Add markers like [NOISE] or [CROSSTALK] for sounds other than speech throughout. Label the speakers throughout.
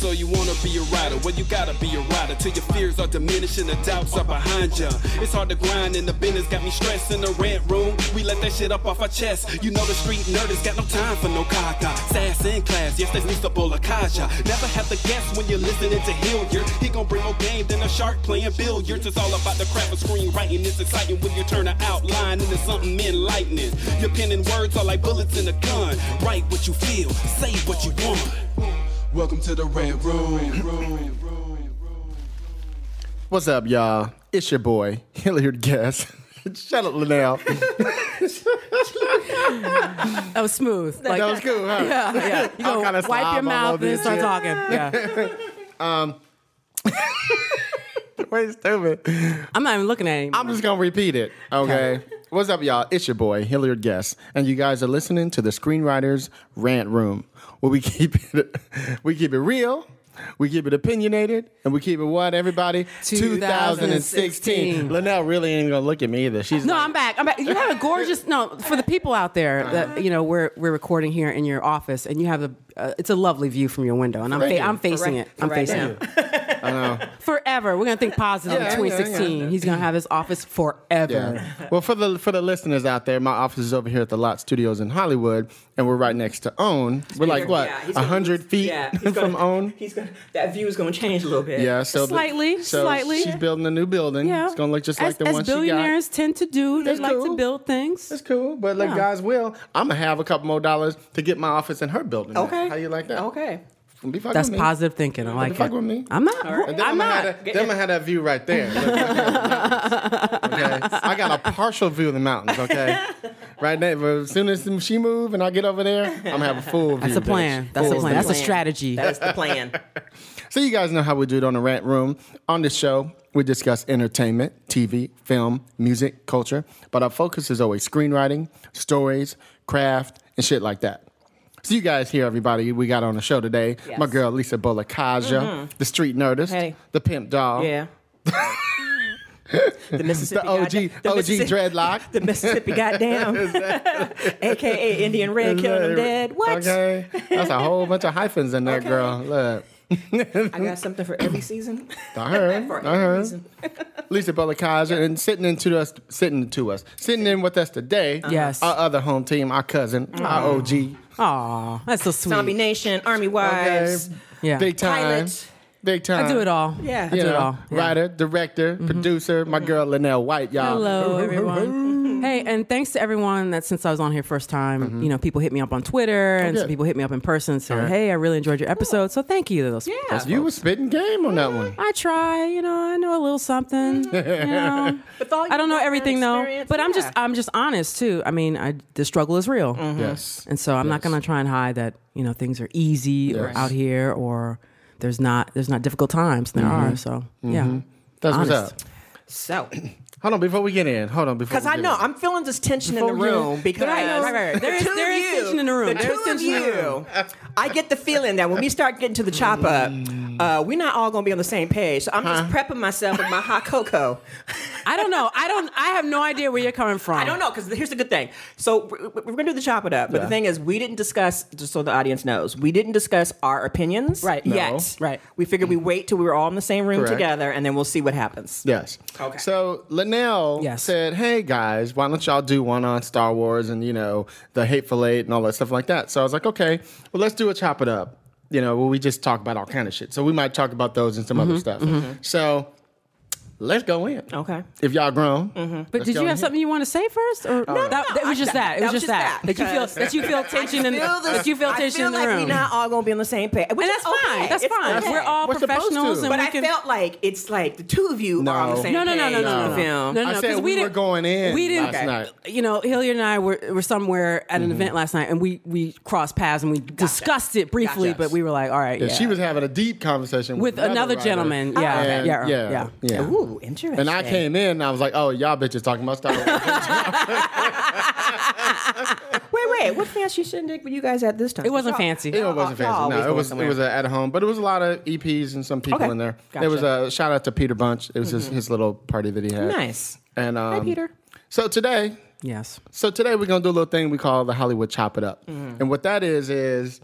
Speaker 1: So you wanna be a rider? Well, you gotta be a rider till your fears are diminishing, the doubts are behind ya. It's hard to grind in the business, got me stressed in the rent room. We let that shit up off our chest. You know the street nerd has got no time for no caca. Sass in class, yes, that's Mr. Bolakaja. Never have to guess when you're listening to Hilliard. He gon' bring more game than a shark playing billiards. It's all about the crap of screenwriting. It's exciting when you turn an outline into something enlightening. Your pen and words are like bullets in a gun. Write what you feel, say what you want.
Speaker 2: Welcome to the Red Room.
Speaker 3: What's up, y'all? It's your boy, Hilliard Guest. [LAUGHS] Shut up, Linnell.
Speaker 4: That was smooth. Like,
Speaker 3: that was cool, huh?
Speaker 4: [LAUGHS] yeah, yeah. You
Speaker 3: I'm
Speaker 4: go
Speaker 3: kinda
Speaker 4: wipe
Speaker 3: slob
Speaker 4: your
Speaker 3: all
Speaker 4: mouth
Speaker 3: over
Speaker 4: and then
Speaker 3: this
Speaker 4: start
Speaker 3: shit.
Speaker 4: talking. Yeah.
Speaker 3: Wait, stupid.
Speaker 4: I'm not even looking at him.
Speaker 3: I'm just gonna repeat it. Okay. What's up, y'all? It's your boy, Hilliard Guest, and you guys are listening to the Screenwriters Rant Room, where we [LAUGHS] keep it we keep it real, we keep it opinionated, and we keep it what, everybody?
Speaker 4: 2016.
Speaker 3: Linnell really ain't gonna look at me either. She's
Speaker 4: No,
Speaker 3: like,
Speaker 4: I'm back. I'm back. You have a gorgeous no for the people out there
Speaker 3: Uh-huh.
Speaker 4: that you know we're we're recording here in your office, and you have a uh, it's a lovely view from your window, and I'm
Speaker 3: Thank
Speaker 4: fa-
Speaker 3: you.
Speaker 4: I'm facing
Speaker 5: right-
Speaker 4: it. I'm
Speaker 5: for right
Speaker 4: facing
Speaker 5: now.
Speaker 4: it.
Speaker 3: [LAUGHS]
Speaker 4: Forever, we're gonna think positive. in
Speaker 3: Yeah, yeah,
Speaker 4: 2016, he's gonna have his office forever.
Speaker 3: Yeah. [LAUGHS] Well, for the for the listeners out there, my office is over here at the Lot Studios in Hollywood, and we're right next to OWN. We're like what,
Speaker 5: Yeah, he's
Speaker 3: a
Speaker 5: gonna-
Speaker 3: hundred feet
Speaker 5: yeah, he's
Speaker 3: [LAUGHS] from
Speaker 5: gonna-
Speaker 3: OWN.
Speaker 5: He's gonna
Speaker 4: [LAUGHS]
Speaker 5: that view is gonna change a little bit.
Speaker 3: Yeah, so the-
Speaker 4: Slightly,
Speaker 3: so
Speaker 4: slightly.
Speaker 3: She's building a new building.
Speaker 4: Yeah.
Speaker 3: It's gonna look just
Speaker 4: as,
Speaker 3: like the
Speaker 4: as
Speaker 3: one she got.
Speaker 4: billionaires tend to do. They
Speaker 3: That's
Speaker 4: like
Speaker 3: cool.
Speaker 4: to build things.
Speaker 3: That's cool, but like
Speaker 4: Yeah.
Speaker 3: God's will, I'm gonna have a couple more dollars to get my office in her building.
Speaker 5: Okay.
Speaker 3: how you like that?
Speaker 5: Okay.
Speaker 3: Be fucking
Speaker 4: That's
Speaker 3: with me.
Speaker 4: positive thinking. I like
Speaker 3: fuck
Speaker 4: it.
Speaker 3: with me.
Speaker 4: I'm not.
Speaker 3: And then
Speaker 4: I'm
Speaker 3: I'ma
Speaker 4: not.
Speaker 3: Have that, then I have that view right there. Look, look at the mountains, okay, I got a partial view of the mountains. Okay, right now, but as soon as she move and I get over there, I'm gonna have a full view.
Speaker 4: That's a
Speaker 3: bitch.
Speaker 4: plan. That's a
Speaker 3: Full
Speaker 4: plan. That's a
Speaker 3: view.
Speaker 5: plan.
Speaker 4: strategy.
Speaker 5: That's the plan.
Speaker 4: [LAUGHS]
Speaker 3: So you guys know how we do it on the Rant Room. On this show, we discuss entertainment, TV, film, music, culture, but our focus is always screenwriting, stories, craft, and shit like that. So you guys hear everybody we got on the show today. My
Speaker 5: Yes. Mm-hmm.
Speaker 3: girl Lisa Bolakaja, the street nerdist,
Speaker 5: Hey.
Speaker 3: the pimp doll,
Speaker 5: Yeah. the Mississippi
Speaker 3: the OG,
Speaker 5: goddamn-
Speaker 3: OG
Speaker 5: Mississippi-
Speaker 3: dreadlock.
Speaker 5: [LAUGHS] The Mississippi goddamn. [LAUGHS] AKA Indian Red killing them dead. What?
Speaker 3: Okay, that's a whole bunch of hyphens in there, girl. Look,
Speaker 5: I got something for every season.
Speaker 3: [LAUGHS] I heard,
Speaker 5: [LAUGHS] for
Speaker 3: I
Speaker 5: every
Speaker 3: heard.
Speaker 5: reason.
Speaker 3: Lisa Bolakaja, and sitting into us, sitting to us, sitting in with us today.
Speaker 5: Uh-huh.
Speaker 4: Yes.
Speaker 3: our other home team, our cousin, our OG,
Speaker 4: Aw, that's so sweet.
Speaker 5: Zombie Nation, Army Wives.
Speaker 4: Yeah.
Speaker 3: big time,
Speaker 5: Pilot.
Speaker 3: big time.
Speaker 4: I do it all.
Speaker 5: Yeah.
Speaker 4: I
Speaker 3: You know,
Speaker 4: do it all. Yeah. Mm-hmm.
Speaker 3: writer, director, producer,
Speaker 5: Mm-hmm.
Speaker 3: my girl Linnell White, y'all. [LAUGHS]
Speaker 4: Hello, everyone. hey, and thanks to everyone that since I was on here first time, you know, people hit me up on Twitter and
Speaker 3: Mm-hmm. Oh, good.
Speaker 4: some people hit me up in person and said, hey, I really enjoyed your episode. So thank you to those, those
Speaker 3: You
Speaker 4: folks.
Speaker 3: were spitting game on that one.
Speaker 4: I try, you know, I know a little something. you
Speaker 3: Mm-hmm.
Speaker 4: know.
Speaker 3: [LAUGHS]
Speaker 5: With all
Speaker 4: I don't know
Speaker 5: your
Speaker 4: everything though,
Speaker 5: experience,
Speaker 4: but I'm just
Speaker 5: yeah. Mm-hmm.
Speaker 4: I'm just honest too. I mean, I, the struggle is real.
Speaker 3: Yes.
Speaker 4: And so I'm not going to try and hide that you know things are easy or
Speaker 3: Yes.
Speaker 4: out here or there's not there's not difficult times. There
Speaker 3: Mm-hmm.
Speaker 4: are so yeah.
Speaker 3: That's what's
Speaker 4: honest.
Speaker 3: up.
Speaker 5: so
Speaker 3: Hold on, before we get in, hold on, before
Speaker 5: because
Speaker 3: we
Speaker 5: I
Speaker 3: get
Speaker 5: know
Speaker 3: in.
Speaker 5: I'm feeling this tension in the
Speaker 3: Before we get in-
Speaker 5: room because
Speaker 4: Right, right, right, right. There
Speaker 5: The
Speaker 4: is-
Speaker 5: two
Speaker 4: there
Speaker 5: of
Speaker 4: is
Speaker 5: you-
Speaker 4: tension in the room.
Speaker 5: The
Speaker 4: There
Speaker 5: two
Speaker 4: is
Speaker 5: of
Speaker 4: tension in the
Speaker 5: you, I get the feeling that when we start getting to the chop up,
Speaker 4: Mm.
Speaker 5: uh, we're not all gonna be on the same page. So I'm just prepping myself
Speaker 4: [LAUGHS]
Speaker 5: with my hot cocoa.
Speaker 4: I don't know. I don't. I have no idea where you're coming from.
Speaker 5: I don't know because here's the good thing. So we're, we're gonna do the chop it up, but
Speaker 3: Yeah.
Speaker 5: the thing is, we didn't discuss. Just so the audience knows, we didn't discuss our opinions
Speaker 4: Right. No.
Speaker 5: yet.
Speaker 4: Right.
Speaker 5: We figured we wait till we were all in the same room
Speaker 3: Correct.
Speaker 5: together, and then we'll see what happens.
Speaker 3: Yes.
Speaker 5: Okay.
Speaker 3: So Linnell
Speaker 4: Yes.
Speaker 3: said, "Hey guys, why don't y'all do one on Star Wars and you know the Hateful Eight and all that stuff like that?" So I was like, "Okay, well let's do a chop it up." You know, where we just talk about all kind of shit. So we might talk about those and some
Speaker 4: Mm-hmm.
Speaker 3: other stuff. So let's go in.
Speaker 5: Okay.
Speaker 3: If y'all grown,
Speaker 4: Mm-hmm. But did
Speaker 3: go
Speaker 4: you
Speaker 3: in.
Speaker 4: have something you want to say first, or no, that,
Speaker 5: no,
Speaker 4: that was
Speaker 5: I-
Speaker 4: just that. It was just that. That you feel
Speaker 5: because-
Speaker 4: that you feel tension in
Speaker 5: feel this-
Speaker 4: that you feel
Speaker 5: I
Speaker 4: tension
Speaker 5: feel
Speaker 4: in the
Speaker 5: like
Speaker 4: room,
Speaker 5: We're not all gonna be on the same page, which
Speaker 4: and
Speaker 5: is
Speaker 4: that's fine.
Speaker 5: okay.
Speaker 4: That's
Speaker 5: It's
Speaker 4: fine.
Speaker 5: okay.
Speaker 4: We're all
Speaker 3: We're supposed
Speaker 4: professionals,
Speaker 3: to.
Speaker 4: and
Speaker 5: But
Speaker 4: we
Speaker 5: I
Speaker 4: can.
Speaker 5: felt like it's like the two of you are on
Speaker 3: No.
Speaker 5: the same
Speaker 4: no, no, no, no,
Speaker 5: page.
Speaker 4: no, no, no,
Speaker 5: Film.
Speaker 4: no, no.
Speaker 3: I said
Speaker 4: 'cause
Speaker 3: we were
Speaker 4: didn't-
Speaker 3: going in
Speaker 4: We didn't.
Speaker 3: last night.
Speaker 4: You know, Hilliard and I were, were somewhere at an event last night, and we we crossed paths and we discussed it briefly,
Speaker 3: Gotcha.
Speaker 4: but we were like, all right, yeah.
Speaker 3: she was having a deep conversation with,
Speaker 4: with another
Speaker 3: writer.
Speaker 4: gentleman. Yeah,
Speaker 3: And-
Speaker 4: yeah,
Speaker 3: yeah,
Speaker 4: yeah,
Speaker 3: yeah.
Speaker 5: Ooh, Oh, interesting.
Speaker 3: And I came in and I was like, oh, y'all bitches talking about Star
Speaker 4: [LAUGHS]
Speaker 3: Wars.
Speaker 5: Wait, wait. What fancy shindig were you guys at this time?
Speaker 4: It wasn't fancy.
Speaker 3: it wasn't
Speaker 5: uh, Y'all
Speaker 3: fancy.
Speaker 5: always
Speaker 3: No, it
Speaker 5: going
Speaker 3: was it
Speaker 5: somewhere.
Speaker 3: was a at home, but it was a lot of EPs and some people
Speaker 5: Okay.
Speaker 3: in there.
Speaker 5: Gotcha. Mm-hmm.
Speaker 3: It was a shout out to Peter Bunch. It was his, his little party that he had.
Speaker 5: Nice.
Speaker 3: And um,
Speaker 5: Peter.
Speaker 3: So today,
Speaker 4: Yes.
Speaker 3: So today we're gonna do a little thing we call the Hollywood Chop It Up,
Speaker 5: Mm-hmm.
Speaker 3: and what that is is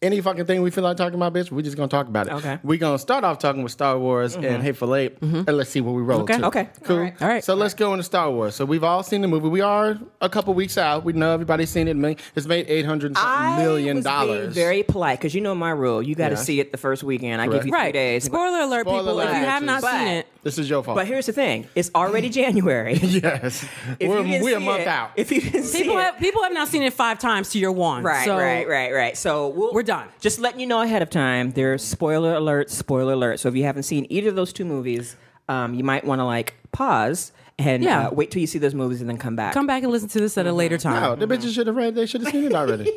Speaker 3: any fucking thing we feel like talking about, bitch. We're just gonna talk about it.
Speaker 5: Okay. Mm-hmm.
Speaker 3: We're gonna start off talking with Star Wars and Hateful 8 and let's see where we roll.
Speaker 4: Okay.
Speaker 3: to.
Speaker 5: Okay.
Speaker 3: Cool.
Speaker 5: All right.
Speaker 4: All right.
Speaker 3: So let's go into Star Wars. So we've all seen the movie. We are a couple weeks out. We know everybody's seen it. Ma- It's made eight hundred
Speaker 5: I
Speaker 3: million
Speaker 5: was being
Speaker 3: dollars.
Speaker 5: Very polite because you know my rule. You got to
Speaker 3: Yeah.
Speaker 5: see it the first weekend. I
Speaker 3: Correct.
Speaker 5: give you three
Speaker 4: Right.
Speaker 5: days.
Speaker 4: Spoiler alert,
Speaker 3: Spoiler
Speaker 4: people. if
Speaker 3: alert,
Speaker 4: you have not
Speaker 5: bitches.
Speaker 4: seen
Speaker 5: But-
Speaker 4: it,
Speaker 3: this is your fault.
Speaker 5: But here's the thing: it's
Speaker 3: [LAUGHS]
Speaker 5: already January.
Speaker 3: yes,
Speaker 5: If
Speaker 3: we're,
Speaker 5: you didn't
Speaker 3: we're a
Speaker 5: see
Speaker 3: month
Speaker 5: it-
Speaker 3: out.
Speaker 5: If you didn't see
Speaker 4: people
Speaker 5: it,
Speaker 4: have people have not seen it five times to your one.
Speaker 5: right,
Speaker 4: so
Speaker 5: right, right, right. So we'll,
Speaker 4: We're done.
Speaker 5: Just letting you know ahead of time. There's spoiler alert, spoiler alert. So if you haven't seen either of those two movies, um, you might want to like pause and
Speaker 4: Yeah.
Speaker 5: uh, wait till you see those movies and then come back.
Speaker 4: Come back and listen to this at
Speaker 5: Mm-hmm.
Speaker 4: a later time.
Speaker 3: oh, the bitches should have read. They should have seen it
Speaker 5: [LAUGHS]
Speaker 3: already.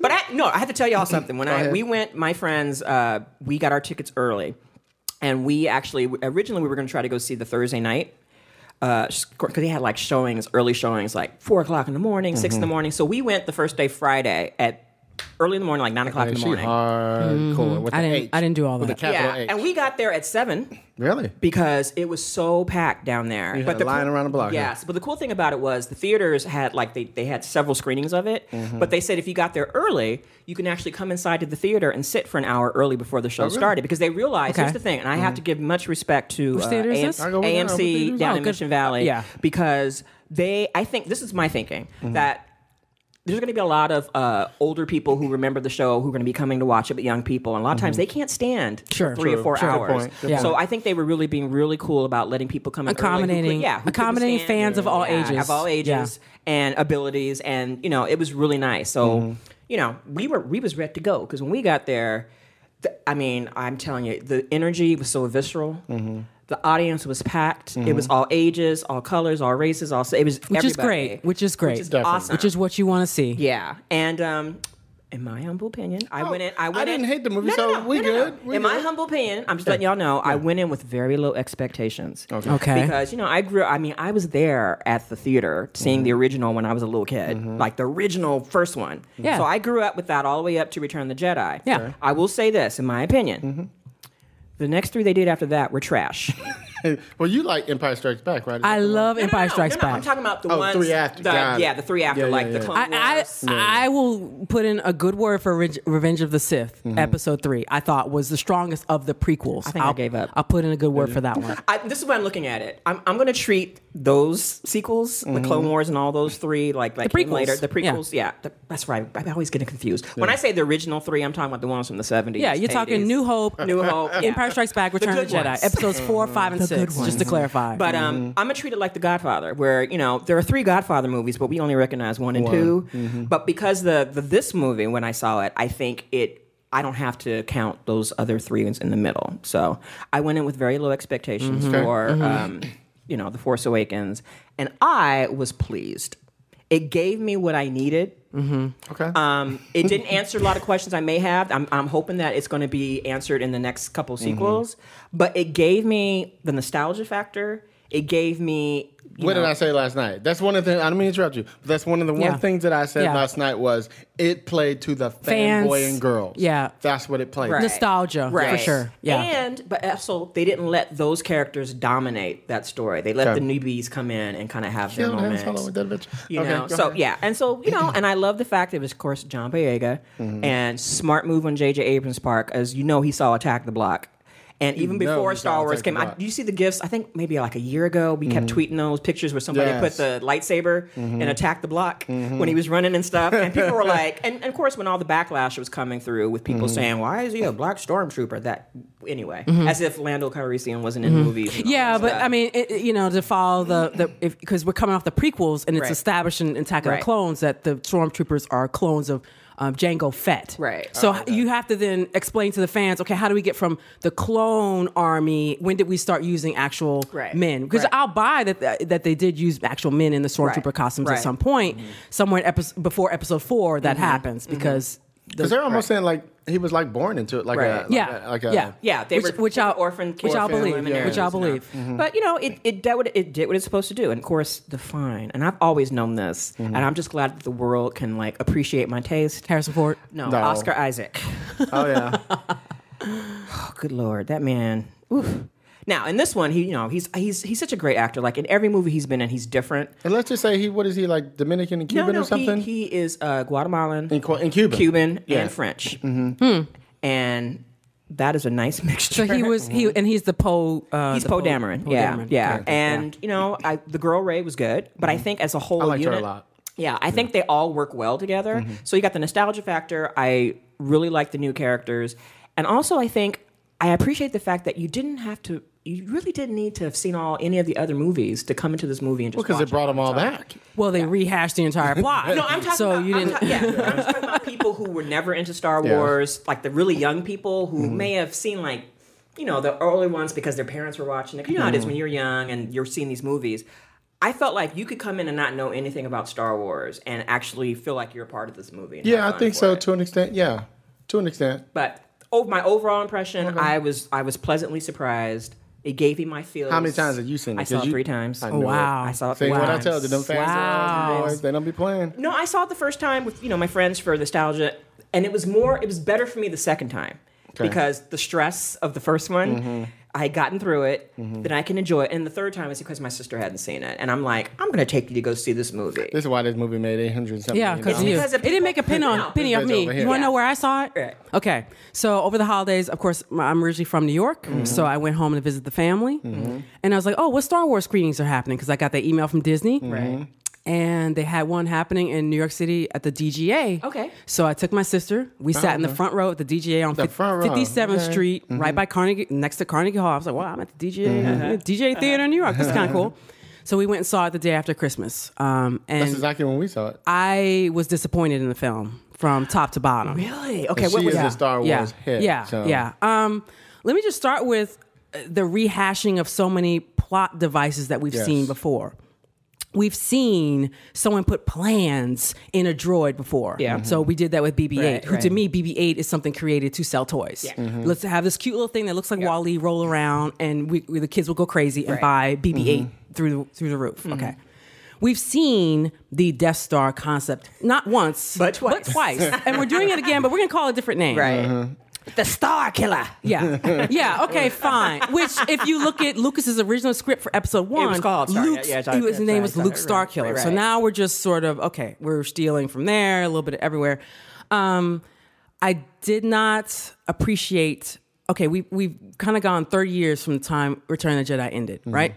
Speaker 5: But I no, I have to
Speaker 3: [CLEARS THROAT]
Speaker 5: tell y'all something. When I
Speaker 3: ahead.
Speaker 5: we went, my friends, uh, we got our tickets early, and we actually originally we were going to try to go see the Thursday night uh, because they had like showings, early showings, like four o'clock in the morning, six in
Speaker 3: Mm-hmm.
Speaker 5: the morning. So we went the first day Friday at early in the morning, like nine o'clock in the
Speaker 3: she
Speaker 5: morning.
Speaker 3: hardcore with
Speaker 4: I
Speaker 3: the
Speaker 4: didn't-
Speaker 3: H.
Speaker 4: I didn't do all
Speaker 3: With
Speaker 4: that.
Speaker 3: the capital
Speaker 5: yeah,
Speaker 3: H.
Speaker 5: and we got there at seven
Speaker 3: really.
Speaker 5: because it was so packed down there.
Speaker 3: had a line around the block, yeah.
Speaker 5: Yes, but the cool thing about it was the theaters had like they, they had several screenings of it,
Speaker 3: Mm-hmm.
Speaker 5: but they said if you got there early, you can actually come inside to the theater and sit for an hour early before the
Speaker 3: Oh,
Speaker 5: show started because they realized
Speaker 4: Okay.
Speaker 5: here's the thing, and I have to give much respect to uh,
Speaker 4: theater is this?
Speaker 5: AM,
Speaker 3: Mm-hmm.
Speaker 4: I
Speaker 3: go with that. What theater is
Speaker 5: AMC
Speaker 3: that?
Speaker 5: down
Speaker 4: Oh,
Speaker 5: in
Speaker 4: good.
Speaker 5: Mission Valley,
Speaker 4: Yeah.
Speaker 5: because they I think this is my thinking
Speaker 3: Mm-hmm.
Speaker 5: that there's going to be a lot of uh, older people who remember the show who are going to be coming to watch it, but young people. And a lot of times they can't stand for
Speaker 4: Mm-hmm. Sure.
Speaker 5: three or
Speaker 4: True.
Speaker 5: four
Speaker 3: Sure. Good
Speaker 5: hours.
Speaker 3: point. Good
Speaker 4: Yeah.
Speaker 5: So I think they were really being really cool about letting people come in early who could-
Speaker 4: Accommodating-
Speaker 5: yeah, who couldn't
Speaker 4: accommodating
Speaker 5: stand-
Speaker 4: fans of all
Speaker 5: yeah,
Speaker 4: ages.
Speaker 5: of all ages
Speaker 4: Yeah.
Speaker 5: and abilities, and you know it was really nice. So
Speaker 3: Mm-hmm.
Speaker 5: you know we were we was ready to go because when we got there, th- I mean I'm telling you the energy was so visceral.
Speaker 3: Mm-hmm.
Speaker 5: The audience was packed. It was all ages, all colors, all races, all it was
Speaker 4: Which is
Speaker 5: everybody.
Speaker 4: great. Which is great.
Speaker 5: Which is awesome.
Speaker 4: Which is what you want to see.
Speaker 5: Yeah, and um, in my humble opinion, I went in. I,
Speaker 3: Oh, I
Speaker 5: went
Speaker 3: didn't
Speaker 5: in-
Speaker 3: hate the movie,
Speaker 5: No, no,
Speaker 3: so
Speaker 5: no,
Speaker 3: we
Speaker 5: no, no, no.
Speaker 3: good, we
Speaker 5: in my
Speaker 3: good.
Speaker 5: humble opinion, I'm just letting y'all know, I went in with very low expectations. Okay.
Speaker 4: Okay.
Speaker 5: Because you know, I grew. I mean, I was there at the theater seeing
Speaker 4: Mm-hmm.
Speaker 5: the original when I was a little kid,
Speaker 3: Mm-hmm.
Speaker 5: like the original first one.
Speaker 4: Yeah.
Speaker 5: So I grew up with that all the way up to Return of the Jedi.
Speaker 4: Yeah. Sure.
Speaker 5: I will say this, in my opinion,
Speaker 3: Mm-hmm.
Speaker 5: the next three they did after that
Speaker 4: [LAUGHS]
Speaker 5: were trash.
Speaker 3: well, you like Empire Strikes Back, right? Is
Speaker 4: I
Speaker 3: that the one?
Speaker 4: love
Speaker 5: No, no,
Speaker 4: Empire
Speaker 5: no, no,
Speaker 4: Strikes
Speaker 5: no,
Speaker 4: Back.
Speaker 5: I'm talking about the
Speaker 3: Oh,
Speaker 5: ones.
Speaker 3: three after,
Speaker 5: the-
Speaker 3: got it.
Speaker 5: yeah, the three after,
Speaker 3: Yeah, yeah,
Speaker 5: like
Speaker 3: yeah.
Speaker 5: the Clone
Speaker 4: I,
Speaker 5: Wars.
Speaker 4: I, I will put in a good word for Re- Revenge of the Sith,
Speaker 3: Mm-hmm.
Speaker 4: episode three. I thought was the strongest of the prequels. I
Speaker 5: think I gave up.
Speaker 4: I'll put in a good word for that
Speaker 5: [LAUGHS]
Speaker 4: one.
Speaker 5: I, this is what I'm looking at it. I'm, I'm going to treat those sequels, the Clone Wars and all those three, like like
Speaker 4: Mm-hmm. prequels.
Speaker 5: later, the
Speaker 4: Yeah.
Speaker 5: prequels. Yeah, the- that's right. I, I always get it confused. When I say the original three, I'm talking about the ones from the 70s.
Speaker 4: Yeah, you're talking
Speaker 5: 80s.
Speaker 4: New Hope, [LAUGHS]
Speaker 5: New Hope, yeah.
Speaker 4: Empire Strikes
Speaker 5: [LAUGHS]
Speaker 4: Back, Return of
Speaker 5: good
Speaker 4: the Jedi,
Speaker 5: ones.
Speaker 4: episodes four, five, and six. Just to clarify,
Speaker 5: But um, I'm gonna treat it like The Godfather, where you know there are three Godfather movies, but we only recognize one and 2 But because the, the this movie, when I saw it, I think it. I don't have to count those other three ones in the middle. So I went in with very low expectations for um, you know the Force Awakens, and I was pleased. It gave me what I needed.
Speaker 3: Okay.
Speaker 5: Um, it didn't answer a lot of questions I may have. I'm, I'm hoping that it's going to be answered in the next couple
Speaker 3: Mm-hmm.
Speaker 5: sequels. But it gave me the nostalgia factor. It gave me. you
Speaker 3: what
Speaker 5: know-
Speaker 3: did I say last night? That's one of the. I don't mean to interrupt you. But that's one of the one
Speaker 4: Yeah.
Speaker 3: things that I said
Speaker 4: Yeah.
Speaker 3: last night was it played to the
Speaker 4: Fans.
Speaker 3: fanboy and girls.
Speaker 4: Yeah.
Speaker 3: that's what it played.
Speaker 5: Right.
Speaker 4: nostalgia for sure. Yeah,
Speaker 5: And but also they didn't let those characters dominate that story. They let
Speaker 3: Okay.
Speaker 5: the newbies come in and kind of have
Speaker 3: Kill
Speaker 5: their
Speaker 3: him,
Speaker 5: moments.
Speaker 3: Solo with that bitch.
Speaker 5: You
Speaker 3: Okay,
Speaker 5: know,
Speaker 3: go
Speaker 5: so
Speaker 3: ahead.
Speaker 5: yeah, and so you know, and I love the fact that it was, of course, John Boyega
Speaker 3: Mm-hmm.
Speaker 5: and smart move on J.J. Abrams' part, as you know, he saw Attack the Block, and even
Speaker 3: know
Speaker 5: before
Speaker 3: he saw
Speaker 5: Star Wars
Speaker 3: Attack the
Speaker 5: came, I,
Speaker 3: Block. Mm-hmm.
Speaker 5: you see the gifts. I think maybe like a year ago, we kept tweeting those pictures where somebody
Speaker 3: Yes.
Speaker 5: put the lightsaber
Speaker 4: Mm-hmm.
Speaker 5: and attacked the block when he was running and stuff, and people
Speaker 4: [LAUGHS]
Speaker 5: were like, and, and of course, when all the backlash was coming through with people
Speaker 4: Mm-hmm.
Speaker 5: saying, "Why is he a black stormtrooper?" That anyway, as if Lando Calrissian wasn't in movies. and all
Speaker 4: Mm-hmm. Yeah,
Speaker 5: that
Speaker 4: but um,
Speaker 5: stuff.
Speaker 4: I mean, it, it- you know, to follow the the because we're coming off the prequels and it's
Speaker 5: Right.
Speaker 4: established in Attack of
Speaker 5: Right.
Speaker 4: the Clones that the stormtroopers are clones of um, Django Fett.
Speaker 5: Right.
Speaker 4: So you have to then explain to the fans, okay, how do we get from the clone army? When did we start using actual
Speaker 5: Right.
Speaker 4: men? Because
Speaker 5: Right.
Speaker 4: I'll buy that, that that they did use actual men in the stormtrooper
Speaker 5: Right. Mm-hmm.
Speaker 4: costumes
Speaker 5: Right. Mm-hmm.
Speaker 4: at some point, somewhere in episode, before episode four that happens because.
Speaker 3: Because they're almost saying like he was like born into it, like
Speaker 5: Right.
Speaker 3: a like a-
Speaker 4: Yeah.
Speaker 3: like a,
Speaker 4: Yeah.
Speaker 5: Yeah, they
Speaker 4: Which-
Speaker 5: were
Speaker 4: which
Speaker 5: they were
Speaker 4: I'll-
Speaker 5: orphan
Speaker 4: which I'll
Speaker 5: orphan
Speaker 4: believe,
Speaker 5: women and
Speaker 4: which I'll
Speaker 5: everything, you know.
Speaker 4: believe. Mm-hmm.
Speaker 5: But you know, it it did, what it it did what it's supposed to do, and of course, define. And I've always known this,
Speaker 4: Mm-hmm.
Speaker 5: and I'm just glad that the world can like appreciate my taste.
Speaker 4: Harrison Ford.
Speaker 5: No,
Speaker 3: No.
Speaker 5: Oscar Isaac.
Speaker 3: Oh yeah.
Speaker 5: Oh, good lord, that man. Oof. Now in this one, he you know he's he's he's such a great actor. Like in every movie he's been in, he's different.
Speaker 3: and let's just say he what is he like Dominican and Cuban
Speaker 5: no, no,
Speaker 3: or something?
Speaker 5: He, he is uh, Guatemalan,
Speaker 3: and, Cu- and Cuban.
Speaker 5: Cuban,
Speaker 3: Yeah. Mm-hmm.
Speaker 5: and French, Hmm. and that is a nice [LAUGHS] mixture.
Speaker 4: So he was he and he's the Poe. Uh,
Speaker 5: Mm-hmm. He's
Speaker 4: the
Speaker 5: Poe Dameron. yeah, yeah. And you know, I, the girl Ray was good, but I think as a whole,
Speaker 3: I liked her a
Speaker 5: unit-
Speaker 3: lot.
Speaker 5: Yeah, I think they all work well together. So you got the nostalgia factor. I really like the new characters, and also I think I appreciate the fact that you didn't have to. You really didn't need to have seen all any of the other movies to come into this movie and just
Speaker 3: because
Speaker 5: watch
Speaker 3: it brought them all back.
Speaker 4: well, they rehashed the entire plot.
Speaker 5: No, I'm talking
Speaker 4: So
Speaker 5: about
Speaker 4: you
Speaker 5: I'm
Speaker 4: didn't.
Speaker 5: ta- yeah, I'm talking about people who were never into Star
Speaker 3: Yeah. Mm-hmm.
Speaker 5: Wars, like the really young people who may have seen like you know the early ones because their parents were watching it. You know how it
Speaker 3: Mm-hmm.
Speaker 5: is when you're young and you're seeing these movies. I felt like you could come in and not know anything about Star Wars and actually feel like you're a part of this movie. and have
Speaker 3: Yeah, I
Speaker 5: fun
Speaker 3: think
Speaker 5: for
Speaker 3: so
Speaker 5: it.
Speaker 3: to an extent. Yeah, to an extent.
Speaker 5: But oh, my overall impression, I was I was pleasantly surprised. It gave me my feels.
Speaker 3: How many times have you seen it?
Speaker 5: I saw
Speaker 3: 'Cause
Speaker 5: it
Speaker 3: you-
Speaker 5: three times.
Speaker 3: I
Speaker 5: Oh
Speaker 3: knew it.
Speaker 4: wow.
Speaker 5: I saw it
Speaker 3: See
Speaker 5: three
Speaker 3: what I
Speaker 5: times.
Speaker 3: tell you, them fans,
Speaker 4: Wow.
Speaker 3: boys, they don't be playing.
Speaker 5: No, I saw it the first time with you know my friends for nostalgia, and it was more. It was better for me the second time
Speaker 3: Okay. Mm-hmm.
Speaker 5: because the stress of the first one, I had gotten through it. Then I can enjoy it, and the third time is because my sister hadn't seen it, and I'm like, I'm gonna take you to go see this movie.
Speaker 3: This is why this movie made eight hundred something.
Speaker 4: Yeah,
Speaker 3: million
Speaker 4: because
Speaker 5: It's
Speaker 4: you.
Speaker 3: dollars.
Speaker 4: It
Speaker 5: because of
Speaker 4: didn't make a
Speaker 5: people-
Speaker 4: pin
Speaker 5: No.
Speaker 4: on penny of
Speaker 3: Because
Speaker 4: me. You
Speaker 3: over here.
Speaker 4: want to
Speaker 3: Yeah.
Speaker 4: know where I saw it?
Speaker 5: Right.
Speaker 4: Okay, so over the holidays, of course, my- I'm originally from New York, so I went home to visit the family, and I was like, "Oh, what Star Wars screenings are happening?" Because I got that email from Disney,
Speaker 5: Right.
Speaker 4: And they had one happening in New York City at the DGA.
Speaker 5: Okay.
Speaker 4: So I took my sister. We sat in the front row at the DGA on
Speaker 3: Uh-huh. The
Speaker 4: fif-
Speaker 3: front row,
Speaker 4: 57th
Speaker 3: okay. Mm-hmm.
Speaker 4: Street, right by Carnegie, next to Carnegie Hall. I was like, wow, I'm at the DGA,
Speaker 3: [LAUGHS]
Speaker 4: DGA Theater in New York. That's kind of cool. So we went and saw it the day after Christmas. Um, and
Speaker 3: That's exactly when we saw it.
Speaker 4: I was disappointed in the film from top to bottom.
Speaker 5: really? Okay,
Speaker 3: she
Speaker 5: what was
Speaker 3: is
Speaker 5: that?
Speaker 3: a Star Wars
Speaker 4: Yeah,
Speaker 3: hit.
Speaker 4: yeah,
Speaker 3: so.
Speaker 4: yeah. Um, let me just start with uh, the rehashing of so many plot devices that we've
Speaker 3: Yes.
Speaker 4: seen before. We've seen someone put plans in a droid before.
Speaker 5: Yeah. Mhm.
Speaker 4: So we did that with BB-8,
Speaker 5: Right,
Speaker 4: who to
Speaker 5: right.
Speaker 4: me BB-8 is something created to sell toys. Mm-hmm.
Speaker 5: Yeah. Mhm.
Speaker 4: Let's have this cute little thing that looks like Wally roll around, and we, we- the kids will go crazy and buy BB-8
Speaker 3: Mm-hmm.
Speaker 4: through the, through the roof.
Speaker 5: Mm-hmm.
Speaker 4: Okay. We've seen the Death Star concept not once,
Speaker 5: But twice.
Speaker 4: twice. [LAUGHS] and we're doing it again, but we're gonna call it a different name.
Speaker 5: Right.
Speaker 3: Uh-huh.
Speaker 5: The Star Killer.
Speaker 4: Yeah. Yeah.
Speaker 5: [LAUGHS]
Speaker 4: Okay. Fine. Which, if you look at Lucas's original script for episode one,
Speaker 5: was called Star-
Speaker 4: Luke's,
Speaker 5: yeah, yeah, sorry,
Speaker 4: it was- his
Speaker 5: yeah,
Speaker 4: name
Speaker 5: sorry,
Speaker 4: was
Speaker 5: sorry,
Speaker 4: Luke
Speaker 5: right,
Speaker 4: Starkiller.
Speaker 5: right,
Speaker 4: So
Speaker 5: right.
Speaker 4: now we're just sort of okay. We're stealing from there a little bit everywhere. Um, I did not appreciate. Okay, we we've kind of gone thirty years from the time Return of the Jedi ended,
Speaker 5: Mm-hmm.
Speaker 4: right?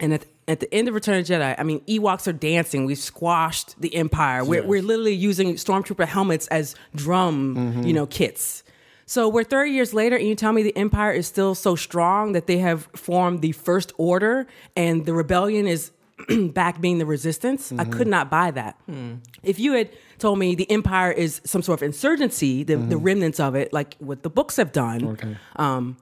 Speaker 4: And at at the end of Return of the Jedi, I mean, Ewoks are dancing. We've squashed the Empire. We're, we're literally using stormtrooper helmets as drum, you know, kits. So we're 30 years later, and you tell me the Empire is still so strong that they have formed the First Order, and the rebellion is [CLEARS THROAT] back being the Resistance. I could not buy that. If you had told me the Empire is some sort of insurgency, the, the remnants of it, like what the books have done, um,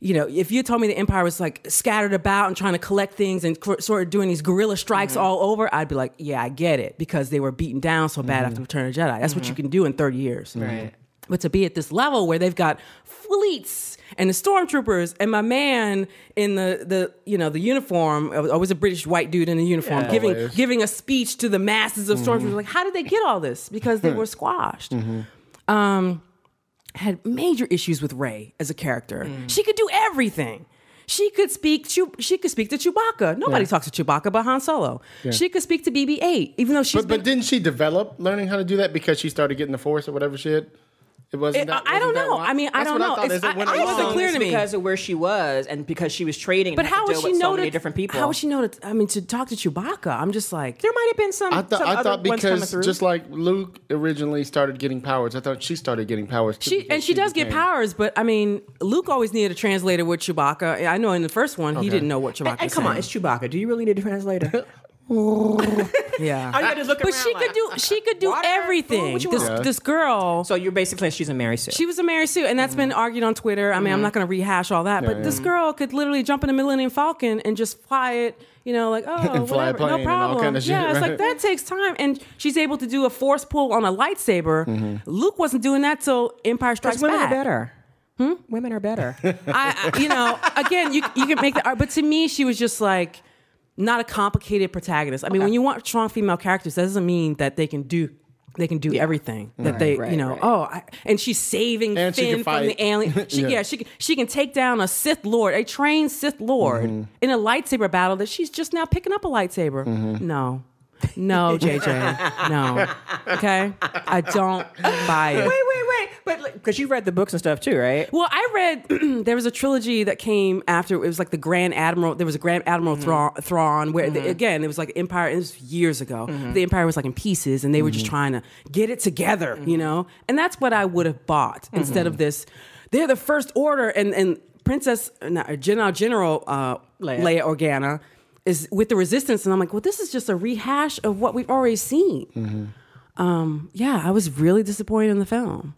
Speaker 4: you know, if you told me the empire was like scattered about and trying to collect things and cr- sort of doing these guerrilla strikes all over, I'd be like, yeah, I get it because they were beaten down so bad after Return of the Jedi. That's what you can do in 30 years. Right. But to be at this level where they've got fleets and the stormtroopers and my man in the, the you know the uniform, I was always a British white dude in a uniform, giving
Speaker 3: Always. Mm-hmm.
Speaker 4: giving a speech to the masses of stormtroopers, like how did they get all this? Because
Speaker 3: Hmm.
Speaker 4: they were squashed um, had major issues with Ray as a character.
Speaker 3: Mm.
Speaker 4: She could do everything. She could speak. Chew- She could speak to Chewbacca. Nobody talks to Chewbacca but Han Solo. She could speak to BB-8, even though she's
Speaker 3: But, but didn't she develop learning how to do that because she started getting the force or whatever shit? It wasn't.
Speaker 4: It-
Speaker 3: that,
Speaker 4: I- I don't
Speaker 3: wasn't that
Speaker 4: know.
Speaker 3: why?
Speaker 4: I mean,
Speaker 3: That's
Speaker 4: I don't
Speaker 3: what
Speaker 4: know.
Speaker 3: I thought.
Speaker 4: It's-
Speaker 3: Is it went
Speaker 4: I- I wasn't
Speaker 3: along?
Speaker 4: clear to me.
Speaker 5: because of where she was and because she was trading.
Speaker 4: But how
Speaker 5: would
Speaker 4: would she know
Speaker 5: so
Speaker 4: to
Speaker 5: many different people?
Speaker 4: How would she know to? I mean, to talk to Chewbacca, I'm just like
Speaker 5: There might have been some.
Speaker 3: I, thought
Speaker 5: some
Speaker 3: I
Speaker 5: other
Speaker 3: thought
Speaker 5: ones coming
Speaker 3: because
Speaker 5: through.
Speaker 3: just like Luke originally started getting powers, I thought she started getting powers too.
Speaker 4: She
Speaker 3: because
Speaker 4: and she, does get
Speaker 3: became-
Speaker 4: powers, but I mean, Luke always needed a translator with Chewbacca. I know in the first one he didn't know what Chewbacca.
Speaker 5: And, and come on,
Speaker 3: [LAUGHS]
Speaker 4: said.
Speaker 5: it's Chewbacca. Do you really need a translator?
Speaker 4: Yeah.
Speaker 5: All you gotta do is look
Speaker 4: but
Speaker 5: around
Speaker 4: she
Speaker 5: like,
Speaker 4: could do she could do
Speaker 5: Water, food, what
Speaker 4: everything.
Speaker 5: you
Speaker 4: This
Speaker 5: want?
Speaker 4: this girl.
Speaker 5: So you're basically saying she's a Mary Sue.
Speaker 4: she was a Mary Sue, and that's been argued on Twitter. I mean, I'm not going to rehash all that, but
Speaker 3: Mm-hmm. yeah.
Speaker 4: this girl could literally jump in a Millennium Falcon and just fly it, you
Speaker 3: [LAUGHS]
Speaker 4: know, like oh,
Speaker 3: And fly a
Speaker 4: whatever,
Speaker 3: plane
Speaker 4: no
Speaker 3: and all
Speaker 4: problem.
Speaker 3: kinda shit,
Speaker 4: yeah, it's
Speaker 3: right?
Speaker 4: like that takes time, and she's able to do a force pull on a lightsaber.
Speaker 3: Mm-hmm.
Speaker 4: Luke wasn't doing that till Empire Strikes
Speaker 5: women
Speaker 4: Back.
Speaker 5: are better. Hmm? Women are [LAUGHS] better.
Speaker 4: I, I- you know, again, you you can make the art, but to me, she was just like not a complicated protagonist. I mean, when you want strong female characters, that doesn't mean that they can do they can do everything that they
Speaker 5: right,
Speaker 4: you know.
Speaker 5: right.
Speaker 4: Oh, I, and she's saving
Speaker 3: And she
Speaker 4: Finn
Speaker 3: can
Speaker 4: from
Speaker 3: fight. [LAUGHS]
Speaker 4: the alien. She,
Speaker 3: Yeah.
Speaker 4: yeah. she can she can take down a Sith Lord, a trained Sith Lord,
Speaker 3: Mm-hmm.
Speaker 4: in a lightsaber battle that she's just now picking up a lightsaber.
Speaker 3: Mm-hmm.
Speaker 4: No. No,
Speaker 3: [LAUGHS]
Speaker 4: JJ. No. Okay? I don't buy it.
Speaker 5: wait, wait, wait. But because you read the books and stuff too, right?
Speaker 4: Well, I read [CLEARS THROAT] there was a trilogy that came after. It was like the Grand Admiral. There was a Grand Admiral Thrawn, Thrawn where the, again it was like Empire. It was years ago. The Empire was like in pieces, and they were just trying to get it together, you know. And that's what I would have bought instead of this. They're the First Order, and and Princess no, General General uh,
Speaker 5: Leia.
Speaker 4: Leia. Organa is with the Resistance, and I'm like, well, this is just a rehash of what we've already seen. Um, yeah, I was really disappointed in the film.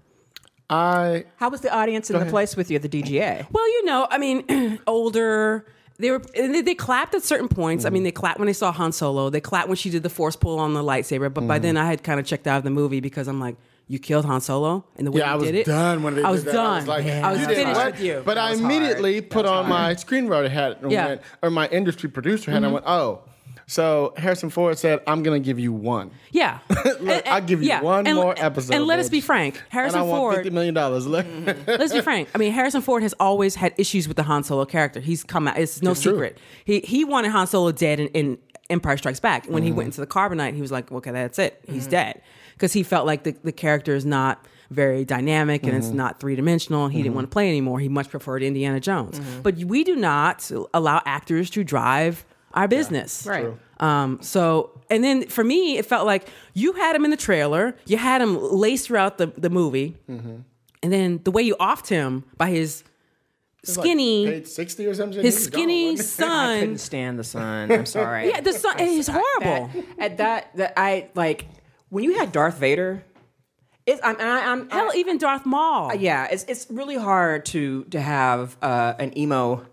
Speaker 3: I
Speaker 5: How was the audience in the place with you at the DGA?
Speaker 4: Well, you know, I mean, [CLEARS THROAT] older. They were and they, they clapped at certain points. I mean, they clapped when they saw Han Solo. They clapped when she did the force pull on the lightsaber. But
Speaker 3: Mm-hmm.
Speaker 4: by then, I had kind of checked out of the movie because I'm like, you killed Han Solo, and the way
Speaker 3: yeah,
Speaker 4: you
Speaker 3: I was
Speaker 4: did it,
Speaker 3: done when they
Speaker 4: I was
Speaker 3: did that.
Speaker 4: done.
Speaker 3: I was like,
Speaker 4: I was
Speaker 3: you did
Speaker 4: finished
Speaker 3: what?
Speaker 4: with you.
Speaker 3: But I immediately put on my screenwriter hat and
Speaker 4: Yeah. Mm-hmm.
Speaker 3: went, or my industry producer hat, and I went, oh. So Harrison Ford said, "I'm gonna give you one. [LAUGHS]
Speaker 4: yeah, And- and-
Speaker 3: I'll give you
Speaker 4: yeah.
Speaker 3: one
Speaker 4: And-
Speaker 3: more episode."
Speaker 4: And let us
Speaker 3: bitch.
Speaker 4: be frank, Harrison
Speaker 3: and I want
Speaker 4: Ford.
Speaker 3: fifty million dollars. [LAUGHS]
Speaker 4: let's be frank. I mean, Harrison Ford has always had issues with the Han Solo character. He's come out. It's no
Speaker 3: true.
Speaker 4: secret. He he wanted Han Solo dead in, in Empire Strikes Back. When he went into the Carbonite, he was like, okay, that's it. He's dead because he felt like the the character is not very dynamic and it's not three dimensional. He didn't want to play anymore. He much preferred Indiana Jones. But we do not allow actors to drive our business.
Speaker 5: Right. True.
Speaker 4: Um, so, and then for me, it felt like you had him in the trailer, you had him laced throughout the, the movie, and then the way you offed him by his Mm-hmm. skinny,
Speaker 3: page sixty or something.
Speaker 4: his skinny
Speaker 5: [LAUGHS] I couldn't
Speaker 4: son.
Speaker 5: stand the sun. I'm [LAUGHS] sorry.
Speaker 4: [LAUGHS] Yeah, the son
Speaker 5: I-
Speaker 4: is
Speaker 5: I-
Speaker 4: horrible.
Speaker 5: that- at that, that I like when you had Darth Vader. It's, I'm, I, I'm
Speaker 4: Hell,
Speaker 5: I-
Speaker 4: even Darth Maul.
Speaker 5: yeah. It's it's really hard to to have uh, an emo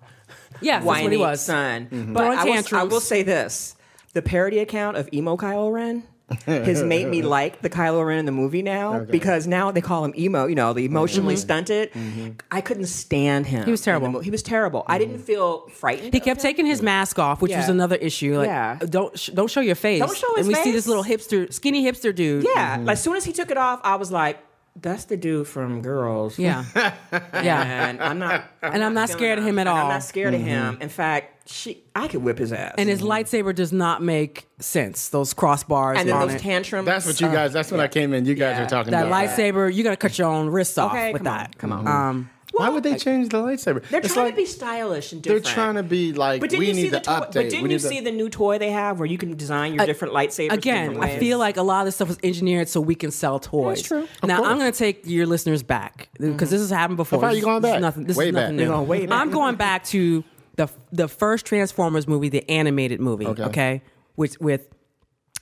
Speaker 4: yeah, that's what
Speaker 5: whiny
Speaker 4: he was.
Speaker 5: son. But
Speaker 3: Mm-hmm.
Speaker 4: Throwing
Speaker 5: I will, I
Speaker 4: tantrums.
Speaker 5: will say this: the parody account of emo Kylo Ren has
Speaker 3: [LAUGHS]
Speaker 5: made me like the Kylo Ren in the movie now because now they call him emo. You know, the emotionally
Speaker 3: Mm-hmm.
Speaker 5: stunted. I couldn't stand him. He
Speaker 4: was terrible.
Speaker 5: he was terrible. I
Speaker 3: Mm-hmm.
Speaker 5: didn't feel frightened.
Speaker 4: He
Speaker 5: of
Speaker 4: kept
Speaker 5: him.
Speaker 4: taking his mask off, which was
Speaker 5: Yeah.
Speaker 4: another issue. Like,
Speaker 5: Yeah.
Speaker 4: don't sh- don't show your face.
Speaker 5: Don't show his
Speaker 4: And we see
Speaker 5: face.
Speaker 4: this little hipster, skinny hipster dude.
Speaker 5: Yeah,
Speaker 3: Mm-hmm.
Speaker 5: like, as soon as he took it off, I was like, "That's the dude from Girls."
Speaker 4: yeah,
Speaker 5: [LAUGHS]
Speaker 4: yeah.
Speaker 5: and
Speaker 3: [LAUGHS]
Speaker 5: I'm not. I'm
Speaker 4: And I'm not
Speaker 5: feeling
Speaker 4: scared of
Speaker 5: him.
Speaker 4: him at
Speaker 5: And I'm
Speaker 4: all.
Speaker 5: not scared of him.
Speaker 3: Mm-hmm.
Speaker 5: In fact, she, I could whip his ass.
Speaker 4: And his lightsaber does not make sense. Those crossbars
Speaker 5: and then
Speaker 4: on
Speaker 5: those
Speaker 4: it.
Speaker 3: [LAUGHS]
Speaker 5: tantrums.
Speaker 3: That's what you guys. That's when I came in. You guys
Speaker 5: Yeah.
Speaker 3: were talking
Speaker 4: that
Speaker 3: about.
Speaker 4: lightsaber, you gotta cut your own wrists off
Speaker 5: Okay,
Speaker 4: with
Speaker 5: come on,
Speaker 4: that.
Speaker 5: come on.
Speaker 4: Um,
Speaker 3: Why would they change the lightsaber?
Speaker 5: They're
Speaker 3: It's
Speaker 5: trying
Speaker 3: like-
Speaker 5: to be stylish and
Speaker 3: They're
Speaker 5: different.
Speaker 3: trying to be like.
Speaker 5: But didn't
Speaker 3: we
Speaker 5: you
Speaker 3: need
Speaker 5: see the
Speaker 3: to
Speaker 5: toy,
Speaker 3: update.
Speaker 5: But
Speaker 3: we
Speaker 5: didn't
Speaker 3: need
Speaker 5: you
Speaker 3: to-
Speaker 5: see the new toy they have where you can design your different lightsabers?
Speaker 4: again,
Speaker 5: different
Speaker 4: I feel like a lot of this stuff is engineered so we can sell toys.
Speaker 5: That's true.
Speaker 4: Now
Speaker 3: course.
Speaker 4: I'm gonna take your listeners back because this has happened before.
Speaker 3: How far
Speaker 4: This
Speaker 3: you
Speaker 4: is-
Speaker 3: going
Speaker 4: this is
Speaker 3: back?
Speaker 4: nothing, this
Speaker 3: Way
Speaker 4: is nothing
Speaker 3: back.
Speaker 4: new.
Speaker 3: You're
Speaker 5: going way back.
Speaker 4: I'm going back to the the first Transformers movie, the animated movie.
Speaker 3: Okay.
Speaker 4: Okay, with with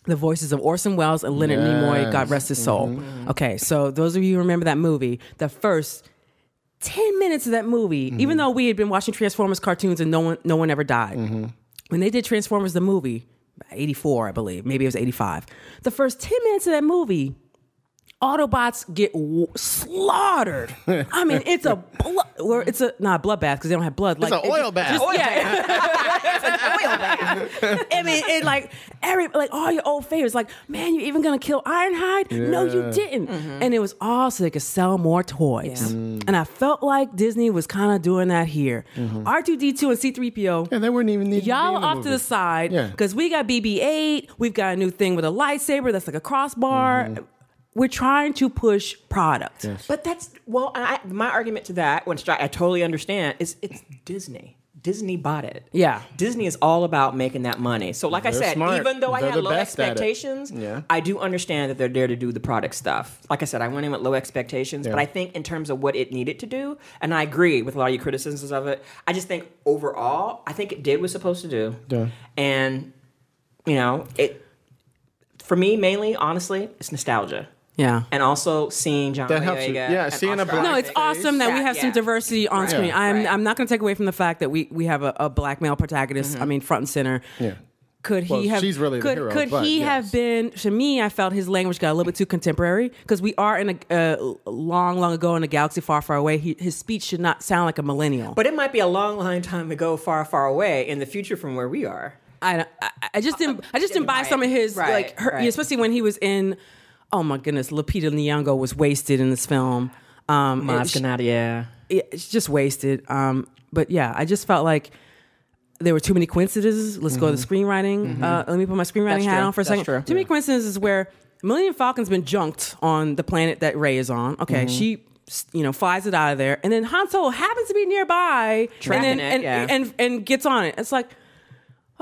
Speaker 4: the voices of Orson Welles and Leonard Nimoy.
Speaker 3: Yes.
Speaker 4: God
Speaker 3: Mm-hmm.
Speaker 4: rest his soul. Okay, so those of you who remember that movie, the first 10 minutes of that movie,
Speaker 3: Mm-hmm.
Speaker 4: even though we had been watching Transformers cartoons and no one no one ever died. When they did Transformers the movie, 84, I believe, maybe it was 85. The first 10 minutes of that movie, Autobots get w- slaughtered. I mean, it's a blood, or it's a not bloodbath because they don't have blood. Like
Speaker 3: an
Speaker 4: it-
Speaker 3: oil bath. Oil
Speaker 4: [LAUGHS] yeah. it's an oil bath. I mean, it like every like all your old favorites. Like, man, you even gonna kill Ironhide? No,
Speaker 3: Yeah.
Speaker 4: you didn't. And it was all so they could sell more toys.
Speaker 3: Mm.
Speaker 4: And I felt like Disney was kind of doing that here. R two D two and C three PO.
Speaker 3: [LAUGHS] Mm-hmm. Yeah, they wouldn't even need.
Speaker 4: Y'all
Speaker 3: to be in
Speaker 4: off
Speaker 3: the
Speaker 4: to
Speaker 3: movie.
Speaker 4: the side
Speaker 3: Yeah.
Speaker 4: because we got BB-8. We've got a new thing with a lightsaber that's like a crossbar.
Speaker 3: Mm-hmm.
Speaker 4: We're trying to push product.
Speaker 5: But that's well, I, my argument to that, which I, I totally understand, is it's Disney. Disney bought it.
Speaker 4: Yeah.
Speaker 5: Disney is all about making that money. So, like I
Speaker 3: They're
Speaker 5: said,
Speaker 3: smart.
Speaker 5: even though I
Speaker 3: They're
Speaker 5: had
Speaker 3: the
Speaker 5: low
Speaker 3: best at it.
Speaker 5: expectations,
Speaker 3: Yeah.
Speaker 5: I do understand that they're there to do the product stuff. Like I said, I went in with low expectations, but
Speaker 3: Yeah.
Speaker 5: I think in terms of what it needed to do, and I agree with a lot of your criticisms of it. I just think overall, I think it did what it was supposed to do.
Speaker 3: Yeah.
Speaker 5: And You know, it for me mainly, honestly, it's nostalgia.
Speaker 4: Yeah.
Speaker 5: And also seeing John
Speaker 3: That helps you.
Speaker 5: Boyega
Speaker 3: Yeah,
Speaker 5: and
Speaker 3: seeing a
Speaker 5: Oscar
Speaker 3: black
Speaker 4: No, it's
Speaker 3: Blackface.
Speaker 4: awesome that we have some
Speaker 5: Yeah.
Speaker 4: diversity on screen. I'm
Speaker 5: Right.
Speaker 4: I'm not going to take away from the fact that we we have a, a black male protagonist. I mean, front and center.
Speaker 3: Mm-hmm. Yeah.
Speaker 4: Could he
Speaker 3: Well,
Speaker 4: have?
Speaker 3: she's really the
Speaker 4: could
Speaker 3: hero,
Speaker 4: could
Speaker 3: but
Speaker 4: he
Speaker 3: yes.
Speaker 4: have been? To me, I felt his language got a little bit too contemporary because we are in a uh, long, long ago in a galaxy far, far away. He, his speech should not sound like a millennial.
Speaker 5: But it might be a long, long time ago, far, far away in the future from where we are.
Speaker 4: I don't- I, I just
Speaker 5: Uh,
Speaker 4: didn't I just didn't buy some of his
Speaker 5: right,
Speaker 4: like her,
Speaker 5: right.
Speaker 4: especially when he was in oh my goodness Lupita Nyong'o was wasted in this film um it- she-
Speaker 5: yeah.
Speaker 4: it- it's just wasted um but yeah I just felt like there were too many coincidences let's go to the screenwriting uh, let me put my screenwriting hat on
Speaker 5: Mm-hmm. That's true.
Speaker 4: for a
Speaker 5: That's
Speaker 4: second
Speaker 5: true.
Speaker 4: too many coincidences where Millennium Falcon's been junked on the planet that Ray is on
Speaker 5: Mm-hmm.
Speaker 4: okay she you know flies it out of there and then Han Solo happens to be nearby
Speaker 5: Tracking
Speaker 4: and then,
Speaker 5: it,
Speaker 4: and,
Speaker 5: yeah.
Speaker 4: and and gets on it it's like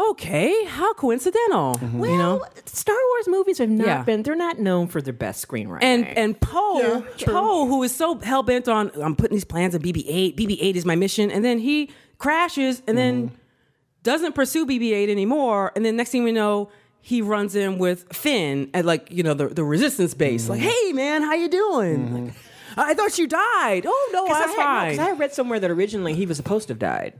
Speaker 4: okay, how coincidental,
Speaker 5: Well,
Speaker 4: you know?
Speaker 5: Star Wars movies have not
Speaker 4: Yeah.
Speaker 5: been, they're not known for their best screenwriting.
Speaker 4: And and Poe, Poe, who is so hell bent on I'm putting these plans in BB-8. BB-8 is my mission, and then he crashes, and then doesn't pursue BB-8 anymore. And then next thing we know, he runs in with Finn at like you know the, the resistance base. Like, hey man, how you doing? Like, I thought you died. Oh no,
Speaker 5: Because
Speaker 4: that's
Speaker 5: I,
Speaker 4: fine.
Speaker 5: had- no, 'cause I read somewhere that originally he was supposed to have died.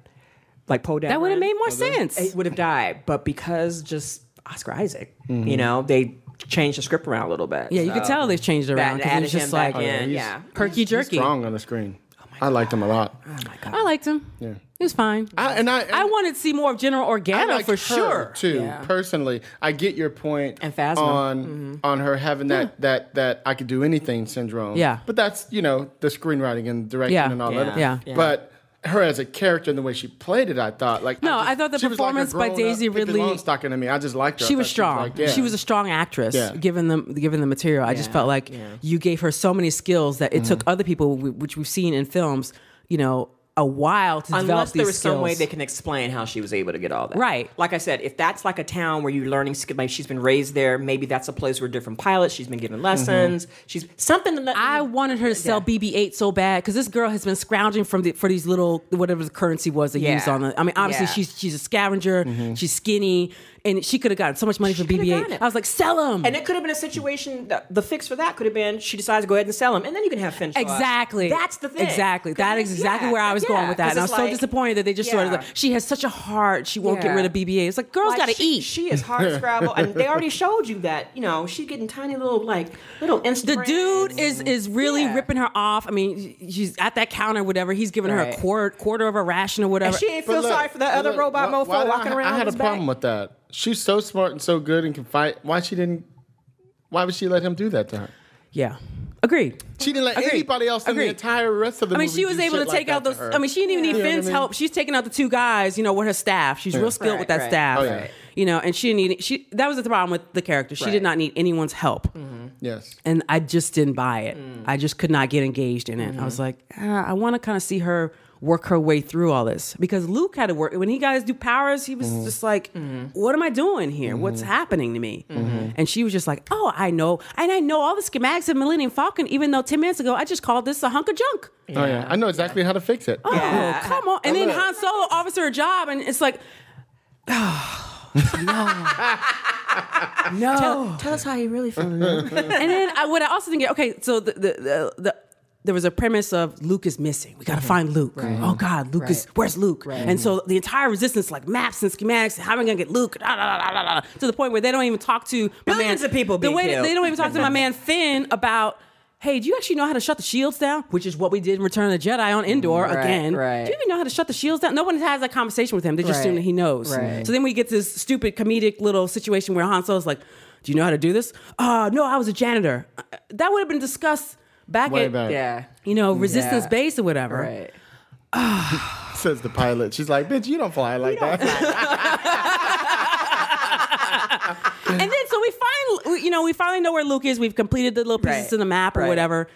Speaker 5: Like Poe
Speaker 4: that would have
Speaker 5: Dameron.
Speaker 4: made more sense.
Speaker 5: it would have died. But because just Oscar Isaac, you know, they changed the script around a little bit.
Speaker 4: Mm-hmm. yeah, you could
Speaker 5: so
Speaker 4: tell they've changed it around
Speaker 5: That
Speaker 4: because
Speaker 5: added
Speaker 4: it's
Speaker 5: him
Speaker 4: just
Speaker 5: back
Speaker 4: like
Speaker 5: in.
Speaker 3: he's-
Speaker 5: Yeah.
Speaker 4: perky jerky.
Speaker 3: Strong on the screen.
Speaker 4: Oh
Speaker 3: I liked him a lot.
Speaker 5: oh
Speaker 4: I liked him. Yeah, he was fine.
Speaker 3: I, and I, and
Speaker 4: I wanted to see more of General
Speaker 3: I
Speaker 4: Organa
Speaker 3: liked
Speaker 4: for
Speaker 3: her,
Speaker 4: sure.
Speaker 3: Too personally, I get your point
Speaker 5: And Phasma.
Speaker 3: on
Speaker 4: Mm-hmm.
Speaker 3: on her having that that that I could do anything syndrome.
Speaker 4: Yeah.
Speaker 3: but that's you know the screenwriting and directing
Speaker 4: Yeah.
Speaker 3: and all
Speaker 4: Yeah.
Speaker 3: that.
Speaker 4: Yeah. Yeah.
Speaker 3: but. Her as a character and the way she played it, I thought like
Speaker 4: No,
Speaker 3: just-
Speaker 4: I thought the
Speaker 3: she was
Speaker 4: performance by
Speaker 3: like a grown-up
Speaker 4: Daisy
Speaker 3: Pippi
Speaker 4: Ridley-
Speaker 3: Longstocking to me. I just liked her. I
Speaker 4: She was
Speaker 3: thought
Speaker 4: strong.
Speaker 3: like, yeah.
Speaker 4: She was a strong actress.
Speaker 3: Yeah.
Speaker 4: Given the given the material, I just
Speaker 5: Yeah,
Speaker 4: felt like
Speaker 5: yeah. Mm-hmm.
Speaker 4: you gave her so many skills that it took other people, w- which we've seen in films, you know, a while to develop
Speaker 5: Unless
Speaker 4: these
Speaker 5: there was
Speaker 4: skills.
Speaker 5: some way they can explain how she was able to get all that.
Speaker 4: Right.
Speaker 5: Like I said, if that's like a town where you're learning, sk- like she's been raised there, maybe that's a place where different pilots, she's been given lessons. She's something that
Speaker 4: Mm-hmm. I wanted her to sell BB-8 so bad because this girl has been scrounging from the, for these little whatever the currency was they
Speaker 5: Yeah.
Speaker 4: used on. The, I mean, obviously
Speaker 5: Yeah.
Speaker 4: she's she's a scavenger. She's skinny, and she could have gotten so much money for
Speaker 5: coulda
Speaker 4: BB-8.
Speaker 5: gotten it.
Speaker 4: I was like, sell them.
Speaker 5: And it could have been a situation. That the fix for that could have been she decides to go ahead and sell him, and then you can have Finn. show up.
Speaker 4: Exactly.
Speaker 5: That's the thing.
Speaker 4: Exactly.
Speaker 5: Could have
Speaker 4: That
Speaker 5: been-
Speaker 4: is exactly
Speaker 5: yeah,
Speaker 4: where I was going
Speaker 5: yeah,
Speaker 4: with that.
Speaker 5: 'cause
Speaker 4: And I
Speaker 5: it's
Speaker 4: was so
Speaker 5: like-
Speaker 4: disappointed that they just sort of
Speaker 5: yeah.
Speaker 4: like, she has such a heart. She won't get
Speaker 5: Yeah.
Speaker 4: rid of BBA. It's like, girls
Speaker 5: Like,
Speaker 4: got to
Speaker 5: she-
Speaker 4: eat.
Speaker 5: She is hard scrabble, and
Speaker 3: [LAUGHS]
Speaker 5: they already showed you that. You know, she's getting tiny little like little
Speaker 4: the
Speaker 5: Instagram.
Speaker 4: dude is is really
Speaker 5: Yeah.
Speaker 4: ripping her off. I mean, she's at that counter, whatever. He's giving her a
Speaker 5: Right.
Speaker 4: quarter quarter of a ration or whatever.
Speaker 5: And she ain't
Speaker 3: But
Speaker 5: feel
Speaker 3: look,
Speaker 5: sorry for that
Speaker 3: but
Speaker 5: other
Speaker 3: look,
Speaker 5: robot
Speaker 3: why-
Speaker 5: mofo
Speaker 3: why did
Speaker 5: walking
Speaker 3: I,
Speaker 5: around.
Speaker 3: I had
Speaker 5: with
Speaker 3: a
Speaker 5: his
Speaker 3: problem
Speaker 5: back.
Speaker 3: with that. She's so smart and so good and can fight. Why she didn't? Why would she let him do that to her?
Speaker 4: yeah, agreed.
Speaker 3: She didn't let
Speaker 4: Agreed.
Speaker 3: anybody else in
Speaker 4: Agreed.
Speaker 3: the entire rest of the
Speaker 4: I mean,
Speaker 3: movie
Speaker 4: she was
Speaker 3: do
Speaker 4: able to
Speaker 3: shit like
Speaker 4: take out
Speaker 3: that to
Speaker 4: those.
Speaker 3: her.
Speaker 4: I mean, she didn't even need
Speaker 3: You know what I
Speaker 4: Finn's
Speaker 3: mean?
Speaker 4: help. She's taking out the two guys, you know, with her staff. She's real skilled with
Speaker 5: Right,
Speaker 4: that
Speaker 5: right.
Speaker 4: staff.
Speaker 3: Oh, yeah.
Speaker 4: You know, and she didn't need. She that was the problem with the character. She did
Speaker 5: Right. Mm.
Speaker 4: not need anyone's help.
Speaker 3: Yes.
Speaker 4: and I just didn't buy it. I just could not get engaged in it. I was like, ah, I want to kind of see her work her way through all this because Luke had to work when he got his new powers. He was just like, "What am I doing here? What's happening to me?" And she was just like, "Oh, I know, and I know all the schematics of Millennium Falcon. Even though ten minutes ago I just called this a hunk of junk."
Speaker 3: Oh yeah. I know exactly how to fix it.
Speaker 4: Oh,
Speaker 5: Yeah.
Speaker 4: come on! And then Han Solo offers her a job, and it's like. [SIGHS] Oh, no. no.
Speaker 5: Tell us how you really
Speaker 3: [LAUGHS]
Speaker 5: feel.
Speaker 4: and then I, what I also think, okay, so the, the, the, the there was a premise of Luke is missing. We gotta find Luke. Oh God, Luke is
Speaker 5: Mm-hmm. Right.
Speaker 4: where's Luke? And so the entire resistance, like maps and schematics, how am I gonna get Luke? Da, da, da, da, da, da, to the point where they don't even talk to my
Speaker 5: Billions
Speaker 4: man-
Speaker 5: of people
Speaker 4: The
Speaker 5: being
Speaker 4: way that
Speaker 5: killed.
Speaker 4: they don't even talk to my man Finn about. Hey, do you actually know how to shut the shields down? Which is what we did in Return of the Jedi on Endor
Speaker 5: Mm, Right,
Speaker 4: again.
Speaker 5: right.
Speaker 4: Do you even know how to shut the shields down? No one has that conversation with him. They just assume
Speaker 5: Right,
Speaker 4: that he knows.
Speaker 5: right.
Speaker 4: So then we get this stupid comedic little situation where Han Solo's like, "Do you know how to do this?" Uh, no, I was a janitor. Uh, That would have been discussed back
Speaker 3: Way
Speaker 4: at
Speaker 3: back.
Speaker 5: Yeah.
Speaker 4: you know resistance
Speaker 5: Yeah.
Speaker 4: base or whatever.
Speaker 3: [LAUGHS]
Speaker 5: Right.
Speaker 3: Says the pilot. She's like, bitch, you don't fly like that.
Speaker 4: And then so we find we- you know we finally know where Luke is. We've completed the little pieces
Speaker 5: Right,
Speaker 4: of the map or
Speaker 5: right.
Speaker 4: whatever.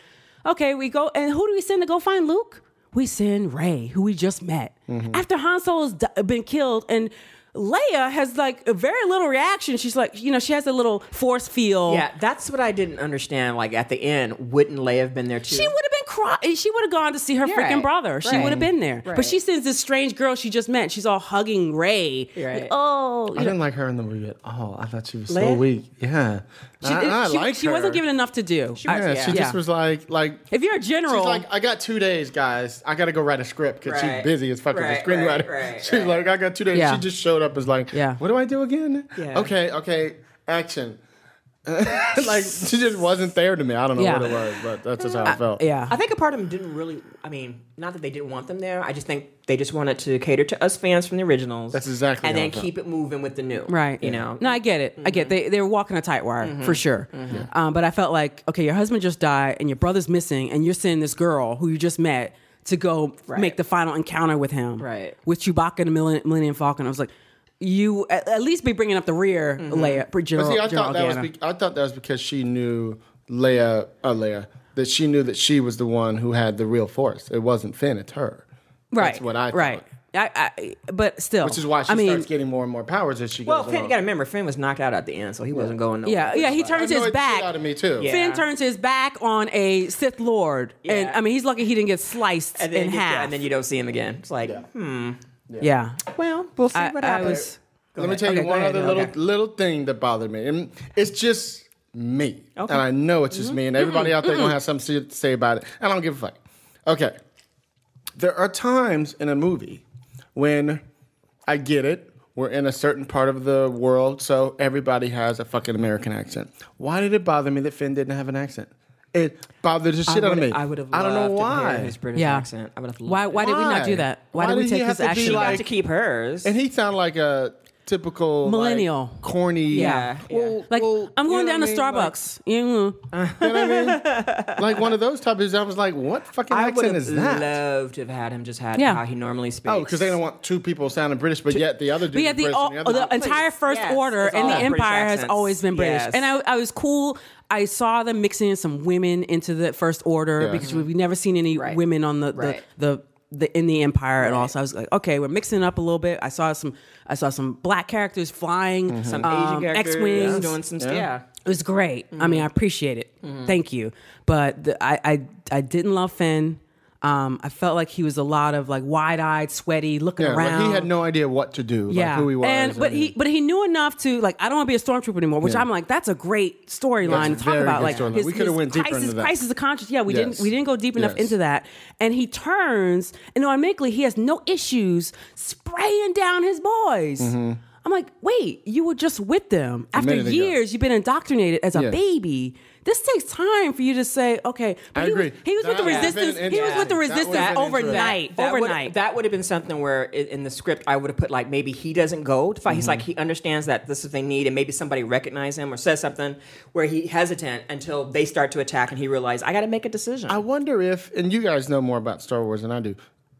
Speaker 4: Okay, we go and who do we send to go find Luke? We send Ray, who we just met.
Speaker 3: Mm-hmm.
Speaker 4: After Han Solo's d- been killed and. Leia has like a very little reaction. She's like, you know, she has a little force field.
Speaker 5: Yeah, that's what I didn't understand. Like at the end, wouldn't Leia have been there too?
Speaker 4: She would have been crying. She would have gone to see her
Speaker 5: Yeah,
Speaker 4: freaking
Speaker 5: right,
Speaker 4: brother. She
Speaker 5: right,
Speaker 4: would have been there.
Speaker 5: right.
Speaker 4: But she sees this strange girl she just met. She's all hugging Ray.
Speaker 5: Right.
Speaker 4: Like, oh,
Speaker 3: [LAUGHS] I didn't like her in the movie at all. I thought she was so
Speaker 5: Leia?
Speaker 3: weak. Yeah,
Speaker 4: she,
Speaker 3: I, I
Speaker 4: she,
Speaker 3: liked
Speaker 4: she
Speaker 3: her.
Speaker 4: wasn't given enough to do.
Speaker 5: was-
Speaker 3: Yeah, she
Speaker 5: Yeah.
Speaker 3: just was like, like
Speaker 4: if you're a general,
Speaker 3: She's like, I got two days, guys. I got to go write a script because
Speaker 5: Right.
Speaker 3: she's busy as fuck as
Speaker 5: Right,
Speaker 3: a screenwriter. [LAUGHS]
Speaker 5: right, right,
Speaker 3: she's
Speaker 5: right.
Speaker 3: like, I got two days.
Speaker 4: Yeah.
Speaker 3: She just showed up as like,
Speaker 4: Yeah.
Speaker 3: what do I do again?
Speaker 5: Yeah.
Speaker 3: Okay, okay, action. [LAUGHS] like she just wasn't there to me. I don't know
Speaker 4: Yeah.
Speaker 3: what it was, but that's just how I felt.
Speaker 4: yeah.
Speaker 5: I think a part of them didn't really. I mean, not that they didn't want them there. I just think they just wanted to cater to us fans from the originals.
Speaker 3: That's exactly
Speaker 5: And
Speaker 3: how
Speaker 5: then
Speaker 3: I felt.
Speaker 5: keep it moving with the new.
Speaker 4: Right.
Speaker 5: You know. Mm-hmm.
Speaker 4: No, I get it. I get they they were walking a tight wire for sure. Um, but I felt like okay, your husband just died and your brother's missing, and you're sending this girl who you just met to go
Speaker 5: Right.
Speaker 4: make the final encounter with him,
Speaker 5: Right.
Speaker 4: With Chewbacca and the Millenn- Millennium Falcon. I was like, you at, at least be bringing up the rear
Speaker 5: Mm-hmm.
Speaker 4: layer, General,
Speaker 3: But see, I
Speaker 4: General
Speaker 3: thought that was
Speaker 4: Organa.
Speaker 3: be- I thought that was because she knew Leia, uh, Leia, that she knew that she was the one who had the real force. It wasn't Finn; it's her.
Speaker 4: right.
Speaker 3: That's what I thought.
Speaker 4: right. I, I but still,
Speaker 3: Which is why she
Speaker 4: I mean,
Speaker 3: starts getgetting more and more powers as she
Speaker 5: Well,
Speaker 3: goes
Speaker 5: Finn, you
Speaker 3: along.
Speaker 5: got to remember, Finn was knocked out at the end, so he wasn't going. Nowhere.
Speaker 4: yeah, yeah. He turns
Speaker 3: Annoyed
Speaker 4: his
Speaker 3: the
Speaker 4: back
Speaker 3: shit out of me too.
Speaker 5: Yeah.
Speaker 4: Finn turns his back on a Sith Lord, and
Speaker 5: Yeah.
Speaker 4: I mean, he's lucky he didn't get sliced
Speaker 5: And then
Speaker 4: in
Speaker 5: you-
Speaker 4: half.
Speaker 5: and then you don't see him again. It's like, hmm,
Speaker 4: yeah.
Speaker 5: well, we'll see
Speaker 4: I,
Speaker 5: what
Speaker 4: I
Speaker 5: happens.
Speaker 4: was.
Speaker 3: Let me tell you
Speaker 4: Okay, go
Speaker 3: one
Speaker 4: ahead.
Speaker 3: other little
Speaker 4: Okay.
Speaker 3: little thing that bothered me, and it's just me, and I know it's just me,
Speaker 4: Mm-hmm.
Speaker 3: and everybody out there gonna have something to say about it, and I don't give a fuck. Okay, there are times in a movie when I get it. We're in a certain part of the world, so everybody has a fucking American accent. Why did it bother me that Finn didn't have an accent? It bothered the shit out of me.
Speaker 5: I would have.
Speaker 3: I don't know why.
Speaker 5: His British
Speaker 4: Yeah.
Speaker 5: accent. I would have.
Speaker 4: Why, why did we not do
Speaker 3: Why?
Speaker 4: that? Why,
Speaker 3: Why
Speaker 4: did we
Speaker 3: did he
Speaker 4: take
Speaker 3: have
Speaker 4: his
Speaker 3: to be
Speaker 5: She
Speaker 4: action?
Speaker 3: like-
Speaker 5: got to keep hers.
Speaker 3: And he sounded like a typical like,
Speaker 4: Millennial.
Speaker 3: corny.
Speaker 5: Yeah, yeah.
Speaker 3: Well,
Speaker 4: like,
Speaker 3: well,
Speaker 4: I'm
Speaker 3: you
Speaker 4: going
Speaker 3: know
Speaker 4: down
Speaker 3: what
Speaker 4: to
Speaker 3: I mean? Like,
Speaker 4: Starbucks. You know.
Speaker 3: You know what I
Speaker 4: [LAUGHS]
Speaker 3: mean? like one of those topics. I was like, what fucking
Speaker 5: I would
Speaker 3: accent
Speaker 5: have
Speaker 3: is that?
Speaker 5: loved to have had him just had
Speaker 4: Yeah.
Speaker 5: how he normally speaks.
Speaker 3: oh, because they don't want two people sounding British, but yet the other dude.
Speaker 4: But yeah, the,
Speaker 3: British
Speaker 4: all,
Speaker 3: and
Speaker 4: oh,
Speaker 3: the, other
Speaker 4: the
Speaker 3: dude-
Speaker 4: entire First
Speaker 5: Yes,
Speaker 4: Order
Speaker 5: it's
Speaker 4: and
Speaker 5: all
Speaker 4: the
Speaker 5: British
Speaker 4: Empire has
Speaker 5: accents.
Speaker 4: always been British.
Speaker 5: Yes.
Speaker 4: And I, I was cool. I saw them mixing in some women into the First Order
Speaker 3: Yeah.
Speaker 4: because we've never seen any
Speaker 5: Right.
Speaker 4: women on the,
Speaker 5: Right.
Speaker 4: the, the the in the empire and all. So I was like, okay, we're mixing it up a little bit. I saw some, I saw some black characters flying,
Speaker 5: some
Speaker 4: um,
Speaker 5: Asian characters
Speaker 4: X-wings,
Speaker 5: doing some stuff. Yeah.
Speaker 4: It was great. I mean, I appreciate it. Thank you. But the, I, I, I didn't love Finn. Um, I felt like he was a lot of like wide-eyed, sweaty, looking
Speaker 3: Yeah,
Speaker 4: around.
Speaker 3: like he had no idea what to do,
Speaker 4: yeah,
Speaker 3: like who he was.
Speaker 4: and but he but he knew enough to like I don't want to be a stormtrooper anymore, which
Speaker 3: Yeah.
Speaker 4: I'm like that's a great storyline to
Speaker 3: That's
Speaker 4: talk
Speaker 3: very
Speaker 4: about.
Speaker 3: good
Speaker 4: Like
Speaker 3: storyline.
Speaker 4: his,
Speaker 3: We coulda
Speaker 4: his
Speaker 3: went deeper
Speaker 4: crisis,
Speaker 3: into that.
Speaker 4: crisis of conscience. Yeah, we didn't
Speaker 3: Yes.
Speaker 4: we didn't go deep enough
Speaker 3: Yes.
Speaker 4: into that. And he turns and automatically he has no issues spraying down his boys. I'm like, wait, you were just with them after
Speaker 3: Mm-hmm. minute ago.
Speaker 4: years. You've been indoctrinated as a
Speaker 3: Yeah.
Speaker 4: baby. This takes time for you to say, okay. But
Speaker 3: I
Speaker 4: he
Speaker 3: agree.
Speaker 4: Was, he was
Speaker 3: That
Speaker 4: with the
Speaker 3: would've been
Speaker 4: resistance. He was
Speaker 3: interesting.
Speaker 4: with the
Speaker 3: That would've
Speaker 4: resistance
Speaker 3: been
Speaker 4: overnight.
Speaker 5: That would-
Speaker 4: Overnight.
Speaker 5: that would have been something where i- in the script I would have put like maybe he doesn't go to fight. He's like he understands that this is what they need, and maybe somebody recognize him or says something where he hesitant until they start to attack, and he realizes I got to make a decision.
Speaker 3: I wonder if, and you guys know more about Star Wars than I do.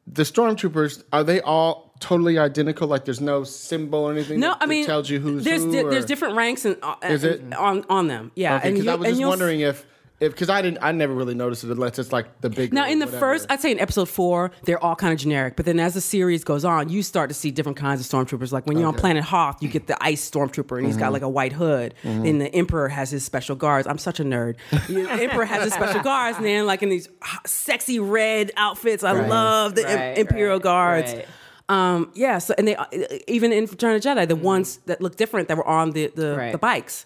Speaker 3: The stormtroopers are they all totally identical? Like there's no symbol or anything.
Speaker 4: No,
Speaker 3: that,
Speaker 4: I mean,
Speaker 3: that tells you who's
Speaker 4: there's
Speaker 3: who.
Speaker 4: di- there's
Speaker 3: or-
Speaker 4: different ranks and
Speaker 3: Is it?
Speaker 4: on on them. Yeah,
Speaker 3: Okay, because I
Speaker 4: you'll-
Speaker 3: was just
Speaker 4: you'll s-
Speaker 3: wondering if if because I didn't I never really noticed it unless it's like the big.
Speaker 4: Now,
Speaker 3: one,
Speaker 4: in the
Speaker 3: whatever.
Speaker 4: first, I'd say in episode four, they're all kind of generic. But then as the series goes on, you start to see different kinds of stormtroopers. Like when you're on Planet Hoth, you get the ice stormtrooper, and he's got like a white hood. Then the Emperor has his special guards. I'm such a nerd. The Emperor has his special guards, and then like in these hot, sexy red outfits. I love the Im-
Speaker 5: Right,
Speaker 4: Imperial
Speaker 5: right,
Speaker 4: guards.
Speaker 5: right.
Speaker 4: Um, yeah, so and they e, even in Return of the Jedi, the ones that look different that were on the the,
Speaker 5: Right.
Speaker 4: the bikes.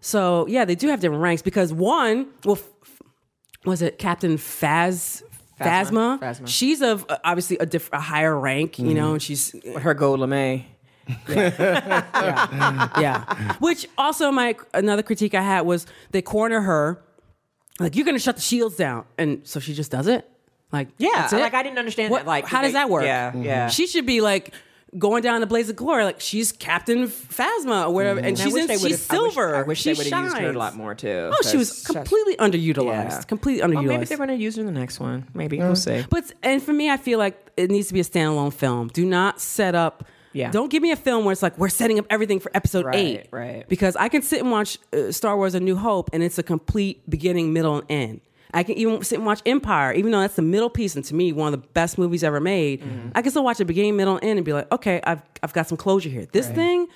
Speaker 4: So yeah, they do have different ranks because one, well, f- was it Captain Phas Phasma?
Speaker 5: Phasma. Phasma.
Speaker 4: She's of uh, obviously a, diff- a higher rank, you know, and she's
Speaker 5: her gold lame. [LAUGHS]
Speaker 4: yeah. Which also my another critique I had was they corner her, like you're gonna shut the shields down, and so she just does it. Like
Speaker 5: Yeah,
Speaker 4: that's it?
Speaker 5: like I didn't understand
Speaker 4: What-
Speaker 5: that. Like, Mm-hmm.
Speaker 4: how
Speaker 5: they-
Speaker 4: does that work?
Speaker 5: Yeah, yeah.
Speaker 4: She should be like going down the blaze of glory, like she's Captain Phasma or whatever, and
Speaker 5: Mm-hmm. I
Speaker 4: she's
Speaker 5: wish
Speaker 4: in,
Speaker 5: they would've-
Speaker 4: she's
Speaker 5: I wish-
Speaker 4: silver.
Speaker 5: I wish,
Speaker 4: she
Speaker 5: they would have used her a
Speaker 4: shines.
Speaker 5: lot more too.
Speaker 4: Oh, she was
Speaker 5: 'cause-
Speaker 4: completely underutilized. Completely underutilized.
Speaker 5: Well, maybe they're going to use her in the next one. Maybe we'll see.
Speaker 4: Mm-hmm. But and for me, I feel like it needs to be a standalone film. Do not set up.
Speaker 5: Yeah.
Speaker 4: Don't give me a film where it's like we're setting up everything for episode
Speaker 5: Right,
Speaker 4: eight.
Speaker 5: right.
Speaker 4: Because I can sit and watch uh, Star Wars: A New Hope, and it's a complete beginning, middle, and end. I can even sit and watch Empire, even though that's the middle piece, and to me, one of the best movies
Speaker 5: Mm-hmm.
Speaker 4: ever made. I can still watch a beginning, middle, and end, and be like, okay, I've I've got some closure here. This thing.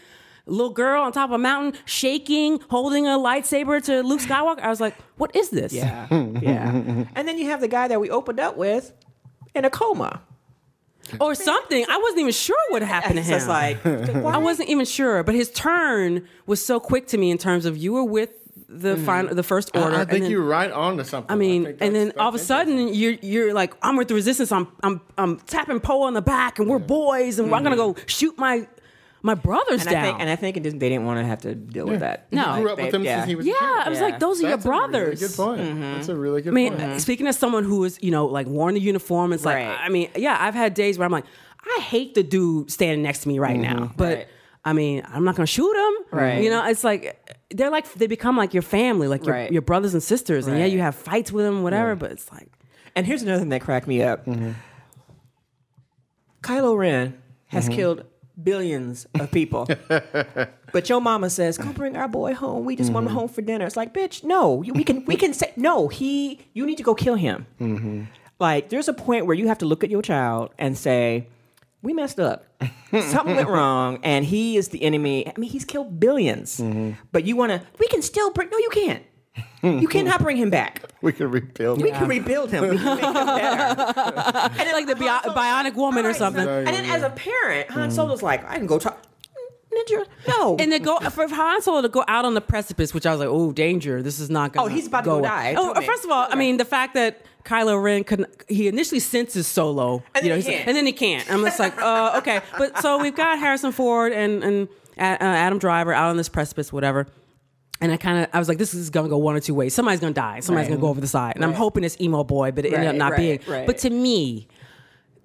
Speaker 4: little girl on top of a mountain shaking, holding a lightsaber to Luke Skywalker. I was like, what is this?
Speaker 5: Yeah, yeah. And then you have the guy that we opened up with in a coma.
Speaker 4: Or something. I wasn't even sure what happened to
Speaker 5: [LAUGHS] It's
Speaker 4: him.
Speaker 5: just
Speaker 4: [LAUGHS]
Speaker 5: like,
Speaker 4: I wasn't even sure, but his turn was so quick to me in terms of you were with the final, the first order.
Speaker 3: Mm. I
Speaker 4: and
Speaker 3: think
Speaker 4: then-
Speaker 3: you're right on to something.
Speaker 4: I mean,
Speaker 3: think
Speaker 4: and
Speaker 3: that's-
Speaker 4: then all of a
Speaker 3: that's
Speaker 4: sudden you're you're like, I'm with the resistance. I'm I'm I'm tapping Poe on the back, and we're boys, and I'm gonna go
Speaker 3: Mm-hmm.
Speaker 4: shoot my my brothers
Speaker 5: and
Speaker 4: down. Mm.
Speaker 5: I think, and I think it didn't, they didn't want to have to deal with that.
Speaker 4: No.
Speaker 3: You grew up with him since he was a
Speaker 4: yeah,
Speaker 3: kid.
Speaker 4: I was
Speaker 5: Yeah.
Speaker 4: like, those are
Speaker 3: That's
Speaker 4: your
Speaker 3: a
Speaker 4: Mm-hmm.
Speaker 3: really
Speaker 4: brothers.
Speaker 3: good point. That's a really good
Speaker 4: I mean,
Speaker 3: point.
Speaker 4: speaking as someone who is, you know, like worn the uniform, it's
Speaker 5: Mm-hmm. Right.
Speaker 4: like, I mean, yeah, I've had days where I'm like, I hate the dude standing next to me right now, but
Speaker 5: Mm-hmm. Right.
Speaker 4: I mean, I'm not gonna shoot him.
Speaker 5: Right.
Speaker 4: You know, it's like they're like they become like your family, like your,
Speaker 5: Right.
Speaker 4: your brothers and sisters, and yeah,
Speaker 5: Right.
Speaker 4: you have fights with them, whatever. But it's like,
Speaker 5: And here's another thing that cracked me up. Kylo Ren has killed billions of people. but your mama says, "Go bring our boy home. We just want him home for dinner." It's like, "Bitch, no. You- We can we can say no. He you need to go kill him." Like there's a point where you have to look at your child and say, "We messed up. Something went wrong, and he is the enemy. I mean, he's killed 1000000000s But you want to we can still bring No, you can't. You cannot bring him back.
Speaker 3: we can rebuild.
Speaker 5: We can rebuild him. We can
Speaker 3: [LAUGHS]
Speaker 5: make him better. and then,
Speaker 4: Like the bio- Bionic Woman or
Speaker 5: Right,
Speaker 4: something.
Speaker 5: And then as a parent,
Speaker 3: Mm.
Speaker 5: Han Solo's like, I can go talk. Ninja, no.
Speaker 4: and to go for Han Solo to go out on the precipice, which I was like, oh, danger! This is not going.
Speaker 5: Oh, he's about to go die.
Speaker 4: Oh,
Speaker 5: Tell me.
Speaker 4: first of all, I mean, the fact that Kylo Ren couldn't, he initially senses Solo,
Speaker 5: And then he
Speaker 4: he's like-
Speaker 5: can't.
Speaker 4: and then he can't. I'm just like, uh, okay, but so we've got Harrison Ford and and uh, Adam Driver out on this precipice, whatever. And I kind of I was like, this is gonna go one or two ways. Somebody's gonna die. Somebody's gonna go over the side. And I'm hoping it's emo boy, but it ended
Speaker 5: Right,
Speaker 4: up not
Speaker 5: right,
Speaker 4: being.
Speaker 5: right.
Speaker 4: But to me,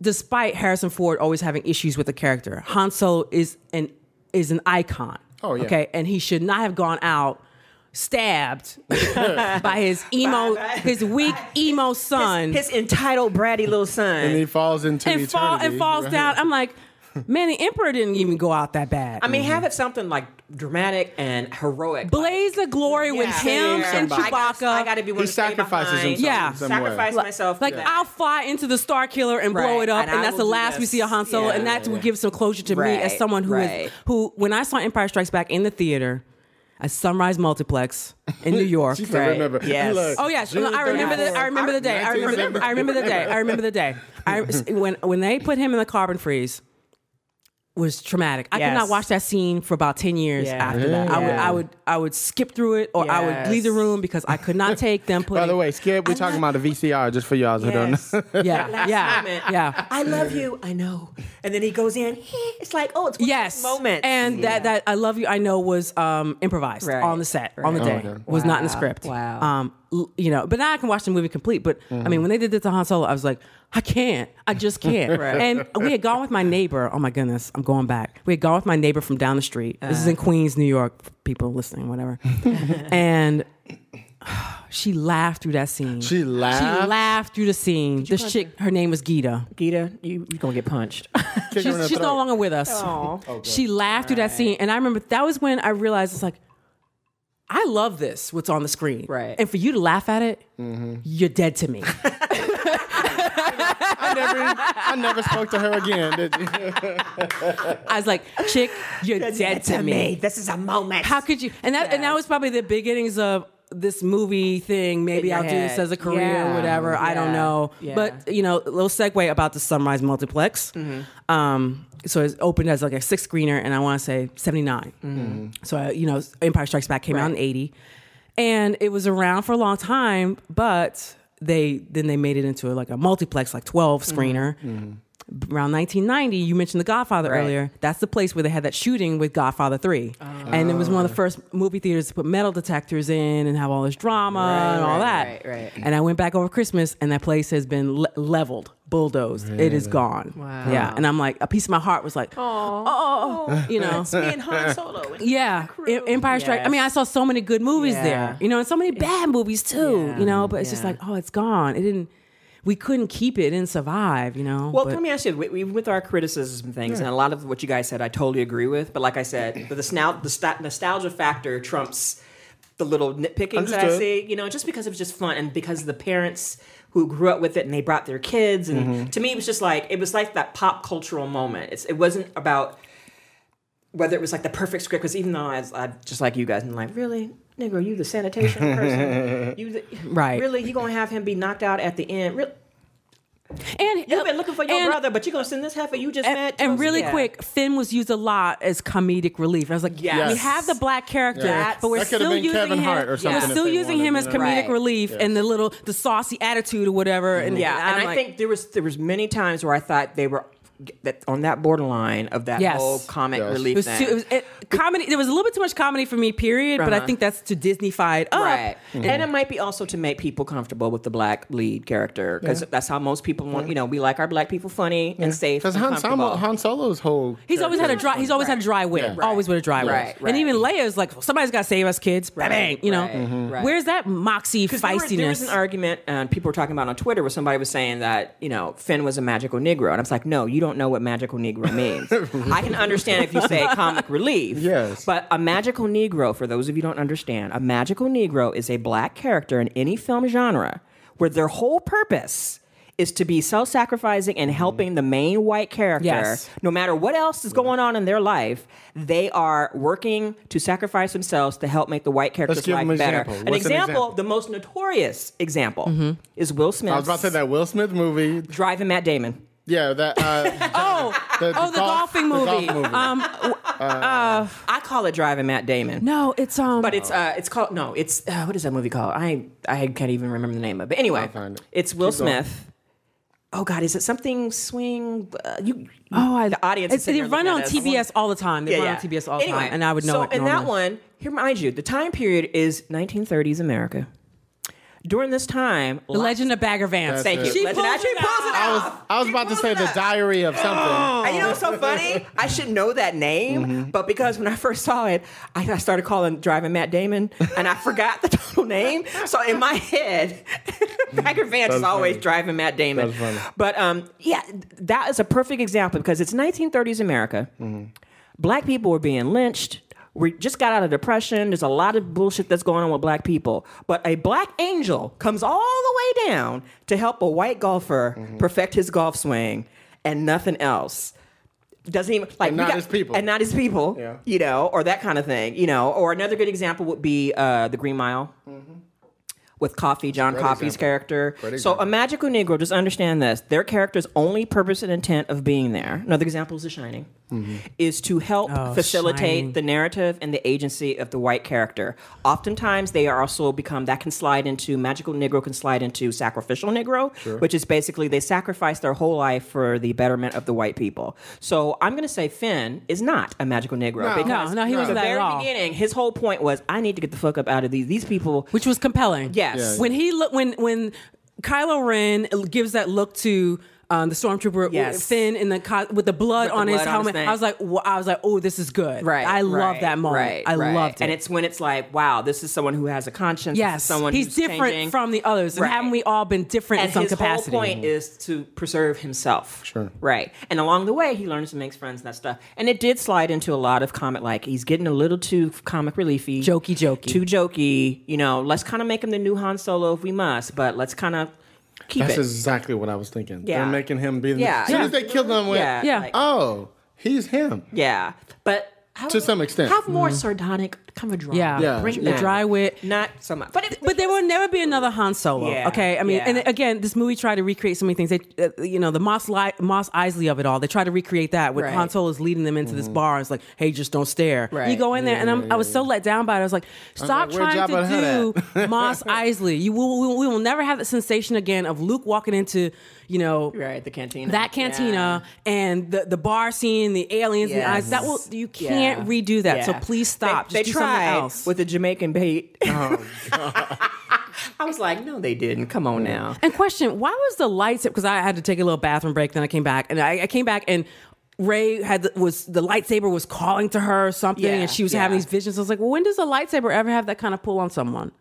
Speaker 4: despite Harrison Ford always having issues with the character, Han Solo is an is an icon.
Speaker 3: Oh, yeah.
Speaker 4: Okay, and he should not have gone out
Speaker 3: [LAUGHS]
Speaker 4: stabbed by his emo,
Speaker 5: By- by-
Speaker 4: his weak emo son,
Speaker 5: his entitled bratty little
Speaker 3: and he
Speaker 5: son.
Speaker 3: falls into
Speaker 4: and fall
Speaker 3: eternity,
Speaker 4: and falls
Speaker 3: right?
Speaker 4: down. I'm like, man, the emperor didn't even go out that bad.
Speaker 5: I mean,
Speaker 3: Mm-hmm.
Speaker 5: have it something like dramatic and heroic.
Speaker 4: blaze of glory
Speaker 5: like,
Speaker 4: with
Speaker 5: yeah,
Speaker 4: him
Speaker 5: save
Speaker 4: and
Speaker 5: somebody. I gotta-
Speaker 4: Chewbacca.
Speaker 5: I got to be one
Speaker 3: He
Speaker 5: to stay
Speaker 3: sacrifices
Speaker 5: behind.
Speaker 3: himself
Speaker 4: Yeah.
Speaker 3: in some way.
Speaker 5: sacrifice
Speaker 4: Like-
Speaker 5: myself.
Speaker 4: Like
Speaker 5: yeah.
Speaker 4: I'll fly into the Star Killer and blow
Speaker 5: Right.
Speaker 4: it up,
Speaker 5: And
Speaker 4: and,
Speaker 5: I
Speaker 4: that's
Speaker 5: will
Speaker 4: the
Speaker 5: do
Speaker 4: last we
Speaker 5: this.
Speaker 4: see of Han Solo,
Speaker 5: Yeah.
Speaker 4: and that would give some closure to me as
Speaker 5: Right.
Speaker 4: someone who is
Speaker 5: Right.
Speaker 4: who when I saw Empire Strikes Back in the theater at Sunrise Multiplex in
Speaker 5: [LAUGHS]
Speaker 4: New York.
Speaker 3: She still
Speaker 5: Right.
Speaker 3: remember.
Speaker 5: Yes.
Speaker 3: Look,
Speaker 4: Oh yes,
Speaker 3: June
Speaker 4: I remember the
Speaker 3: 34th,
Speaker 4: I remember the day. I remember
Speaker 3: 1970.
Speaker 4: I remember the day. I remember the day.
Speaker 5: [LAUGHS]
Speaker 4: I when when they put him in the carbon freeze was traumatic. I
Speaker 5: Yes.
Speaker 4: could not watch that scene for about 10 years
Speaker 5: Yeah.
Speaker 4: after that. I would
Speaker 5: Yeah.
Speaker 4: I would I would skip through it or I would leave the
Speaker 5: Yes.
Speaker 4: room because I could not take them putting
Speaker 3: By the way, Skip, we're
Speaker 4: [LAUGHS]
Speaker 5: I
Speaker 3: talking about
Speaker 5: like-
Speaker 3: a VCR just for y'all who don't know.
Speaker 5: Yes. That
Speaker 4: yeah.
Speaker 5: last
Speaker 4: Yeah.
Speaker 5: moment.
Speaker 4: Yeah.
Speaker 5: [LAUGHS] I love you. I know. And then he
Speaker 4: [LAUGHS]
Speaker 5: goes in. It's like, oh, it's one of those
Speaker 4: Yes.
Speaker 5: moments.
Speaker 4: And that that I love you I know was um improvised
Speaker 5: Right.
Speaker 4: on the set on the
Speaker 3: Right.
Speaker 4: day.
Speaker 3: Oh, okay.
Speaker 4: Was not in the
Speaker 5: Wow.
Speaker 4: script.
Speaker 5: Wow.
Speaker 4: Um l- you know, but now I can watch the movie complete, but I mean when they did this to Han Solo I was like I can't. I
Speaker 3: [LAUGHS]
Speaker 4: just can't.
Speaker 5: Right.
Speaker 4: And we had gone with my neighbor. Oh my goodness, I'm going back. We had gone with my neighbor from down the street. This is in
Speaker 3: Uh-huh.
Speaker 4: Queens, New York. for People
Speaker 3: [LAUGHS]
Speaker 4: listening, whatever. and she laughed through that scene.
Speaker 3: She laughed?
Speaker 4: She laughed through the scene. This chick, her name was Gita.
Speaker 5: Gita, you you gonna get
Speaker 4: [LAUGHS]
Speaker 5: punched.
Speaker 3: Kick her in the
Speaker 4: She's, she's
Speaker 3: throat.
Speaker 4: no longer with us. she laughed through that scene, and I remember that was when I realized it's like, I love this. What's on the screen,
Speaker 5: Right.
Speaker 4: And for you to laugh at it, you're dead to me.
Speaker 3: I never, I never spoke to her again. Did you?
Speaker 4: I was like, [LAUGHS] chick, you're dead, to me.
Speaker 5: This is a moment.
Speaker 4: How could you? And that and that was probably the beginnings of this movie thing. Maybe
Speaker 5: your
Speaker 4: I'll do this
Speaker 5: head.
Speaker 4: as a career,
Speaker 5: Yeah.
Speaker 4: or whatever. I
Speaker 5: Yeah.
Speaker 4: don't know.
Speaker 5: Yeah.
Speaker 4: But you know, a little segue about the Sunrise Multiplex.
Speaker 5: Mm-hmm.
Speaker 4: Um, so it's opened as like a six screener, and I want to say seventy
Speaker 5: Mm-hmm.
Speaker 4: So uh, you know, Empire Strikes Back came out in eighty, and it was around for a long time, but. They then they made it into like a multiplex, like twelve screener,
Speaker 5: Mm-hmm.
Speaker 4: around 1990 you mentioned the godfather earlier that's the place where they had that shooting with godfather 3
Speaker 5: Ah.
Speaker 4: and it was one of the first movie theaters to put metal detectors in and have all this drama and all
Speaker 5: right,
Speaker 4: that
Speaker 5: right, right.
Speaker 4: and i went back over christmas and that place has been le- leveled bulldozed it is gone wow yeah and i'm like a piece of my heart was like oh
Speaker 5: [LAUGHS]
Speaker 4: you know
Speaker 5: me and Han Solo. and-
Speaker 4: yeah, E- Empire Strike. I mean, I saw so many good movies
Speaker 5: Yeah.
Speaker 4: there, you know, and so many bad movies too,
Speaker 5: Yeah.
Speaker 4: you know. But it's just
Speaker 5: Yeah.
Speaker 4: like, oh, it's gone. It didn't. We couldn't keep it. It didn't survive, you know.
Speaker 5: Well,
Speaker 4: but-
Speaker 5: let me ask you. We, we with our criticism things, and a lot of what you guys said, I totally agree with. But like I said, the, the, snout, the sta- nostalgia factor trumps the little nitpickings that I
Speaker 3: Understood.
Speaker 5: see. You know, just because it was just fun, and because the parents who grew up with it and they brought their kids,
Speaker 4: Mm-hmm.
Speaker 5: and to me, it was just like it was like that pop cultural moment. It's, it wasn't about whether it was like the perfect script, because even though I, was- I just like you guys, and like, really, nigga, are you the sanitation
Speaker 4: [LAUGHS]
Speaker 5: person? you the,
Speaker 4: Right.
Speaker 5: Really, you gonna have him be knocked out at the end? Real
Speaker 4: And uh,
Speaker 5: You've been looking for your
Speaker 4: and-
Speaker 5: brother, but you're gonna send this heifer you just
Speaker 4: And,
Speaker 5: met.
Speaker 4: and really
Speaker 5: Yeah.
Speaker 4: quick, Finn was used a lot as comedic relief. I was like,
Speaker 5: Yes.
Speaker 4: we have the black character,
Speaker 3: Yes.
Speaker 4: but we're
Speaker 3: That could've
Speaker 4: still
Speaker 3: been
Speaker 4: using
Speaker 3: Kevin
Speaker 4: him.
Speaker 3: Hart or something
Speaker 4: We're
Speaker 3: if
Speaker 4: still
Speaker 3: they
Speaker 4: using
Speaker 3: wanted,
Speaker 4: him as
Speaker 3: you
Speaker 4: comedic
Speaker 3: know.
Speaker 5: Right.
Speaker 4: relief and the little the saucy attitude or whatever. And
Speaker 5: Yeah, and,
Speaker 4: I'm
Speaker 5: I
Speaker 4: like,
Speaker 5: think there was there was many times where I thought they were that on that borderline of that
Speaker 4: Yes.
Speaker 5: whole comic
Speaker 3: Yes.
Speaker 5: relief
Speaker 4: It was,
Speaker 5: thing.
Speaker 4: too, it was it, comedy. There was a little bit too much comedy for me, period. But I
Speaker 5: Uh-huh.
Speaker 4: think that's to Disneyfied up.
Speaker 5: Right, and it might be also to make people comfortable with the black lead character because that's how most people want. You know, we like our black people funny and safe
Speaker 3: Because
Speaker 5: and
Speaker 3: Han,
Speaker 5: comfortable.
Speaker 3: Solo- Han Solo's whole.
Speaker 4: He's always had a dry. He's always had a dry wit.
Speaker 3: Yeah.
Speaker 4: Always with a dry wit.
Speaker 5: Right, right.
Speaker 4: And even Leia's like, well, somebody's got to save us, kids. Bang, Bang, you know.
Speaker 5: right,
Speaker 3: Mm-hmm.
Speaker 5: Mhm. right.
Speaker 4: Where's that moxie
Speaker 5: Because there was- There was
Speaker 4: feistiness?
Speaker 5: an argument, and people were talking about on Twitter, where somebody was saying that you know Finn was a magical Negro, and I was like, no, you don't know what magical Negro
Speaker 3: [LAUGHS]
Speaker 5: means. I can understand if you say comic relief,
Speaker 3: Yes.
Speaker 5: but a magical Negro, for those of you who don't understand, a magical Negro is a black character in any film genre where their whole purpose. Is to be self sacrificing and helping the main white character,
Speaker 4: Yes.
Speaker 5: no matter what else is going on in their life, they are working to sacrifice themselves to help make the white character's
Speaker 3: give
Speaker 5: life
Speaker 3: them an
Speaker 5: better.
Speaker 3: example. What's an example?
Speaker 5: the most notorious example
Speaker 4: Mm-hmm.
Speaker 5: is Will Smith.
Speaker 3: I was about to say that Will Smith movie.
Speaker 5: Driving Matt Damon.
Speaker 3: Yeah, that. Uh,
Speaker 4: [LAUGHS] oh,
Speaker 3: the,
Speaker 4: oh, the
Speaker 3: golf-
Speaker 4: golfing
Speaker 3: the golf
Speaker 4: movie. Um, w-
Speaker 5: I call it Driving Matt Damon.
Speaker 4: no, it's um.
Speaker 5: But it's uh, it's called no, it's uh, what is that movie called? I I can't even remember the name of it. But anyway,
Speaker 3: find it.
Speaker 5: it's Will
Speaker 3: Keep going.
Speaker 5: Smith. Oh God, is it something swing? Uh, you
Speaker 4: oh, I,
Speaker 5: the audience. is
Speaker 4: It's,
Speaker 5: sitting
Speaker 4: they
Speaker 5: there
Speaker 4: run on
Speaker 5: looking at us.
Speaker 4: TBS all the time. They
Speaker 5: Yeah,
Speaker 4: run
Speaker 5: yeah.
Speaker 4: on TBS all the
Speaker 5: Anyway,
Speaker 4: time, and I would know
Speaker 5: So
Speaker 4: it.
Speaker 5: in that
Speaker 4: normally.
Speaker 5: one, here mind you, the time period is 1930s America. During this time,
Speaker 4: the Legend of Bagger Vance.
Speaker 3: That's it.
Speaker 5: Thank you.
Speaker 4: She
Speaker 5: Legend
Speaker 4: pulls
Speaker 5: actually
Speaker 4: it
Speaker 5: pulls
Speaker 4: out.
Speaker 5: it
Speaker 3: I was, I was
Speaker 5: She
Speaker 3: about to
Speaker 5: pulls
Speaker 3: say
Speaker 5: it
Speaker 3: the
Speaker 5: out.
Speaker 3: diary of something.
Speaker 4: Oh.
Speaker 5: And you know what's
Speaker 3: Oh.
Speaker 5: so funny? I should know that name,
Speaker 3: Mm-hmm.
Speaker 5: but because when I first saw it, I, I started calling driving Matt Damon, and I forgot the total name. So in my head, [LAUGHS] Bagger Vance is
Speaker 3: That's Mm.
Speaker 5: always
Speaker 3: funny.
Speaker 5: driving Matt Damon.
Speaker 3: That's funny.
Speaker 5: But um, yeah, that is a perfect example because it's 1930s America. Black people were being lynched. We just got out of depression. There's a lot of bullshit that's going on with black people. But a black angel comes all the way down to help a white golfer
Speaker 3: Mm-hmm.
Speaker 5: perfect his golf swing and nothing else. Doesn't even like
Speaker 3: And
Speaker 5: we
Speaker 3: not
Speaker 5: got-
Speaker 3: his people.
Speaker 5: And not his people.
Speaker 3: Yeah.
Speaker 5: You know, or that kind of thing. You know, or another good example would be uh, the Green Mile with Coffee, John
Speaker 3: Mm-hmm. great
Speaker 5: Coffee's
Speaker 3: example.
Speaker 5: character.
Speaker 3: Great
Speaker 5: So
Speaker 3: example.
Speaker 5: a magical Negro, just understand this: their character's only purpose and intent of being there. Another example is The Shining, is to help
Speaker 4: Oh,
Speaker 5: facilitate
Speaker 4: Shining.
Speaker 5: the narrative and the agency of the white character. Oftentimes, they are also become that can slide into magical Negro can slide into sacrificial Negro, which is basically they sacrifice their whole life for the betterment of the white people. So I'm going to say Finn is not a magical Negro
Speaker 3: No.
Speaker 5: because
Speaker 4: No, no, he
Speaker 5: from
Speaker 4: wasn't
Speaker 5: the
Speaker 4: that at
Speaker 5: very
Speaker 4: all.
Speaker 5: beginning. His whole point was I need to get the fuck up out of these these people.
Speaker 4: which was compelling.
Speaker 5: Yes. Yeah.
Speaker 4: When he look when when Kylo Ren gives that look to um, the stormtrooper
Speaker 5: Yes.
Speaker 4: Finn in the co- with the blood
Speaker 5: With the
Speaker 4: on his
Speaker 5: blood on
Speaker 4: helmet.
Speaker 5: his thing.
Speaker 4: I was like, wha- I was like, oh, this is good.
Speaker 5: Right.
Speaker 4: I love
Speaker 5: right,
Speaker 4: that moment.
Speaker 5: right,
Speaker 4: I
Speaker 5: right.
Speaker 4: loved it.
Speaker 5: And it's when it's like, wow, this is someone who has a conscience. This
Speaker 4: yes,
Speaker 5: is someone
Speaker 4: he's
Speaker 5: who's
Speaker 4: different
Speaker 5: changing.
Speaker 4: from the others.
Speaker 5: Right.
Speaker 4: And haven't we all been different
Speaker 5: and
Speaker 4: in some
Speaker 5: his
Speaker 4: capacity? Mm-hmm.
Speaker 5: whole point is to preserve himself.
Speaker 3: Sure.
Speaker 5: Right. And along the way, he learns and makes friends and that stuff. And it did slide into a lot of comic, like he's getting a little too comic reliefy,
Speaker 4: Jokey, jokey.
Speaker 5: too jokey. You know, let's kind of make him the new Han Solo if we must, but let's kind of keep
Speaker 3: That's
Speaker 5: it.
Speaker 3: exactly what I was thinking.
Speaker 5: Yeah.
Speaker 3: They're making him be.
Speaker 5: Yeah.
Speaker 3: As soon as
Speaker 5: Yeah.
Speaker 3: they killed him, I went,
Speaker 5: yeah.
Speaker 4: Yeah.
Speaker 5: like-
Speaker 3: oh, he's him.
Speaker 5: yeah. But how-
Speaker 3: To some extent.
Speaker 5: have more sardonic kind of drama.
Speaker 4: Mm-hmm. Yeah.
Speaker 3: Yeah.
Speaker 5: Bring
Speaker 3: The
Speaker 5: that.
Speaker 4: dry wit.
Speaker 5: Not so much. But, it,
Speaker 4: But there will never be another Han Solo.
Speaker 5: Yeah,
Speaker 4: okay, I mean,
Speaker 5: yeah.
Speaker 4: and again, this movie tried to recreate so many things. They, uh, you know, the Moss Li- Moss Isley of it all. They tried to recreate that with
Speaker 5: Right.
Speaker 4: Han Solo's leading them into
Speaker 3: Mm-hmm.
Speaker 4: this bar. It's like, hey, just don't stare.
Speaker 5: Right.
Speaker 4: You go in there, and I'm, I was so let down by it. I was like, stop
Speaker 3: like, where Jabba
Speaker 4: trying
Speaker 3: the
Speaker 4: to do
Speaker 3: [LAUGHS]
Speaker 4: Moss Isley. You will, we, will- we will never have that sensation again of Luke walking into, you know,
Speaker 5: Right, the cantina.
Speaker 4: that cantina and the, the bar scene, the aliens, and the eyes. That will you can't
Speaker 5: Yeah.
Speaker 4: redo that. So
Speaker 5: Yeah.
Speaker 4: please stop. just
Speaker 5: They, they
Speaker 4: do something
Speaker 5: tried
Speaker 4: else.
Speaker 5: with the
Speaker 3: [LAUGHS]
Speaker 5: Jamaican bait.
Speaker 3: Oh,
Speaker 5: I was like, no, they didn't. Come on now.
Speaker 4: And question, why was the lights? Because I had to take a little bathroom break, then I came back, and I, I came back and. Ray had the, was the lightsaber was calling to her or something,
Speaker 5: Yeah,
Speaker 4: and she was
Speaker 5: yeah.
Speaker 4: having these visions. I was like, well, when does a lightsaber ever have that kind of pull on someone?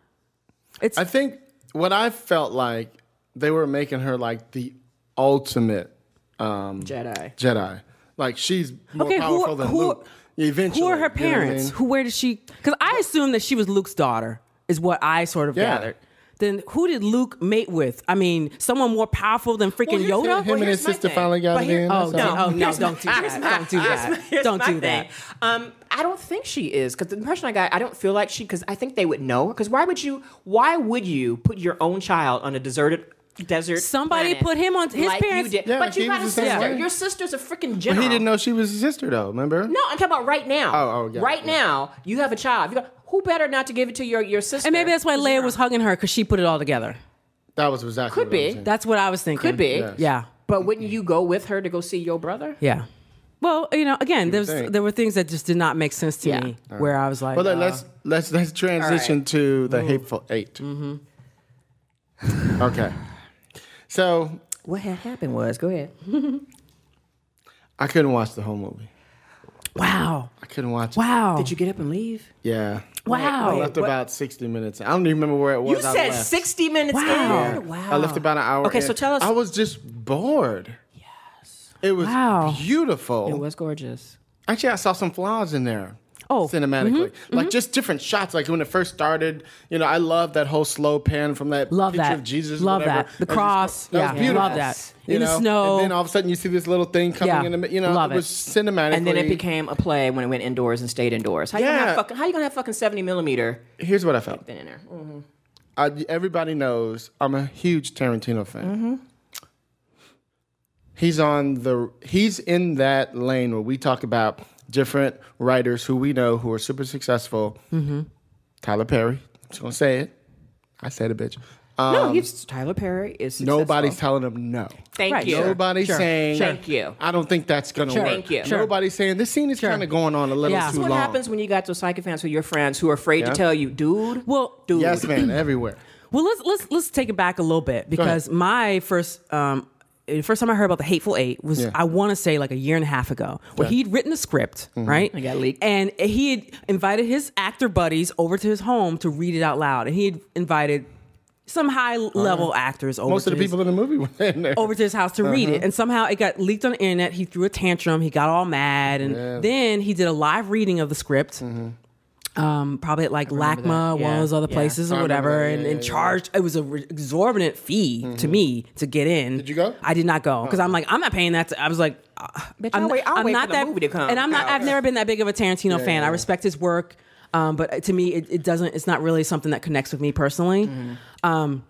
Speaker 4: It's
Speaker 3: I think what I felt like they were making her like the ultimate um,
Speaker 5: Jedi.
Speaker 3: Jedi. Like she's more
Speaker 4: okay. Who
Speaker 3: powerful
Speaker 4: are,
Speaker 3: than
Speaker 4: who, are-
Speaker 3: Luke. Eventually,
Speaker 4: who are her
Speaker 3: you know what I
Speaker 4: parents?
Speaker 3: mean?
Speaker 4: Who where did she? Because I assumed that she was Luke's daughter, is what I sort of
Speaker 3: Yeah.
Speaker 4: gathered. Then who did Luke mate with? I mean, someone more powerful than freaking
Speaker 3: Him
Speaker 4: Yoda?
Speaker 3: and his
Speaker 5: Oh, here's my
Speaker 3: sister
Speaker 5: thing.
Speaker 3: finally got
Speaker 5: But
Speaker 3: it
Speaker 5: here-
Speaker 3: in.
Speaker 4: Oh,
Speaker 3: That's all.
Speaker 4: no, oh, no,
Speaker 5: Here's my-
Speaker 4: don't [LAUGHS] do that. Don't do
Speaker 5: here's
Speaker 4: [LAUGHS]
Speaker 5: my-
Speaker 4: that.
Speaker 5: here's
Speaker 4: Don't
Speaker 5: my
Speaker 4: do that.
Speaker 5: thing. Um, I don't think she is because the impression I got, I don't feel like she because I think they would know. Because why would you? Why would you put your own child on a deserted desert?
Speaker 4: Somebody
Speaker 5: planet
Speaker 4: put him on- his
Speaker 5: like
Speaker 4: parents-
Speaker 5: You did.
Speaker 3: Yeah,
Speaker 5: but you
Speaker 3: he
Speaker 5: got a
Speaker 3: was the same
Speaker 5: sister.
Speaker 3: way.
Speaker 5: Your sister's a freaking
Speaker 3: But
Speaker 5: general.
Speaker 3: he didn't know she was his sister, though. Remember?
Speaker 5: No, I'm talking about right now.
Speaker 3: Oh, oh, yeah,
Speaker 5: right
Speaker 3: yeah.
Speaker 5: now, you have a child. You got, who better not to give it to your your sister?
Speaker 4: And maybe that's why Leia
Speaker 5: General.
Speaker 4: was hugging her because she put it all together.
Speaker 3: that was exactly what
Speaker 5: Could
Speaker 3: I was
Speaker 5: be.
Speaker 3: saying.
Speaker 4: That's what I was thinking.
Speaker 5: Could be.
Speaker 3: Yes.
Speaker 4: Yeah.
Speaker 5: But wouldn't you go with her to go see your brother?
Speaker 4: Yeah. Well, you know, again, there's
Speaker 3: think.
Speaker 4: there were things that just did not make sense to
Speaker 5: Yeah.
Speaker 4: me where I was like,
Speaker 3: Well,
Speaker 4: uh,
Speaker 3: then let's let's let's transition to
Speaker 5: Mm-hmm.
Speaker 3: the hateful 8 okay. So
Speaker 5: What had happened was, go ahead.
Speaker 3: I couldn't watch the whole movie.
Speaker 4: wow,
Speaker 3: I couldn't watch. it.
Speaker 4: wow,
Speaker 5: Did you get up and leave?
Speaker 3: Yeah.
Speaker 4: wow.
Speaker 3: I left
Speaker 5: What-
Speaker 3: about sixty minutes. I don't even remember where it was.
Speaker 5: You
Speaker 3: I
Speaker 5: said
Speaker 3: left.
Speaker 5: 60 minutes
Speaker 4: Wow.
Speaker 5: in? Wow.
Speaker 3: I left about an hour.
Speaker 5: Okay,
Speaker 3: in.
Speaker 5: so tell us-
Speaker 3: I was just bored. Yes. It was
Speaker 4: Wow.
Speaker 3: beautiful.
Speaker 5: It was gorgeous.
Speaker 3: Actually, I saw some flaws in there.
Speaker 4: Oh,
Speaker 3: cinematically, like just different shots. Like when it first started, you know, I love that whole slow pan from that
Speaker 4: Love
Speaker 3: picture
Speaker 4: that.
Speaker 3: of Jesus. or
Speaker 4: Love
Speaker 3: whatever.
Speaker 4: that.
Speaker 3: That
Speaker 4: The
Speaker 3: was
Speaker 4: cross.
Speaker 3: just- that
Speaker 4: yeah,
Speaker 3: was beautiful.
Speaker 4: love that.
Speaker 3: You
Speaker 4: In
Speaker 3: know?
Speaker 4: the snow.
Speaker 3: and then all of a sudden you see this little thing coming
Speaker 4: Yeah.
Speaker 3: in the mi- you know,
Speaker 4: Love
Speaker 3: it
Speaker 4: it.
Speaker 3: was cinematically.
Speaker 5: And then it became a play when it went indoors and stayed indoors. How you gonna
Speaker 3: Yeah.
Speaker 5: have fucking how you gonna have fucking 70 millimeter
Speaker 3: Here's what I felt.
Speaker 5: in there? Mm.
Speaker 3: I, everybody knows I'm a huge Tarantino fan.
Speaker 5: Mm-hmm.
Speaker 3: He's on the he's in that lane where we talk about different writers who we know who are super successful.
Speaker 5: Mm-hmm.
Speaker 3: Tyler Perry, I'm just gonna say it. I said it, bitch. Um,
Speaker 5: no, he's Tyler Perry is successful.
Speaker 3: nobody's telling him no.
Speaker 5: Thank
Speaker 4: Right.
Speaker 5: you.
Speaker 4: Sure.
Speaker 3: Nobody's saying
Speaker 5: Sure. Thank you.
Speaker 3: I don't think that's gonna work.
Speaker 5: Thank you. Sure.
Speaker 3: Nobody's saying this scene is kind of going on a little
Speaker 4: Yeah.
Speaker 3: too
Speaker 5: That's what
Speaker 3: long.
Speaker 5: happens when you got those psychophants who are your friends who are afraid
Speaker 3: Yeah.
Speaker 5: to tell you, dude.
Speaker 4: Well,
Speaker 5: dude.
Speaker 3: Yes, man, everywhere.
Speaker 4: Well, let's let's let's take it back a little bit because my first um the first time I heard about the Hateful Eight was
Speaker 3: Yeah.
Speaker 4: I want to say like a year and a half ago, where he'd written the script,
Speaker 3: Mm-hmm.
Speaker 4: right? It
Speaker 5: got leaked.
Speaker 4: and he had invited his actor buddies over to his home to read it out loud, and he had invited some high level actors over.
Speaker 3: Most of
Speaker 4: to
Speaker 3: the
Speaker 4: his-
Speaker 3: people in the movie were in there.
Speaker 4: [LAUGHS] over to his house to read
Speaker 3: Uh-huh.
Speaker 4: it. And somehow it got leaked on the internet. He threw a tantrum. He got all mad. And then he did a live reading of the script.
Speaker 3: Mm-hmm.
Speaker 4: Um, probably at like LACMA, one
Speaker 5: Yeah.
Speaker 4: of those other
Speaker 5: Yeah.
Speaker 4: places
Speaker 3: I
Speaker 4: or
Speaker 3: remember that.
Speaker 4: whatever,
Speaker 3: Yeah,
Speaker 4: and,
Speaker 3: yeah,
Speaker 4: and
Speaker 3: yeah. Mm-hmm.
Speaker 4: charged. It was a re- exorbitant fee to me to get in. Did
Speaker 3: you go? Oh.
Speaker 4: I did not go because I'm like I'm not paying that. To, I was like, uh,
Speaker 5: Bitch,
Speaker 4: I'm,
Speaker 5: I'll wait- I'll
Speaker 4: I'm
Speaker 5: wait
Speaker 4: not
Speaker 5: for the
Speaker 4: that,
Speaker 5: movie to come
Speaker 4: and I'm not.
Speaker 5: out.
Speaker 4: I've never been that big of a Tarantino fan. I respect his work, um, but to me, it, it doesn't. It's not really something that connects with me personally.
Speaker 3: Mm-hmm.
Speaker 4: Um,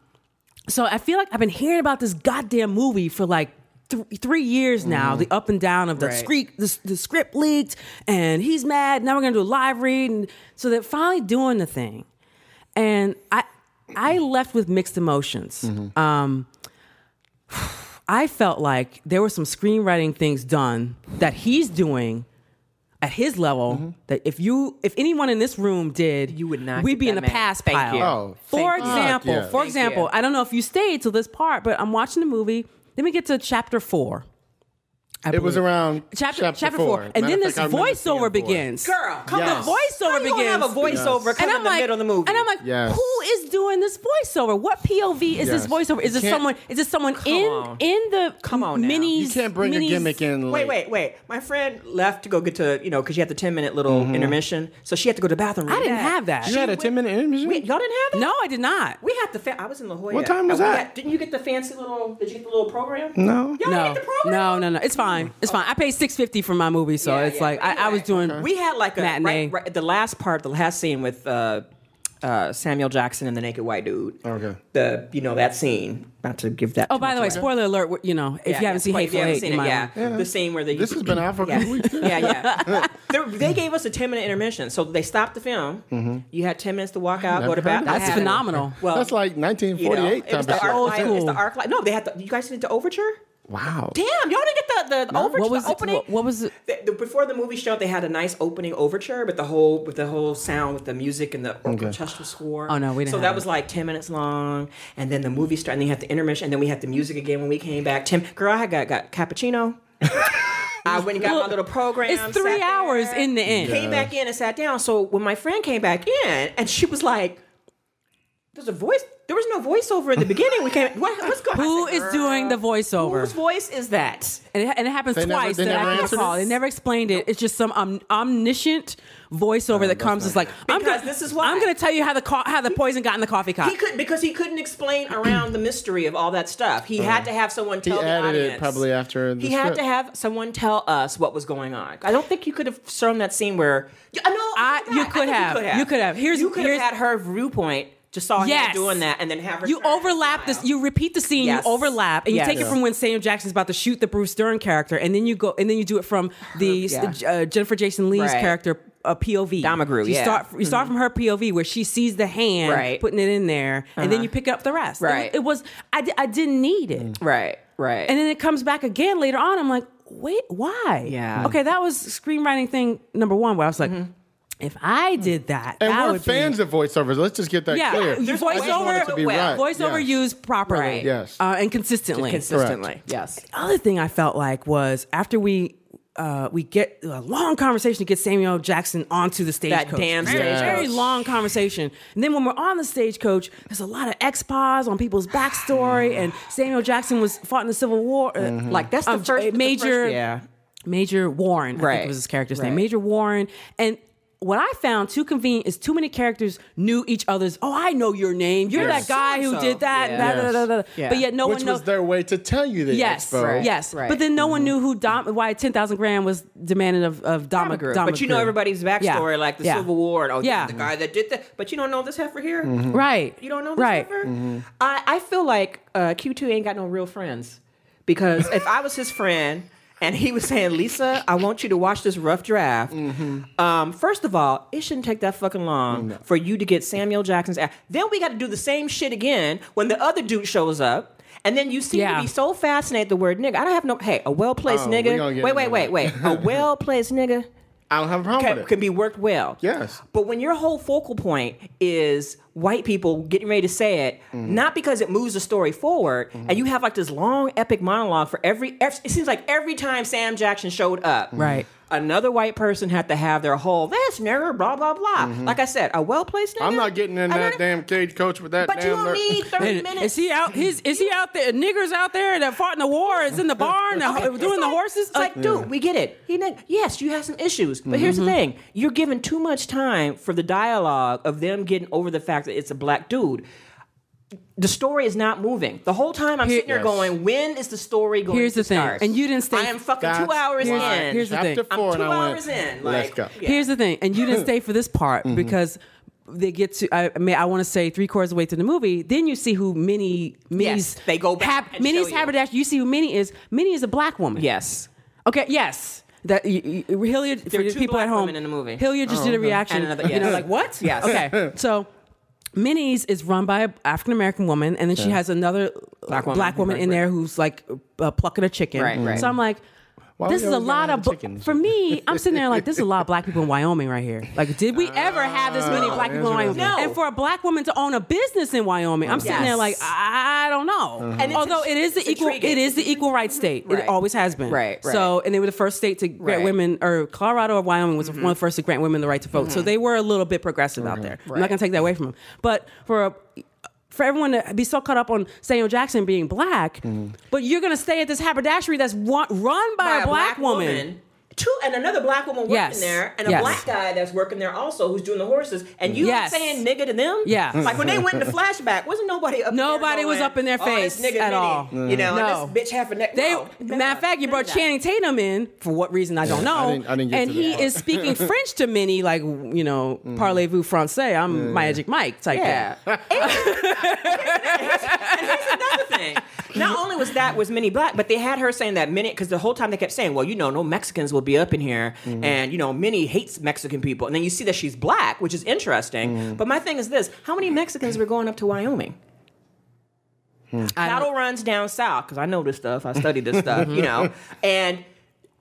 Speaker 4: so I feel like I've been hearing about this goddamn movie for like th- three years now. The up and down of the,
Speaker 5: Right.
Speaker 4: scre- the the script leaked, and he's mad. Now we're gonna do a live read, and so they're finally doing the thing, and I I left with mixed emotions. Um, I felt like there were some screenwriting things done that he's doing. At his level,
Speaker 3: Mm-hmm.
Speaker 4: that if you, if anyone in this room did,
Speaker 5: You would not
Speaker 4: we'd
Speaker 5: get
Speaker 4: be in
Speaker 5: that
Speaker 4: the
Speaker 5: mad.
Speaker 4: past
Speaker 5: Thank
Speaker 4: pile.
Speaker 5: you.
Speaker 3: Oh,
Speaker 4: for
Speaker 5: thank you.
Speaker 4: example,
Speaker 3: Fuck yeah.
Speaker 4: for
Speaker 5: Thank
Speaker 4: example,
Speaker 5: you.
Speaker 4: I don't know if you stayed till this part, but I'm watching the movie. Then we get to chapter four. I
Speaker 3: It was
Speaker 4: believe.
Speaker 3: around
Speaker 4: chapter chapter, four, and
Speaker 3: Matter
Speaker 4: then
Speaker 3: of
Speaker 4: this
Speaker 3: fact, I remember seeing four.
Speaker 4: voiceover begins.
Speaker 5: Girl, come
Speaker 3: Yes.
Speaker 4: the voiceover
Speaker 5: How you gonna
Speaker 4: begins.
Speaker 5: have a voiceover
Speaker 3: Yes.
Speaker 5: come in the
Speaker 4: like,
Speaker 5: middle of the movie.
Speaker 4: and I'm like,
Speaker 3: Yes.
Speaker 4: who is doing this voiceover? What POV is
Speaker 3: Yes.
Speaker 4: this voiceover? Is
Speaker 3: You
Speaker 4: this
Speaker 3: can't-
Speaker 4: someone? Is this someone in
Speaker 5: on.
Speaker 4: in the
Speaker 5: Come on now.
Speaker 4: minis?
Speaker 3: You can't bring
Speaker 4: minis,
Speaker 3: a gimmick in.
Speaker 5: Wait,
Speaker 3: late.
Speaker 5: wait, wait. My friend left to go get to, you know, because she had the 10 minute little intermission. So she had to go to the bathroom.
Speaker 4: I didn't have that.
Speaker 3: Mm-hmm. You had a ten minute intermission.
Speaker 5: Wait, y'all didn't have that?
Speaker 4: No, I did not.
Speaker 5: We had the, fa- I was in La Jolla.
Speaker 3: What time was
Speaker 5: And we
Speaker 3: that?
Speaker 5: had- didn't you get the fancy little, did you get the little program?
Speaker 3: No. Oh.
Speaker 5: Y'all didn't
Speaker 4: No,
Speaker 5: get the program?
Speaker 4: no, no, no. It's fine. It's fine. I paid six fifty for my movie, so
Speaker 5: Yeah,
Speaker 4: it's
Speaker 5: yeah.
Speaker 4: like
Speaker 5: But
Speaker 4: I, I was
Speaker 5: anyway,
Speaker 4: doing.
Speaker 5: We had like a,
Speaker 4: matinee.
Speaker 5: right, right, the last part, the last scene with uh, uh, Samuel Jackson and the naked white dude.
Speaker 3: Okay.
Speaker 5: The, you know, that scene. Not to give that.
Speaker 4: Oh, by the way, spoiler alert. we're- You know, if you haven't seen
Speaker 5: Hateful
Speaker 4: Hateful Eight, you might-
Speaker 5: yeah. The scene where they
Speaker 3: This has been out for a couple weeks.
Speaker 4: [LAUGHS]
Speaker 5: yeah, yeah. They're- they gave us a 10 minute intermission. So they stopped the film. You had 10 minutes to walk out, go
Speaker 3: Never Mm-hmm.
Speaker 5: to
Speaker 3: heard
Speaker 5: bathroom.
Speaker 3: that.
Speaker 4: that's phenomenal.
Speaker 5: Well,
Speaker 3: That's like
Speaker 5: you know,
Speaker 3: 1948
Speaker 5: it
Speaker 3: type
Speaker 5: was the
Speaker 3: of shit.
Speaker 5: arc
Speaker 4: Old
Speaker 5: light. It's the
Speaker 4: school.
Speaker 5: arc light. No, they had the, you guys did the overture?
Speaker 3: Wow.
Speaker 5: Damn, y'all didn't get the, the overture.
Speaker 4: What was
Speaker 5: the
Speaker 4: it-
Speaker 5: opening?
Speaker 4: what- what was it?
Speaker 5: The, the- before the movie showed, they had a nice opening overture with the whole with the whole sound with the music and the orchestral score.
Speaker 4: Oh, no, we didn't
Speaker 5: So
Speaker 4: have
Speaker 5: that
Speaker 4: it.
Speaker 5: was like ten minutes long, and then the movie started. And then you had the intermission, and then we had the music again when we came back. Tim, girl, I had got
Speaker 4: [LAUGHS]
Speaker 5: got cappuccino. I went and got my little program.
Speaker 4: It's three
Speaker 5: sat
Speaker 4: hours
Speaker 5: there,
Speaker 4: in the end.
Speaker 5: Came back in and sat down. So when my friend came back in, and she was like, There's a voice. There was no voiceover in the beginning. We can't. What, what's going? on?
Speaker 4: Who is doing the voiceover?
Speaker 5: Whose voice is that?
Speaker 4: And it, and it happens
Speaker 3: They never-
Speaker 4: twice
Speaker 3: they
Speaker 4: that
Speaker 3: never
Speaker 4: I can
Speaker 3: answered
Speaker 4: recall.
Speaker 3: it?
Speaker 4: They never explained it. It's just some om- omniscient voiceover that comes. It's like I'm
Speaker 5: Because
Speaker 4: gonna,
Speaker 5: this is why.
Speaker 4: I'm going to tell you how the co- how the poison got in the coffee cup.
Speaker 5: He could because he couldn't explain around the mystery of all that stuff. He had to have someone
Speaker 3: Uh, He
Speaker 5: tell the
Speaker 3: added
Speaker 5: audience.
Speaker 3: it probably after the
Speaker 5: he had
Speaker 3: script.
Speaker 5: to have someone tell us what was going on. I don't think you could have shown that scene where. Yeah, No,
Speaker 4: I-
Speaker 5: no,
Speaker 4: you
Speaker 5: I
Speaker 4: could
Speaker 5: think
Speaker 4: have. You could have. Here's-
Speaker 5: you could
Speaker 4: here's-
Speaker 5: have had her viewpoint. Just saw
Speaker 4: Yes.
Speaker 5: him doing that, and then have her.
Speaker 4: you
Speaker 5: turn and
Speaker 4: overlap this.
Speaker 5: smile.
Speaker 4: You repeat the scene.
Speaker 5: Yes.
Speaker 4: You overlap, and you
Speaker 5: Yes.
Speaker 4: take it
Speaker 5: Yeah.
Speaker 4: from when Sam Jackson's about to shoot the Bruce Dern character, and then you go, and then you do it from the
Speaker 5: yeah.
Speaker 4: uh, Jennifer Jason Lee's
Speaker 5: Right.
Speaker 4: character. uh POV.
Speaker 5: Dama Grew,
Speaker 4: You
Speaker 5: yeah. Mm-hmm.
Speaker 4: start. You start from her POV where she sees the hand,
Speaker 5: Right. Uh-huh.
Speaker 4: putting it in there, and then you pick up the rest. It wa-
Speaker 5: Right.
Speaker 4: It, was. I. di- I didn't need it.
Speaker 5: right, right,
Speaker 4: And then it comes back again later on. I'm like, wait, why?
Speaker 5: Yeah. Mm-hmm.
Speaker 4: Okay, that was screenwriting thing number one where I was like, if I did that,
Speaker 3: And
Speaker 4: that
Speaker 3: we're
Speaker 4: would
Speaker 3: fans
Speaker 4: be.
Speaker 3: of voiceovers. Let's just get that
Speaker 4: Yeah,
Speaker 3: clear.
Speaker 4: you
Speaker 5: I just want
Speaker 4: voiceover,
Speaker 5: it to be right.
Speaker 4: voiceover
Speaker 3: Yes.
Speaker 4: used properly,
Speaker 5: Right.
Speaker 3: Yes.
Speaker 4: uh, and consistently. Mm-hmm.
Speaker 5: consistently, yes,
Speaker 4: other thing I felt like was after we uh, we get a long conversation to get Samuel Jackson onto the stagecoach.
Speaker 5: damn
Speaker 4: very,
Speaker 5: stagecoach.
Speaker 4: very long conversation. And then when we're on the stagecoach, there's a lot of expos on people's
Speaker 5: [SIGHS]
Speaker 4: backstory, and Samuel Jackson was fought in the Civil War. uh,
Speaker 3: Mm-hmm.
Speaker 5: Like that's the
Speaker 4: um,
Speaker 5: first the
Speaker 4: major
Speaker 5: first- yeah,
Speaker 4: Major Warren, I think
Speaker 5: Right.
Speaker 4: was his character's name.
Speaker 5: Right.
Speaker 4: Major Warren. And what I found too convenient is too many characters knew each other's, oh, I know your name. You're
Speaker 5: Yes.
Speaker 4: that guy who
Speaker 5: So-and-so.
Speaker 4: did that.
Speaker 5: Yeah.
Speaker 4: that,
Speaker 3: Yes.
Speaker 4: da, da, da, da.
Speaker 5: Yeah.
Speaker 4: But yet no
Speaker 3: Which
Speaker 4: one knows.
Speaker 3: was their way to tell you the
Speaker 4: Yes,
Speaker 3: expo.
Speaker 5: Right.
Speaker 4: yes.
Speaker 5: Right. Mm-hmm.
Speaker 4: But then no one knew who Dom, why ten thousand grand was demanded of of Dom,
Speaker 5: Group.
Speaker 4: Dom
Speaker 5: but you know
Speaker 4: Group.
Speaker 5: everybody's backstory,
Speaker 4: Yeah.
Speaker 5: like the
Speaker 4: Yeah.
Speaker 5: Civil War, and oh,
Speaker 4: Yeah.
Speaker 5: yeah, the guy that did that. But you don't know this heifer here.
Speaker 3: Mm-hmm.
Speaker 4: right?
Speaker 5: You don't know this
Speaker 4: right?
Speaker 5: heifer. I, I feel like uh, Q two ain't got no real friends because if I was his friend. And he was saying, Lisa, I want you to watch this rough draft.
Speaker 3: Mm-hmm.
Speaker 5: Um, first of all, it shouldn't take that fucking long for you to get Samuel Jackson's act. Then we got to do the same shit again when the other dude shows up. And then you seem
Speaker 4: Yeah.
Speaker 5: to be so fascinated the word nigga. I don't have no, hey, a well placed
Speaker 3: Oh, we gonna
Speaker 5: nigga.
Speaker 3: get
Speaker 5: Wait, wait,
Speaker 3: into
Speaker 5: wait, wait.
Speaker 3: [LAUGHS]
Speaker 5: A well placed nigga
Speaker 3: I don't have a problem
Speaker 5: can,
Speaker 3: with it.
Speaker 5: can be worked well.
Speaker 3: Yes.
Speaker 5: But when your whole focal point is white people getting ready to say it,
Speaker 3: Mm-hmm.
Speaker 5: not because it moves the story forward, and you have like this long epic monologue for every, ev- it seems like every time Sam Jackson showed up,
Speaker 3: Mm-hmm.
Speaker 4: Right.
Speaker 5: Another white person had to have their whole this nigger blah blah blah. Like I said, a well placed.
Speaker 3: Mm-hmm. I'm not getting in that damn cage coach with that
Speaker 5: But you
Speaker 3: damn.
Speaker 5: don't
Speaker 3: lur- [LAUGHS]
Speaker 5: need thirty
Speaker 4: And
Speaker 5: minutes.
Speaker 4: is he out? His, is he out there? Niggers out there that fought in the war is in the
Speaker 5: [LAUGHS]
Speaker 4: barn uh,
Speaker 5: It's
Speaker 4: doing the
Speaker 5: like-
Speaker 4: horses.
Speaker 5: It's like, dude, we get it. He neg- yes, you have some issues, but here's
Speaker 4: Mm-hmm.
Speaker 5: the thing: you're giving too much time for the dialogue of them getting over the fact that it's a black dude. The story is not moving. The whole time I'm
Speaker 4: Here-
Speaker 5: sitting there
Speaker 3: Yes.
Speaker 5: going, when is the story going
Speaker 4: Here's
Speaker 5: to
Speaker 4: the thing,
Speaker 5: start?
Speaker 4: and you didn't stay-
Speaker 5: I am fucking
Speaker 3: That's
Speaker 5: two hours
Speaker 3: why
Speaker 5: in.
Speaker 4: Here's the
Speaker 3: chapter
Speaker 4: thing.
Speaker 5: I'm
Speaker 3: Four, and
Speaker 5: two
Speaker 3: I went,
Speaker 5: hours in.
Speaker 3: Let's
Speaker 5: like,
Speaker 3: go.
Speaker 5: yeah. Mm-hmm.
Speaker 4: Here's the thing, and you didn't stay for this part because they get to. I, I mean, I want to say three quarters of the way through the movie. Then you see who Minnie. Minnie's
Speaker 5: they go back and
Speaker 4: Minnie's
Speaker 5: show you.
Speaker 4: haberdash. You see who Minnie is. Minnie is a black woman.
Speaker 5: Yes.
Speaker 4: Okay. Yes. That y- y- Hilliard
Speaker 5: There are
Speaker 4: for the
Speaker 5: two
Speaker 4: people
Speaker 5: black
Speaker 4: at home.
Speaker 5: women in the movie. Oh,
Speaker 4: Hilliard just did a reaction.
Speaker 5: And another-
Speaker 4: You know,
Speaker 5: yes.
Speaker 4: like what?
Speaker 5: [LAUGHS] Yes.
Speaker 4: Okay. So. Minnie's is run by an African American woman, and then she has another black
Speaker 5: woman.
Speaker 4: woman, in there who's like uh, plucking a chicken.
Speaker 5: Right, right.
Speaker 4: So I'm like,
Speaker 3: Why
Speaker 4: this
Speaker 3: we
Speaker 4: is a
Speaker 3: always
Speaker 4: lot
Speaker 3: gotta
Speaker 4: of
Speaker 3: have
Speaker 4: bu-
Speaker 3: chickens?
Speaker 4: for me. I'm sitting there like, this is a
Speaker 3: [LAUGHS]
Speaker 4: lot of black people in Wyoming right here. Like, did we ever have this many black people in Wyoming?
Speaker 3: interesting.
Speaker 5: No.
Speaker 4: And for a black woman to own a business in Wyoming, I'm sitting there
Speaker 5: Yes.
Speaker 4: like, I don't know.
Speaker 5: And it's
Speaker 4: Although
Speaker 5: int-
Speaker 4: it is the
Speaker 5: it's
Speaker 4: equal,
Speaker 5: intriguing.
Speaker 4: it is the equal rights state. It
Speaker 5: Right.
Speaker 4: always has been.
Speaker 5: Right, right.
Speaker 4: So and they were the first state to grant
Speaker 5: Right.
Speaker 4: women, or Colorado or Wyoming was one of the first to grant women the right to vote. So they were a little bit progressive out there. I'm not going to take that away from them. But for a, for everyone to be so caught up on Samuel Jackson being black, but you're going to stay at this haberdashery that's wa- run by,
Speaker 5: by
Speaker 4: a, black, woman.
Speaker 5: Two and another black woman working
Speaker 4: Yes.
Speaker 5: there, and a
Speaker 4: Yes.
Speaker 5: black guy that's working there also who's doing the horses. And you
Speaker 4: Yes.
Speaker 5: saying nigga to them?
Speaker 4: Yeah.
Speaker 5: Like when they
Speaker 4: [LAUGHS]
Speaker 5: went into flashback, wasn't nobody up
Speaker 4: Nobody
Speaker 5: there
Speaker 4: was
Speaker 5: going,
Speaker 4: up in their
Speaker 5: "Oh, this
Speaker 4: face
Speaker 5: nigga
Speaker 4: at
Speaker 5: Minnie,"
Speaker 4: all.
Speaker 5: You know,
Speaker 4: No.
Speaker 5: and this bitch half a neck.
Speaker 4: They,
Speaker 5: no, no,
Speaker 4: matter of fact, you
Speaker 5: none
Speaker 4: brought
Speaker 5: of that.
Speaker 4: Channing Tatum in for what reason I don't know,
Speaker 3: I didn't- I didn't get
Speaker 4: and
Speaker 3: to that
Speaker 4: he
Speaker 3: part.
Speaker 4: is speaking French to Minnie like you know parlez-vous français. I'm Magic Mike type. thing.
Speaker 5: Yeah. and, and here's another thing. Not only was that was Minnie Black, but they had her saying that Minnie because the whole time they kept saying, "Well, you know, no Mexicans will be up in here," and you know, Minnie hates Mexican people. And then you see that she's black, which is interesting. But my thing is this: how many Mexicans were going up to Wyoming?
Speaker 4: I don't-
Speaker 5: Cattle runs down south because I know this stuff. I studied this stuff,
Speaker 4: [LAUGHS]
Speaker 5: you know.
Speaker 4: Mm-hmm.
Speaker 5: And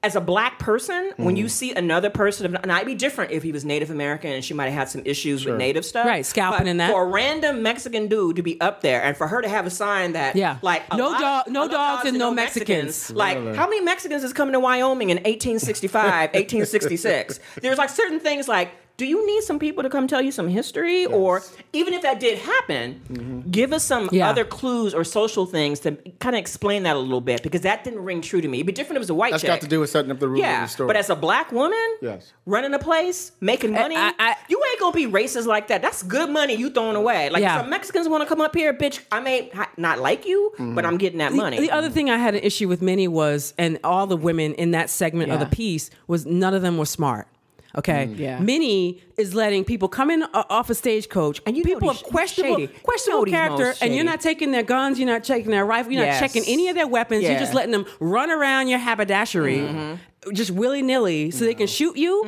Speaker 5: as a black person, when
Speaker 4: Mm.
Speaker 5: you see another person, of, and I'd be different if he was Native American and she might have had some issues with Native stuff,
Speaker 4: Right, scalping
Speaker 5: But
Speaker 4: and that.
Speaker 5: For a random Mexican dude to be up there, and for her to have a sign that,
Speaker 4: Yeah.
Speaker 5: like a
Speaker 4: No
Speaker 5: lot-
Speaker 4: dog- no
Speaker 5: a lot of
Speaker 4: dogs and no Mexicans.
Speaker 5: Like
Speaker 4: [LAUGHS]
Speaker 5: how many Mexicans is coming to Wyoming in 1865, 1866? There's like certain things like do you need some people to come tell you some history? Or even if that did happen,
Speaker 4: Mm-hmm.
Speaker 5: give us some
Speaker 4: Yeah.
Speaker 5: other clues or social things to kind of explain that a little bit because that didn't ring true to me. It'd be different if it was a white
Speaker 3: That's
Speaker 5: chick.
Speaker 3: got to do with setting up the rules of
Speaker 5: Yeah,
Speaker 3: the story.
Speaker 5: but as a black woman,
Speaker 3: Yes.
Speaker 5: running a place, making money,
Speaker 4: I- I-
Speaker 5: you ain't gonna be racist like that. That's good money you throwing away. Like
Speaker 4: Yeah.
Speaker 5: some Mexicans want to come up here, bitch. I may ha- not like you,
Speaker 3: Mm-hmm.
Speaker 5: but I'm getting that money.
Speaker 4: The other thing I had an issue with many was, and all the women in that segment of the
Speaker 5: Yeah. Mm.
Speaker 4: piece was none of them were smart. Okay,
Speaker 5: Yeah.
Speaker 4: Minnie is letting people come in uh, off a stagecoach,
Speaker 5: And you know
Speaker 4: people
Speaker 5: these-
Speaker 4: of questionable,
Speaker 5: shady. You
Speaker 4: questionable
Speaker 5: know these
Speaker 4: character,
Speaker 5: most
Speaker 4: and you're
Speaker 5: shady.
Speaker 4: not taking their guns, you're not checking their rifle, you're
Speaker 5: Yes.
Speaker 4: not checking any of their weapons. You're
Speaker 5: Yeah. Mm-hmm.
Speaker 4: just letting them run around your haberdashery. Just willy nilly, so they can shoot you.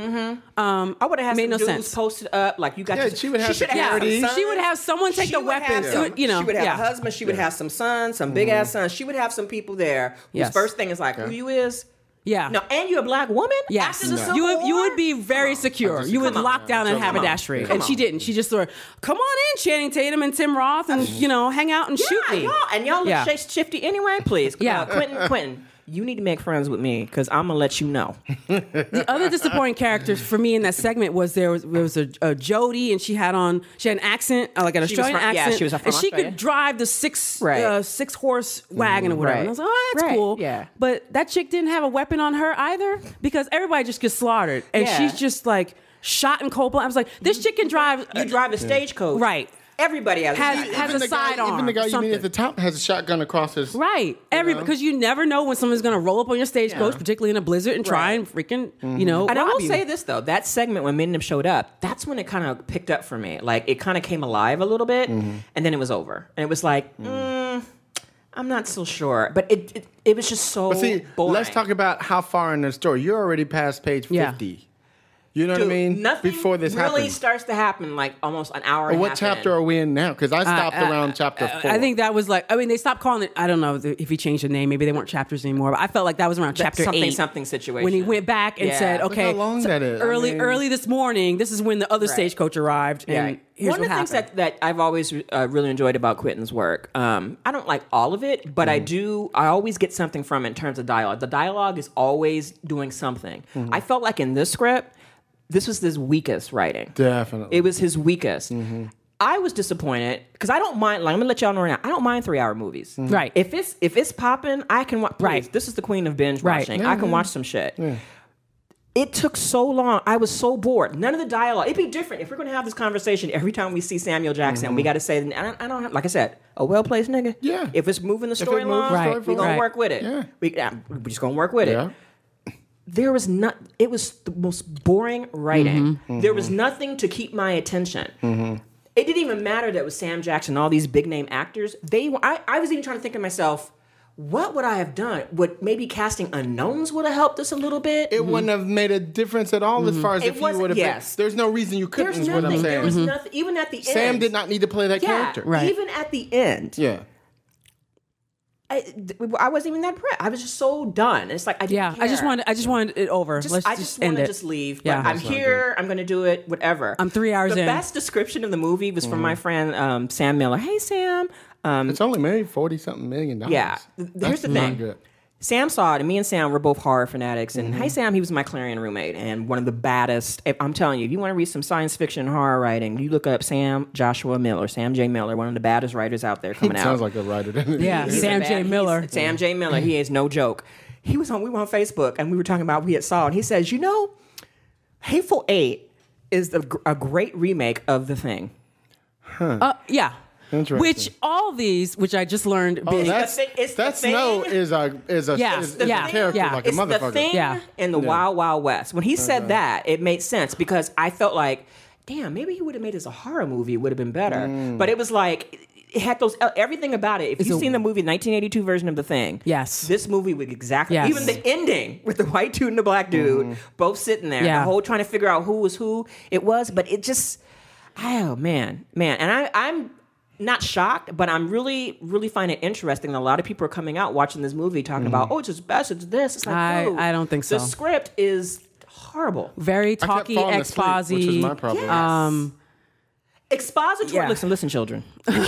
Speaker 4: Um,
Speaker 5: I would have had
Speaker 4: made
Speaker 5: some
Speaker 4: no
Speaker 5: dudes
Speaker 4: sense.
Speaker 5: posted up. Like you got.
Speaker 3: Yeah,
Speaker 5: your-
Speaker 3: she would have
Speaker 5: should
Speaker 3: security.
Speaker 5: some
Speaker 4: Yeah, she would have someone take
Speaker 5: She
Speaker 4: the
Speaker 5: would have
Speaker 4: weapons.
Speaker 5: some-
Speaker 4: It would- you know,
Speaker 5: she would have
Speaker 4: yeah. Mm-hmm.
Speaker 5: a husband. She would have some sons, some big ass sons. She would have some people there whose
Speaker 4: Yes.
Speaker 5: first thing is like, who you is.
Speaker 4: yeah.
Speaker 5: No, and you're a black woman.
Speaker 4: Yes,
Speaker 5: After the Civil
Speaker 4: you would you
Speaker 5: War?
Speaker 4: would be very secure. You would
Speaker 5: Come on.
Speaker 4: lock down a
Speaker 5: Come on.
Speaker 4: haberdashery,
Speaker 5: Come
Speaker 4: and she
Speaker 5: on.
Speaker 4: didn't. She just sort of come on in, Channing Tatum and Tim Roth, and you know, hang out and shoot
Speaker 5: Yeah,
Speaker 4: me.
Speaker 5: Y'all, and y'all look
Speaker 4: Yeah.
Speaker 5: sh- shifty anyway. Please,
Speaker 4: Yeah.
Speaker 5: yeah, [LAUGHS] Quentin, Quentin, you need to make friends with me because I'm gonna let you know.
Speaker 4: The other disappointing character for me in that segment was there was, there was a, a Jody, and she had on she had an accent, uh, like an
Speaker 5: She was
Speaker 4: Australian
Speaker 5: from- yeah,
Speaker 4: accent.
Speaker 5: she was from
Speaker 4: and she
Speaker 5: Australia.
Speaker 4: could drive the six
Speaker 5: Right. Mm,
Speaker 4: uh, six horse wagon or whatever.
Speaker 5: right.
Speaker 4: And I was like, oh, that's
Speaker 5: Right,
Speaker 4: cool.
Speaker 5: yeah.
Speaker 4: but that chick didn't have a weapon on her either because everybody just gets slaughtered, and
Speaker 5: Yeah. Mm-hmm.
Speaker 4: she's just like. Shot in cold blood. I was like, this chick can drive.
Speaker 5: [LAUGHS]
Speaker 4: uh,
Speaker 5: You drive a stagecoach,
Speaker 4: Right.
Speaker 5: Everybody has,
Speaker 4: Has-
Speaker 5: a shotgun.
Speaker 4: has a
Speaker 3: the guy,
Speaker 4: sidearm,
Speaker 3: Even the guy you meet
Speaker 4: something.
Speaker 3: at the top has a shotgun across his.
Speaker 4: Right. Every
Speaker 3: know?
Speaker 4: because you never know when someone's gonna roll up on your stagecoach,
Speaker 3: Yeah.
Speaker 4: particularly in a blizzard, and try
Speaker 5: Right.
Speaker 4: and freaking you know.
Speaker 5: And I
Speaker 4: rob
Speaker 5: will
Speaker 4: you.
Speaker 5: say this though, that segment when Minim showed up, that's when it kind of picked up for me. Like it kind of came alive a little bit, and then it was over, and it was like, Mm-hmm. mm, I'm not so sure, but it it, it was just so
Speaker 3: But see,
Speaker 5: boring.
Speaker 3: let's talk about how far in the story. You're already past page
Speaker 4: Yeah.
Speaker 3: 50. You know what I
Speaker 5: Dude,
Speaker 3: mean?
Speaker 5: Nothing
Speaker 3: Before this
Speaker 5: really
Speaker 3: happened.
Speaker 5: starts to happen, like almost an hour.
Speaker 3: Or
Speaker 5: and a
Speaker 3: what
Speaker 5: half
Speaker 3: chapter
Speaker 5: in.
Speaker 3: are we in now? Because I stopped
Speaker 4: uh,
Speaker 3: around chapter four.
Speaker 4: I think that was like I mean they stopped calling it I don't know if he changed the name maybe they weren't chapters anymore but I felt like that was around chapter
Speaker 5: something,
Speaker 4: eight
Speaker 5: something situation.
Speaker 4: when he went back and
Speaker 5: Yeah.
Speaker 4: said
Speaker 5: Look
Speaker 4: okay
Speaker 3: how long that is. I
Speaker 4: early
Speaker 3: mean-
Speaker 4: early this morning this is when the other stagecoach arrived and
Speaker 5: Right.
Speaker 4: here's
Speaker 5: One
Speaker 4: what
Speaker 5: of the
Speaker 4: happened
Speaker 5: things that, that I've always uh, really enjoyed about Quentin's work, um, I don't like all of it, but
Speaker 4: Mm-hmm.
Speaker 5: I do, I always get something from it in terms of dialogue. The dialogue is always doing something.
Speaker 4: Mm-hmm.
Speaker 5: I felt like in this script, this was his weakest writing.
Speaker 3: Definitely.
Speaker 5: It was his weakest.
Speaker 4: Mm-hmm.
Speaker 5: I was disappointed because I don't mind. Like, I'm gonna let y'all know right now. I don't mind three hour movies.
Speaker 4: Right.
Speaker 5: If it's if it's popping, I can watch.
Speaker 4: Right.
Speaker 5: Right. This is the queen of binge
Speaker 4: Right.
Speaker 5: watching. I can watch some shit. It took so long. I was so bored. None of the dialogue. It'd be different if we're gonna have this conversation every time we see Samuel Jackson. We got to say, I don't, I don't have, like I said, a well placed nigga.
Speaker 3: Mm-hmm. Yeah.
Speaker 5: If it's moving the
Speaker 3: it
Speaker 5: story
Speaker 3: moves
Speaker 5: along,
Speaker 3: the
Speaker 4: story
Speaker 5: we're gonna
Speaker 4: forward.
Speaker 5: work with it.
Speaker 3: Yeah.
Speaker 5: We, uh, we're just gonna work with
Speaker 3: Yeah.
Speaker 5: it there was not it was the most boring writing
Speaker 3: Mm-hmm.
Speaker 5: there was nothing to keep my attention it didn't even matter that it was sam jackson all these big name actors they were- I, I was even trying to think to myself what would i have done would maybe casting unknowns would have helped us a little bit
Speaker 3: It wouldn't have made a difference at all as far as
Speaker 5: It
Speaker 3: if you
Speaker 5: wasn't-
Speaker 3: would have.
Speaker 5: yes.
Speaker 3: Mm-hmm. There's no reason you couldn't.
Speaker 5: there's
Speaker 3: Is what I'm
Speaker 5: nothing there
Speaker 3: saying. Mm-hmm.
Speaker 5: was nothing even at the
Speaker 3: Sam
Speaker 5: end
Speaker 3: did not need to play that
Speaker 5: yeah,
Speaker 3: character.
Speaker 4: Right.
Speaker 5: even at the end
Speaker 3: Yeah.
Speaker 5: I, I wasn't even that prep i was just so done it's like i didn't
Speaker 4: yeah I just
Speaker 5: care.
Speaker 4: wanted I just wanted it over
Speaker 5: Just-
Speaker 4: let's
Speaker 5: I
Speaker 4: just
Speaker 5: just
Speaker 4: end
Speaker 5: want to
Speaker 4: it
Speaker 5: just leave. But
Speaker 4: Yeah.
Speaker 5: I'm here. I'm going to do it. Whatever.
Speaker 4: I'm three hours
Speaker 5: the
Speaker 4: in.
Speaker 5: best description of the movie was
Speaker 3: Mm-hmm.
Speaker 5: from my friend um, Sam Miller. Hey Sam. Um,
Speaker 3: It's only made 40 something million dollars.
Speaker 5: yeah. Th- Here's
Speaker 3: That's
Speaker 5: the
Speaker 3: not
Speaker 5: thing.
Speaker 3: good.
Speaker 5: Sam saw it, and me and Sam were both horror fanatics. And
Speaker 3: Mm-hmm.
Speaker 5: hey, Sam, he was my Clarion roommate and one of the baddest. if- I'm telling you, if you want to read some science fiction horror writing, you look up Sam Joshua Miller, Sam J. Miller, one of the baddest writers out there coming out.
Speaker 3: Sounds like a writer. doesn't it?
Speaker 4: Yeah.
Speaker 5: He's
Speaker 4: Sam
Speaker 5: a
Speaker 4: J.
Speaker 5: he's-
Speaker 4: Miller.
Speaker 5: Sam J. Miller. He is no joke. He was on. We were on Facebook and we were talking about what we had saw, and he says, "You know, Hateful Eight is the, gr- a great remake of The Thing."
Speaker 4: uh, yeah
Speaker 3: Interesting.
Speaker 4: which all these which I just learned
Speaker 3: Oh,
Speaker 4: being-
Speaker 3: that's
Speaker 5: thing- it's the
Speaker 3: that
Speaker 5: thing.
Speaker 3: snow is a is a
Speaker 4: Yeah,
Speaker 3: is, is
Speaker 4: the
Speaker 3: a
Speaker 4: thing.
Speaker 3: character
Speaker 4: Yeah.
Speaker 3: like
Speaker 5: it's
Speaker 3: a motherfucker.
Speaker 5: The Thing
Speaker 4: Yeah.
Speaker 5: in the Wild Wild West. When he said that, it made sense because I felt like, damn, maybe he would have made this a horror movie. It would have been better.
Speaker 3: Mm.
Speaker 5: But it was like. It had those e-, everything about it. If you've
Speaker 4: a-
Speaker 5: seen the movie 1982 version of The Thing,
Speaker 4: Yes.
Speaker 5: this movie would exactly
Speaker 4: Yes.
Speaker 5: even the ending with the white dude and the black dude both sitting there,
Speaker 4: Yeah.
Speaker 5: the whole trying to figure out who was who. It was, but it just oh man, man, and I, I'm not shocked, but I'm really, really find it interesting. that A lot of people are coming out watching this movie talking about, oh, it's just best, it's this. It's like,
Speaker 4: I-
Speaker 5: dude,
Speaker 4: I don't think so.
Speaker 5: The script is horrible.
Speaker 4: very
Speaker 3: I kept
Speaker 4: talky
Speaker 3: falling asleep,
Speaker 4: exposy
Speaker 3: which was my problem.
Speaker 5: Um, expository.
Speaker 4: yeah.
Speaker 5: Listen, listen, children.
Speaker 3: Tell the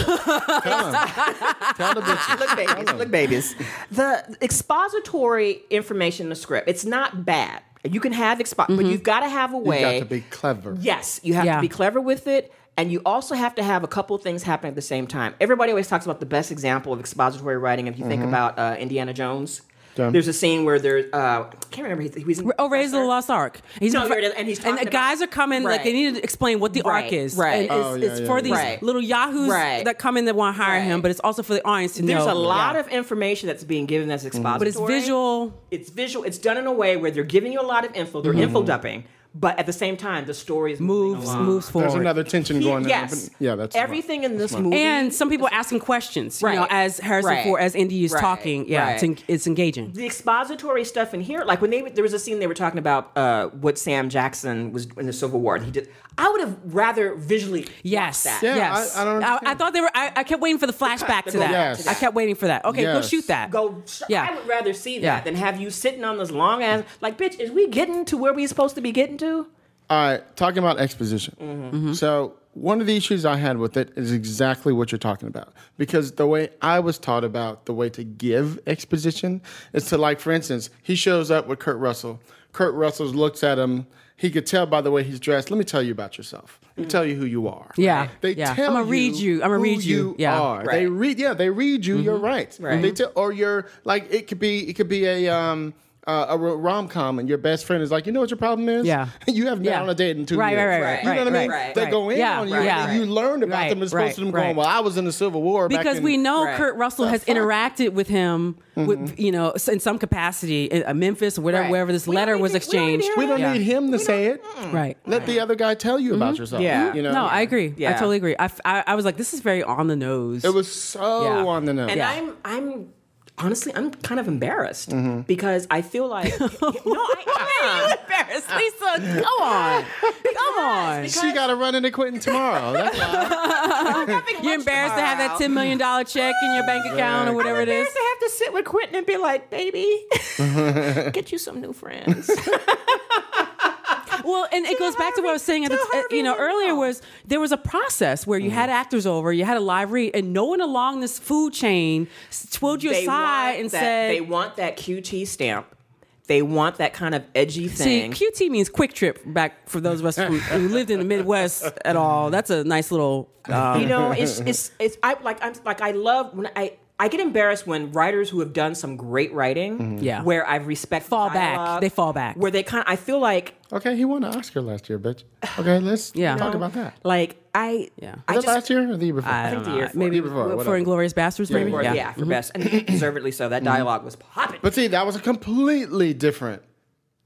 Speaker 3: bitches.
Speaker 5: look, [LAUGHS] babies. Look, babies. The expository information in the script. It's not bad. You can have expo-
Speaker 4: Mm-hmm.
Speaker 5: but you've got to have a way.
Speaker 3: You got to be clever.
Speaker 5: Yes, you have
Speaker 4: Yeah.
Speaker 5: to be clever with it, and you also have to have a couple of things happen at the same time. Everybody always talks about the best example of expository writing. If you
Speaker 3: Mm-hmm.
Speaker 5: think about uh, Indiana Jones,
Speaker 3: Yeah.
Speaker 5: there's a scene where there uh, I can't remember. He, he was in
Speaker 4: Oh, Raiders of the Lost Ark. He's
Speaker 5: No, here it is, and he's
Speaker 4: and the
Speaker 5: talking
Speaker 4: guys are
Speaker 5: about-
Speaker 4: coming like they
Speaker 5: Right.
Speaker 4: need to explain what the
Speaker 5: Right,
Speaker 4: ark is.
Speaker 5: right.
Speaker 4: And it's,
Speaker 3: Oh, yeah,
Speaker 4: it's
Speaker 3: yeah,
Speaker 4: for
Speaker 3: yeah.
Speaker 4: these
Speaker 5: Right.
Speaker 4: little yahoos
Speaker 5: Right.
Speaker 4: that come in that want to hire
Speaker 5: Right.
Speaker 4: him, but it's also for the audience to
Speaker 5: There's
Speaker 4: know.
Speaker 5: a lot
Speaker 4: Yeah.
Speaker 5: of information that's being given that's
Speaker 3: Mm-hmm.
Speaker 5: expository.
Speaker 4: but it's visual.
Speaker 5: It's visual. It's done in a way where they're giving you a lot of info. They're info
Speaker 3: Mm-hmm.
Speaker 5: dumping, but at the same time, the story is moving
Speaker 4: Moves
Speaker 5: along.
Speaker 4: moves forward.
Speaker 3: There's another tension
Speaker 5: He-
Speaker 3: going on.
Speaker 5: yes.
Speaker 3: Yeah, that's smart.
Speaker 5: everything in this movie.
Speaker 4: and some people asking questions, you know,
Speaker 5: Right.
Speaker 4: as Harrison
Speaker 5: Right.
Speaker 4: Ford, as Indy is
Speaker 5: Right.
Speaker 4: talking. Yeah, it's,
Speaker 5: Right.
Speaker 4: en- it's engaging.
Speaker 5: the expository stuff in here, like when they there was a scene they were talking about uh, what Sam Jackson was in the Civil War. He did. I would have rather visually watched
Speaker 4: Yes.
Speaker 5: that.
Speaker 3: Yeah,
Speaker 4: yes.
Speaker 3: I- I don't
Speaker 4: I,
Speaker 3: understand.
Speaker 4: thought they were. I, I kept waiting for the flashback to that.
Speaker 3: Yes.
Speaker 4: I kept waiting for that. Okay, go
Speaker 3: Yes.
Speaker 4: shoot that.
Speaker 5: Go. sh-
Speaker 4: Yeah.
Speaker 5: I would rather see that
Speaker 4: Yeah.
Speaker 5: than have you sitting on this long ass. Like, bitch, is we getting to where we supposed to be getting to?
Speaker 3: All right, talking about exposition.
Speaker 4: Mm-hmm.
Speaker 3: So one of the issues I had with it is exactly what you're talking about because the way I was taught about the way to give exposition is to like, for instance, he shows up with Kurt Russell. Kurt Russell looks at him. He could tell by the way he's dressed. Let me tell you about yourself. Let me tell you who you are.
Speaker 4: Yeah,
Speaker 3: They
Speaker 4: yeah.
Speaker 3: tell
Speaker 4: I'ma read you. I'ma
Speaker 3: who
Speaker 4: read you. Yeah. Mm-hmm.
Speaker 3: are. They
Speaker 5: Right.
Speaker 3: read. Yeah. They read you. You're right.
Speaker 5: Right.
Speaker 3: They tell, or you're like it could be. It could be a um uh, a rom com, and your best friend is like, you know what your problem is?
Speaker 4: Yeah.
Speaker 3: [LAUGHS] you haven't been
Speaker 4: Yeah.
Speaker 3: on a date in two
Speaker 4: Right,
Speaker 3: years.
Speaker 4: right, right, right,
Speaker 3: You know what I mean?
Speaker 4: right, right,
Speaker 3: they
Speaker 5: right.
Speaker 3: go in
Speaker 4: Yeah,
Speaker 3: on you,
Speaker 4: right,
Speaker 3: and
Speaker 4: right.
Speaker 3: you learned about
Speaker 4: Right,
Speaker 3: them as opposed to them
Speaker 4: right,
Speaker 3: going,
Speaker 4: right.
Speaker 3: well, I was in the Civil War. back
Speaker 4: because
Speaker 3: in-
Speaker 4: we know
Speaker 5: Right. Mm-hmm.
Speaker 4: Kurt Russell
Speaker 5: [LAUGHS]
Speaker 4: has interacted with him, with you know, in some capacity, in uh, Memphis or whatever,
Speaker 5: Right.
Speaker 4: wherever this
Speaker 5: We don't
Speaker 4: letter
Speaker 5: need
Speaker 4: was
Speaker 5: to- we don't need
Speaker 4: exchanged.
Speaker 5: to
Speaker 3: We don't
Speaker 4: Yeah.
Speaker 3: need him to say it.
Speaker 4: Right.
Speaker 3: Let the other guy tell you about yourself.
Speaker 5: Yeah.
Speaker 3: You know?
Speaker 4: Mm-hmm. No, I agree. I
Speaker 5: Yeah.
Speaker 4: totally agree. I, f- I- I was like, this is very on the nose. [LAUGHS]
Speaker 3: It was so
Speaker 4: Yeah.
Speaker 3: on the nose.
Speaker 5: And
Speaker 4: Yeah.
Speaker 5: I'm I'm honestly I'm kind of embarrassed because I
Speaker 4: [LAUGHS]
Speaker 5: feel like no, I am.
Speaker 4: embarrassed, Lisa. Go
Speaker 5: [LAUGHS]
Speaker 4: on, come on.
Speaker 3: she got to run into Quentin
Speaker 4: [LAUGHS]
Speaker 3: tomorrow. That's why.
Speaker 4: You're embarrassed to have that ten million dollar check in your bank account or whatever it is.
Speaker 5: embarrassed to have to sit with Quentin and be like, baby, get you some new friends.
Speaker 4: Well, and it goes back to what I was saying at the
Speaker 5: tell
Speaker 4: t- uh,
Speaker 5: Harvey
Speaker 4: you know
Speaker 5: to
Speaker 4: earlier
Speaker 5: know.
Speaker 4: was there was a process where you had actors over, you had a live read, and no one along this food chain s- twirled you aside
Speaker 5: want
Speaker 4: and
Speaker 5: that,
Speaker 4: said,
Speaker 5: they want that QT stamp. They want that kind of edgy
Speaker 4: See,
Speaker 5: thing.
Speaker 4: QT means quick trip. Back for those of us
Speaker 5: [LAUGHS]
Speaker 4: who, who lived in the Midwest at all, that's a nice little. Um,
Speaker 5: you know, it's [LAUGHS] it's it's I like I'm like I love when I I get embarrassed when writers who have done some great writing,
Speaker 4: Yeah.
Speaker 5: where I respect
Speaker 4: Fall back.
Speaker 5: dialogue,
Speaker 4: They fall back.
Speaker 5: where they kind of I feel like
Speaker 3: okay, he won an Oscar last year, bitch. Okay, let's
Speaker 4: Yeah.
Speaker 3: talk
Speaker 4: No.
Speaker 3: about that.
Speaker 5: like I
Speaker 4: Yeah.
Speaker 5: I
Speaker 3: Was
Speaker 5: just,
Speaker 3: that last year or the year before?
Speaker 4: I don't
Speaker 5: think the
Speaker 4: know.
Speaker 5: year before.
Speaker 4: Maybe
Speaker 3: Year before,
Speaker 4: for
Speaker 3: whatever.
Speaker 4: Inglorious Bastards, maybe.
Speaker 5: yeah, for
Speaker 4: Mm-hmm.
Speaker 5: best and [CLEARS THROAT] deservedly so. That dialogue was popping.
Speaker 3: But see, that was a completely different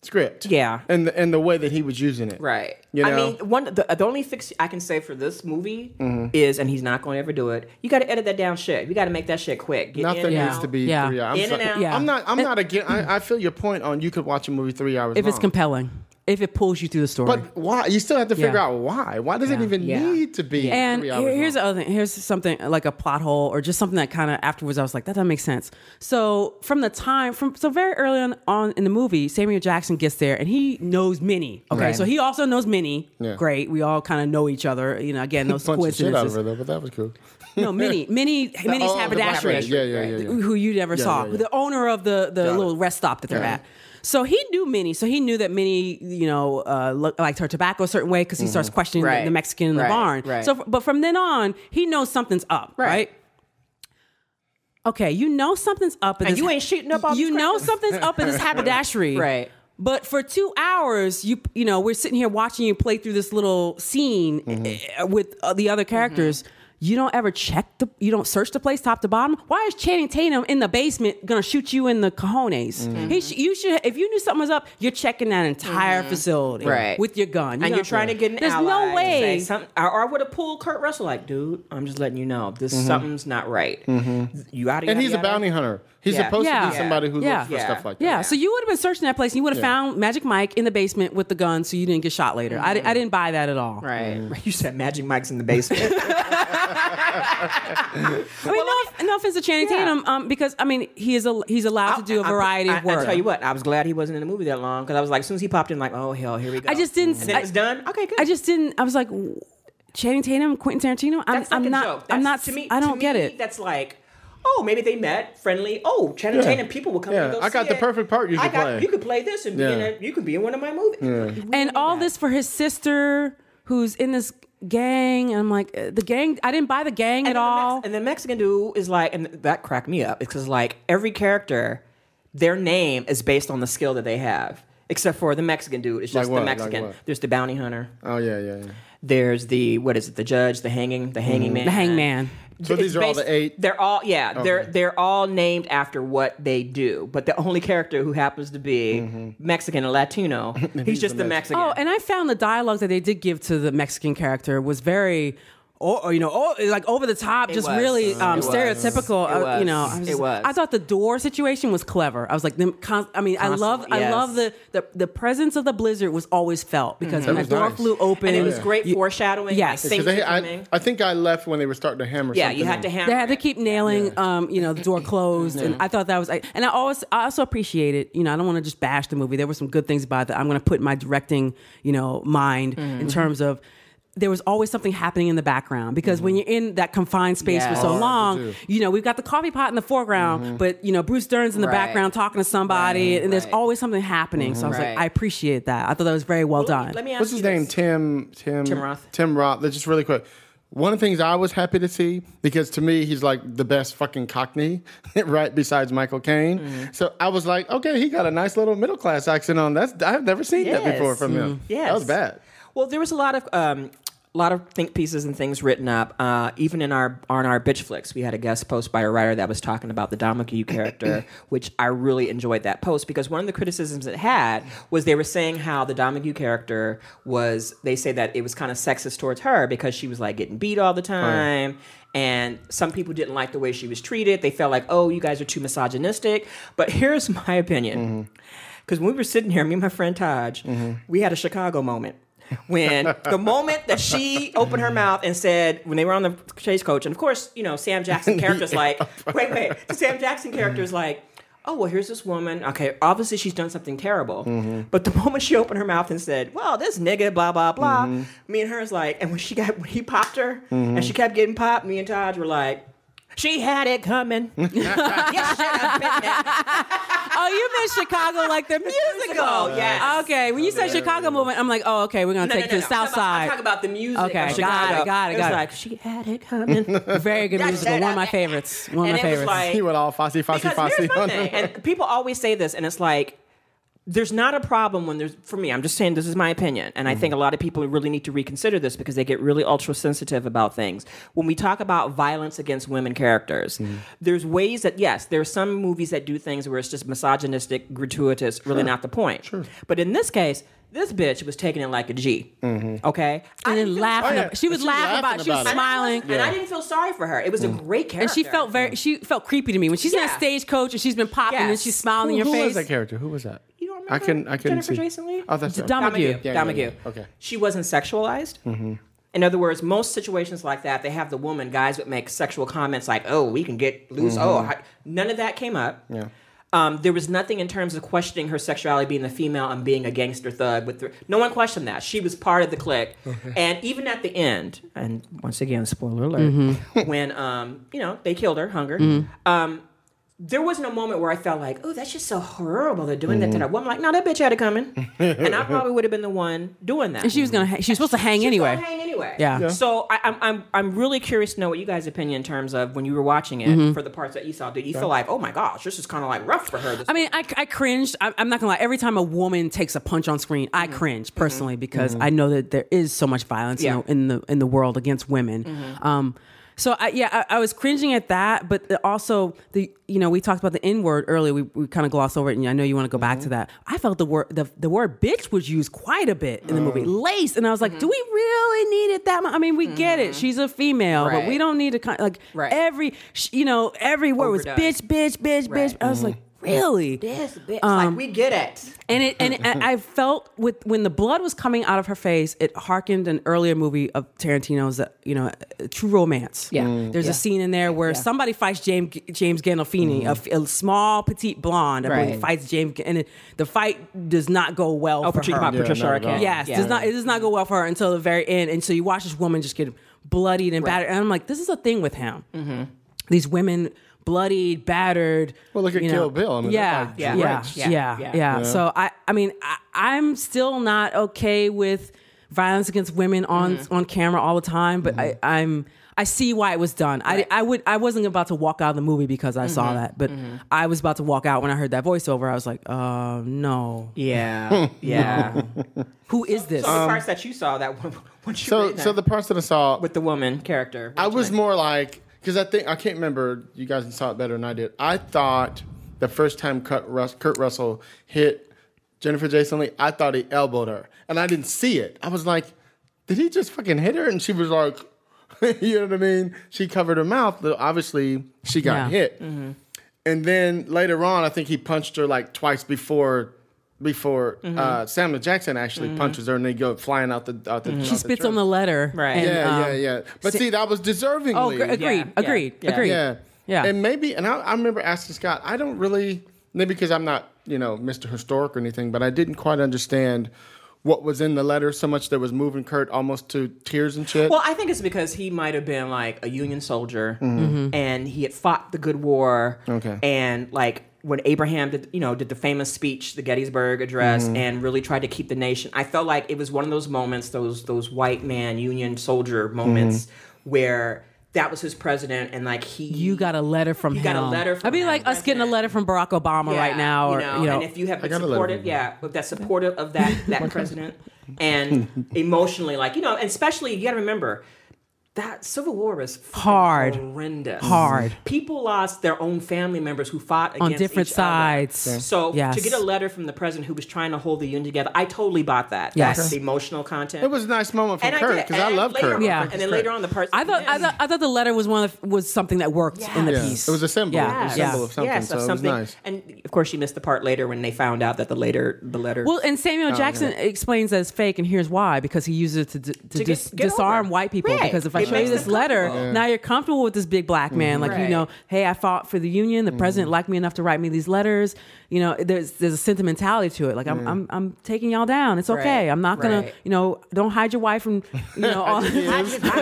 Speaker 3: script.
Speaker 5: Yeah.
Speaker 3: And the, and the way that he was using it.
Speaker 5: Right.
Speaker 3: You know?
Speaker 5: I mean, one the, the only fix I can say for this movie is, and he's not going to ever do it. You got to edit that down shit. You got to make that shit quick. Get in
Speaker 3: Nothing
Speaker 5: and
Speaker 3: needs
Speaker 5: out.
Speaker 3: to be
Speaker 4: Yeah.
Speaker 3: three hours. I'm,
Speaker 5: In and
Speaker 3: sorry.
Speaker 5: out.
Speaker 4: Yeah.
Speaker 3: I'm not. I'm not again. I, I feel your point on you could watch a movie three hours.
Speaker 4: If it's
Speaker 3: long.
Speaker 4: compelling, if it pulls you through the story.
Speaker 3: but why? You still have to figure
Speaker 4: Yeah.
Speaker 3: out why. Why does it
Speaker 4: Yeah.
Speaker 3: even
Speaker 5: Yeah.
Speaker 3: need to be?
Speaker 4: and
Speaker 3: three
Speaker 4: here-
Speaker 3: hours
Speaker 4: here's the
Speaker 3: long?
Speaker 4: other thing. Here's something like a plot hole or just something that kind of afterwards I was like, that doesn't make sense. So from the time from so very early on, on in the movie, Samuel Jackson gets there and he knows Minnie. Okay,
Speaker 3: Right.
Speaker 4: so he also knows Minnie.
Speaker 3: Yeah.
Speaker 4: Great, we all kind of know each other. You know,
Speaker 3: [LAUGHS]
Speaker 4: again those
Speaker 3: punch the shit out of
Speaker 4: coincidences.
Speaker 3: her though, but that was cool.
Speaker 4: No, Minnie, Minnie, Minnie's
Speaker 3: Oh, the
Speaker 4: haberdashery.
Speaker 3: haberdashery. Yeah, yeah, yeah, yeah.
Speaker 4: Who you never
Speaker 3: Yeah,
Speaker 4: saw,
Speaker 3: yeah, yeah.
Speaker 4: the owner of the the
Speaker 3: Got it.
Speaker 4: little rest stop that they're
Speaker 3: Yeah.
Speaker 4: at. So he knew Minnie. So he knew that Minnie, you know, uh, lo- liked her tobacco a certain way because he starts
Speaker 3: Mm-hmm.
Speaker 4: questioning the-
Speaker 5: Right.
Speaker 4: the Mexican in the
Speaker 5: Right.
Speaker 4: barn.
Speaker 5: Right.
Speaker 4: So, f- but from then on, he knows something's up, right? Okay, you know something's up, at
Speaker 5: And
Speaker 4: this
Speaker 5: you ain't shooting up all
Speaker 4: You
Speaker 5: these
Speaker 4: know
Speaker 5: Christmas.
Speaker 4: something's up in this haberdashery,
Speaker 5: Right.
Speaker 4: But for two hours, you you know, we're sitting here watching you play through this little scene eh, with uh, the other
Speaker 5: Mm-hmm.
Speaker 4: characters. You don't ever check the, you don't search the place top to bottom. Why is Channing Tatum in the basement gonna shoot you in the cojones? He sh- you should, if you knew something was up, you're checking that entire facility
Speaker 5: Mm-hmm. Right.
Speaker 4: with your gun,
Speaker 5: and you're trying to get an
Speaker 4: There's
Speaker 5: ally
Speaker 4: no
Speaker 5: to
Speaker 4: way.
Speaker 5: say something, or, or I would have pulled Kurt Russell like, dude, I'm just letting you know this
Speaker 4: Mm-hmm.
Speaker 5: something's not right. You out of
Speaker 3: And he's a bounty hunter. He's
Speaker 5: Yeah.
Speaker 3: supposed
Speaker 4: Yeah.
Speaker 3: to be somebody who
Speaker 4: Yeah.
Speaker 3: looks for
Speaker 5: Yeah.
Speaker 3: stuff like that.
Speaker 4: Yeah, so you would have been searching that place. And you would have found Magic Mike in the basement with the gun, so you didn't get shot later. I, di- I didn't buy that at all.
Speaker 5: Mm-hmm. Right.
Speaker 4: Mm-hmm.
Speaker 5: [LAUGHS] You said Magic Mike's in
Speaker 4: [LAUGHS]
Speaker 5: the basement.
Speaker 4: I mean, no, no offense to Channing
Speaker 5: Yeah.
Speaker 4: Tatum, um, because I mean he is a, he's allowed to do a
Speaker 5: I- I-
Speaker 4: variety
Speaker 5: I,
Speaker 4: of work.
Speaker 5: I, tell you what, I was glad he wasn't in the movie that long because I was like, as soon as he popped in, like, oh hell, here we go.
Speaker 4: I just didn't.
Speaker 5: And then
Speaker 4: I,
Speaker 5: it was done. Okay, good.
Speaker 4: I just didn't. I was like, Channing Tatum, Quentin Tarantino. I'm,
Speaker 5: That's like
Speaker 4: I'm
Speaker 5: a
Speaker 4: not.
Speaker 5: joke.
Speaker 4: I'm
Speaker 5: That's-
Speaker 4: not.
Speaker 5: To me,
Speaker 4: I
Speaker 5: to
Speaker 4: don't
Speaker 5: me,
Speaker 4: get it.
Speaker 5: That's like, oh, maybe they met, friendly. Oh, Channing
Speaker 3: Yeah.
Speaker 5: Tatum people will come.
Speaker 3: Yeah,
Speaker 5: and go
Speaker 3: I got
Speaker 5: see
Speaker 3: the
Speaker 5: it.
Speaker 3: perfect part you
Speaker 5: I
Speaker 3: could
Speaker 5: got,
Speaker 3: play.
Speaker 5: You could play this and be in
Speaker 3: Yeah.
Speaker 5: a, you could be in one of my movies.
Speaker 4: and all this for his sister who's in this gang and i'm like uh, the gang i didn't buy the gang at
Speaker 5: then the Mex-
Speaker 4: all
Speaker 5: and the Mexican dude is like, and that cracked me up because like every character, their name is based on the skill that they have. Except for the Mexican dude, it's
Speaker 3: Like
Speaker 5: just
Speaker 3: what?
Speaker 5: the
Speaker 3: Like
Speaker 5: Mexican.
Speaker 3: what?
Speaker 5: There's the bounty hunter.
Speaker 3: Oh yeah, yeah. yeah.
Speaker 5: There's the what is it? The judge, the hanging, the hanging man,
Speaker 4: Mm. the hangman
Speaker 3: So these
Speaker 5: It's
Speaker 3: are all
Speaker 5: based-
Speaker 3: the eight.
Speaker 5: They're all yeah. They're
Speaker 3: Okay.
Speaker 5: they're all named after what they do. But the only character who happens to be
Speaker 3: Mm-hmm.
Speaker 5: Mexican
Speaker 3: [LAUGHS]
Speaker 5: and Latino, he's, just the Mexican.
Speaker 4: oh and i found the dialogue that they did give to the mexican character was very or or, you know, oh, like over the top, just
Speaker 5: was. Uh,
Speaker 4: really um,
Speaker 5: It was.
Speaker 4: stereotypical.
Speaker 5: It
Speaker 4: uh, you know,
Speaker 5: was.
Speaker 4: I was
Speaker 5: It
Speaker 4: just-
Speaker 5: was.
Speaker 4: I thought the door situation was clever. I was like, them con- I mean, I love,
Speaker 5: Constantly,
Speaker 4: I
Speaker 5: yes. Mm-hmm.
Speaker 4: love the, the the presence of the blizzard was always felt because
Speaker 3: That
Speaker 4: when that
Speaker 3: was
Speaker 4: door
Speaker 3: nice.
Speaker 4: flew open,
Speaker 5: and it was great
Speaker 4: you-
Speaker 5: foreshadowing.
Speaker 4: Yes.
Speaker 5: like,
Speaker 4: 'Cause
Speaker 5: things
Speaker 3: 'Cause they- I,
Speaker 5: coming.
Speaker 3: I think I left when they were starting to hammer.
Speaker 5: yeah,
Speaker 3: something
Speaker 5: you had to
Speaker 3: in.
Speaker 5: hammer.
Speaker 4: They had to
Speaker 5: it.
Speaker 4: keep nailing, um, you know, the door closed, and I thought that was. I- And I always, I also appreciate it. You know, I don't want to just bash the movie. There were some good things about it that I'm going to put in my directing, you know, mind
Speaker 5: Mm-hmm.
Speaker 4: in terms of. There was always something happening in the background because when
Speaker 5: Mm-hmm.
Speaker 4: you're in that confined space for
Speaker 5: Yes.
Speaker 4: so
Speaker 5: Hard to
Speaker 4: long,
Speaker 3: do.
Speaker 4: you know we've got the coffee pot in the foreground, but you know Bruce Dern's in the
Speaker 5: Mm-hmm. Right.
Speaker 4: background talking to somebody,
Speaker 5: Right,
Speaker 4: and there's
Speaker 5: right. Mm-hmm.
Speaker 4: always something happening. So I was
Speaker 5: Right.
Speaker 4: like, I appreciate that. I thought that was very well
Speaker 5: Let me-
Speaker 4: done.
Speaker 5: Let me ask
Speaker 3: What's his
Speaker 5: you
Speaker 3: name?
Speaker 5: this.
Speaker 3: Tim. Tim.
Speaker 5: Tim Roth.
Speaker 3: Tim Roth. Let's Just really quick. One of the things I was happy to see because to me he's like the best fucking Cockney, [LAUGHS] right? Besides Michael Caine,
Speaker 5: Mm-hmm.
Speaker 3: so I was like, okay, he got a nice little middle class accent on. That's I've never seen that
Speaker 5: Yes. Mm-hmm.
Speaker 3: before from him.
Speaker 5: Yes.
Speaker 3: that was bad.
Speaker 5: Well, there was a lot of um, a lot of think pieces and things written up. Uh, even in our on our bitch flicks, we had a guest post by a writer that was talking about the Domague character, which I really enjoyed that post because one of the criticisms it had was they were saying how the Domague character was. They say that it was kind of sexist towards her because she was like getting beat all the time. And some people didn't like the way she was treated. They felt like, oh, you guys are too misogynistic. But here's [LAUGHS] my opinion. Because when we were sitting here, me and my friend Taj, we had a Chicago moment. When the moment that she opened her mouth and said, when they were on the chase coach, and of course, you know, Sam Jackson character's like, wait, wait, the Sam Jackson character's like, oh, well, here's this woman. Okay, obviously she's done something terrible. But the moment she opened her mouth and said, well, this nigga, blah, blah, blah, me and her is like, and when she got, when he popped her and she kept getting popped, me and Taj were like, she had it coming. you should have been there.
Speaker 4: Oh, you meant Chicago like the musical.
Speaker 5: yes.
Speaker 4: Okay. When you said Chicago movement, I'm like, oh, okay, we're gonna take this to the
Speaker 5: I'm
Speaker 4: South
Speaker 5: talking about-
Speaker 4: Side.
Speaker 5: I'm talking about the music.
Speaker 4: Okay,
Speaker 5: of
Speaker 4: got it,
Speaker 5: Chicago.
Speaker 4: got it,
Speaker 5: was
Speaker 4: got it.
Speaker 5: like she had
Speaker 4: [LAUGHS]
Speaker 5: it coming.
Speaker 4: Very good
Speaker 5: Yeah,
Speaker 4: musical.
Speaker 5: shut
Speaker 4: One of
Speaker 5: up.
Speaker 4: my favorites. One of
Speaker 5: And
Speaker 4: my
Speaker 5: it was
Speaker 4: favorites.
Speaker 5: like-
Speaker 3: He went all fussy, fussy,
Speaker 5: because
Speaker 3: fussy.
Speaker 5: here's my thing,
Speaker 3: [LAUGHS]
Speaker 5: and people always say this, and it's like. There's not a problem when there's for me. I'm just saying this is my opinion, and I
Speaker 4: Mm-hmm.
Speaker 5: think a lot of people really need to reconsider this because they get really ultra sensitive about things. When we talk about violence against women characters,
Speaker 4: Mm-hmm.
Speaker 5: there's ways that yes, there are some movies that do things where it's just misogynistic, gratuitous. Really not the point. But in this case, this bitch was taking it like a G, Okay, I
Speaker 4: Mm-hmm. and
Speaker 5: didn't
Speaker 4: then
Speaker 5: feel
Speaker 4: laughing.
Speaker 3: yeah.
Speaker 4: ab- She was
Speaker 3: She
Speaker 4: laughing
Speaker 3: laughing
Speaker 4: about. it. She was
Speaker 3: about it.
Speaker 4: smiling.
Speaker 5: and I didn't feel sorry for her. It
Speaker 3: Mm.
Speaker 5: was a great character,
Speaker 4: And she felt very. She felt creepy to me when she's in
Speaker 5: Yeah.
Speaker 4: that stagecoach and she's been popping and
Speaker 5: Yes.
Speaker 4: she's smiling
Speaker 3: who
Speaker 4: in your
Speaker 3: who was
Speaker 4: face.
Speaker 3: that character? Who was that?
Speaker 5: You don't
Speaker 3: I couldn't. I
Speaker 5: remember
Speaker 3: couldn't
Speaker 5: Jennifer
Speaker 3: see.
Speaker 5: Jason Leigh?
Speaker 3: Oh, that's
Speaker 4: Dom-
Speaker 3: okay.
Speaker 5: Domague.
Speaker 3: Yeah, yeah,
Speaker 5: Domague.
Speaker 3: yeah. Okay. Mm-hmm.
Speaker 5: She wasn't sexualized. In other words, most situations like that, they have the woman. Guys would make sexual comments like, "Oh, we can get loose."
Speaker 3: Mm-hmm.
Speaker 5: Oh, I-" none of that came up.
Speaker 3: Yeah.
Speaker 5: Um, there was nothing in terms of questioning her sexuality, being a female and being a gangster thug. With the, no one questioned that she was part of the clique, and even at the end, and once again, spoiler alert,
Speaker 4: Mm-hmm.
Speaker 5: when um, you know they killed her, hunger. Um, there wasn't a moment where I felt like, oh, that's just so horrible. They're doing
Speaker 4: Mm-hmm.
Speaker 5: that to that woman. Like, no, that bitch had it coming, and I probably would have been the one doing that.
Speaker 4: And she was gonna. Ha- she was supposed to hang
Speaker 5: She's
Speaker 4: anyway.
Speaker 5: gonna hang anyway.
Speaker 4: Yeah. Yeah.
Speaker 5: So I, I'm I'm I'm really curious to know what you guys' opinion in terms of when you were watching it
Speaker 4: Mm-hmm.
Speaker 5: for the parts that you saw. Did you feel like, oh my gosh, this is kind of like rough for her? This
Speaker 4: I mean, I, I cringed. I, I'm not gonna lie. Every time a woman takes a punch on screen, I cringe personally because I know that there is so much violence
Speaker 5: Mm-hmm. Yeah. Mm-hmm.
Speaker 4: you know, in the in the world against women. Um, so I, yeah, I, I was cringing at that, but the- also the you know we talked about the N word earlier. We, we kind of glossed over it, and I know you want to go back
Speaker 5: Mm-hmm.
Speaker 4: to that. I felt the word the, the word bitch was used quite a bit in the
Speaker 5: Mm-hmm.
Speaker 4: movie lace, and I was like, do we really need it that much? I mean, we get it. She's a female, but we
Speaker 5: Mm-hmm. Right.
Speaker 4: don't need to kind like
Speaker 5: Right.
Speaker 4: every sh- you know every word
Speaker 5: Overdone.
Speaker 4: was bitch, bitch, bitch, uh, bitch. I was
Speaker 5: Mm-hmm.
Speaker 4: like, really?
Speaker 5: Yes, bitch.
Speaker 4: Um,
Speaker 5: like we get it.
Speaker 4: and it and it, I I felt with when the blood was coming out of her face, it harkened an earlier movie of Tarantino's, uh, you know, uh, True Romance.
Speaker 5: Yeah. Mm.
Speaker 4: there's
Speaker 5: Yeah. Mm-hmm.
Speaker 4: a scene in there where somebody fights James James Gandolfini, a f- a, small petite blonde, I believe,
Speaker 5: Right.
Speaker 4: fights James, and it, the fight does not go well
Speaker 5: Oh,
Speaker 4: for
Speaker 5: but you
Speaker 4: her.
Speaker 5: about
Speaker 3: Yeah,
Speaker 5: Patricia
Speaker 3: not at all.
Speaker 5: Arquette.
Speaker 4: Yes, does not it does not go well for her until the very end, and so you Mm-hmm. watch this woman just get bloodied and battered, and I'm like, this is a thing with him. These women bloodied, battered.
Speaker 3: Well, look at
Speaker 4: you
Speaker 3: Kill Bill. I mean,
Speaker 4: yeah,
Speaker 3: that guy's
Speaker 4: yeah, yeah,
Speaker 5: drenched.
Speaker 4: yeah,
Speaker 5: Yeah,
Speaker 4: yeah,
Speaker 5: yeah.
Speaker 4: So I, I mean, I, I'm still not okay with violence against women on on camera all the time, but I, I'm. I see why it was done. I, I would I wasn't about to walk out of the movie because I saw that, but I was about to walk out when I heard that voiceover. I was like, "Oh no,
Speaker 5: [LAUGHS] Yeah, yeah.
Speaker 4: who is this?"
Speaker 3: Uh,
Speaker 5: so the parts that you saw that [LAUGHS] one, once you
Speaker 3: Um, So,
Speaker 5: read
Speaker 3: so
Speaker 5: that-
Speaker 3: the parts that I saw,
Speaker 5: with the woman character.
Speaker 3: I was more like because I think I can't remember. You guys saw it better than I did. I thought the first time Kurt, Rus- Kurt Russell hit Jennifer Jason Lee, I thought he elbowed her, and I didn't see it. I was like, did he just fucking hit her? And she was like, [LAUGHS] you know what I mean? She covered her mouth. Though Obviously, she got
Speaker 4: Yeah.
Speaker 3: hit. And then later on, I think he punched her like twice before. Before uh, Samuel Jackson actually punches her and they go flying out the out the. out
Speaker 4: she spits on
Speaker 3: train.
Speaker 4: the letter,
Speaker 5: Right.
Speaker 4: and,
Speaker 3: Yeah,
Speaker 4: um,
Speaker 3: yeah, yeah. But see, that was deservingly.
Speaker 4: Oh, gr- agreed,
Speaker 5: yeah,
Speaker 4: agreed,
Speaker 5: yeah.
Speaker 4: agreed.
Speaker 3: Yeah.
Speaker 4: Yeah.
Speaker 3: And maybe, and I, I remember asking Scott, I don't really, maybe because I'm not, you know, Mr. Historic or anything, but I didn't quite understand what was in the letter so much that was moving Kurt almost to tears and shit.
Speaker 5: Well, I think it's because he might have been like a Union soldier, Mm-hmm. and he had fought the good war.
Speaker 3: Mm-hmm. Okay.
Speaker 5: and like when Abraham did, you know, did the famous speech, the Gettysburg Address,
Speaker 3: Mm-hmm.
Speaker 5: and really tried to keep the nation. I felt like it was one of those moments, those those white man Union soldier moments,
Speaker 3: Mm-hmm.
Speaker 5: where that was his president, and like he,
Speaker 4: You got a letter from
Speaker 5: You
Speaker 4: him.
Speaker 5: got a letter from
Speaker 4: I'd be
Speaker 5: him,
Speaker 4: like us getting a
Speaker 5: president.
Speaker 4: letter from Barack Obama
Speaker 5: Yeah,
Speaker 4: right now, or you know,
Speaker 5: and if you have been
Speaker 3: got a letter
Speaker 5: supportive,
Speaker 3: from you.
Speaker 5: yeah, that's supportive
Speaker 3: [LAUGHS]
Speaker 5: of that that president, and emotionally, like you know, and especially you got to remember that Civil War was fucking
Speaker 4: Hard.
Speaker 5: horrendous,
Speaker 4: Hard.
Speaker 5: People lost their own family members who fought against
Speaker 4: different
Speaker 5: each other.
Speaker 4: sides. Yeah.
Speaker 5: So
Speaker 4: Yes.
Speaker 5: to get a letter from the president who was trying to hold the union together, I totally bought that.
Speaker 4: Yes.
Speaker 5: That's the emotional content.
Speaker 3: it was a nice moment for
Speaker 5: and I
Speaker 3: Kurt
Speaker 5: did.
Speaker 3: because I
Speaker 5: And
Speaker 3: love
Speaker 5: later
Speaker 3: Kurt.
Speaker 5: on-
Speaker 4: Yeah.
Speaker 5: and then later on the parts.
Speaker 4: I thought, I
Speaker 5: Yes.
Speaker 4: thought I thought the letter was one of the, was something that worked in the
Speaker 5: Yeah.
Speaker 4: piece.
Speaker 3: It was a symbol. It
Speaker 4: Yeah,
Speaker 3: was a
Speaker 4: yeah.
Speaker 3: symbol of something.
Speaker 5: Yes,
Speaker 3: so
Speaker 5: of
Speaker 3: it was
Speaker 5: something.
Speaker 3: nice.
Speaker 5: And of course, she missed the part later when they found out that the later the letter.
Speaker 4: Well, and Samuel Jackson explains that it's fake, and here's why: because he uses it to, d- to,
Speaker 5: get-
Speaker 4: dis-
Speaker 5: get
Speaker 4: disarm
Speaker 5: over.
Speaker 4: white people.
Speaker 5: Right.
Speaker 4: Because if I
Speaker 5: It
Speaker 4: show you
Speaker 5: makes
Speaker 4: this
Speaker 5: them
Speaker 4: letter,
Speaker 5: comfortable.
Speaker 4: now you're comfortable with this big black man. Like you
Speaker 5: Right.
Speaker 4: know, hey, I fought for the union. The president liked me enough to write me these letters. You know, there's there's a sentimentality to it. Like I'm I'm, I'm taking y'all down. It's okay. I'm not gonna
Speaker 5: Right.
Speaker 4: you know don't hide your wife from you
Speaker 5: [LAUGHS]
Speaker 4: know all.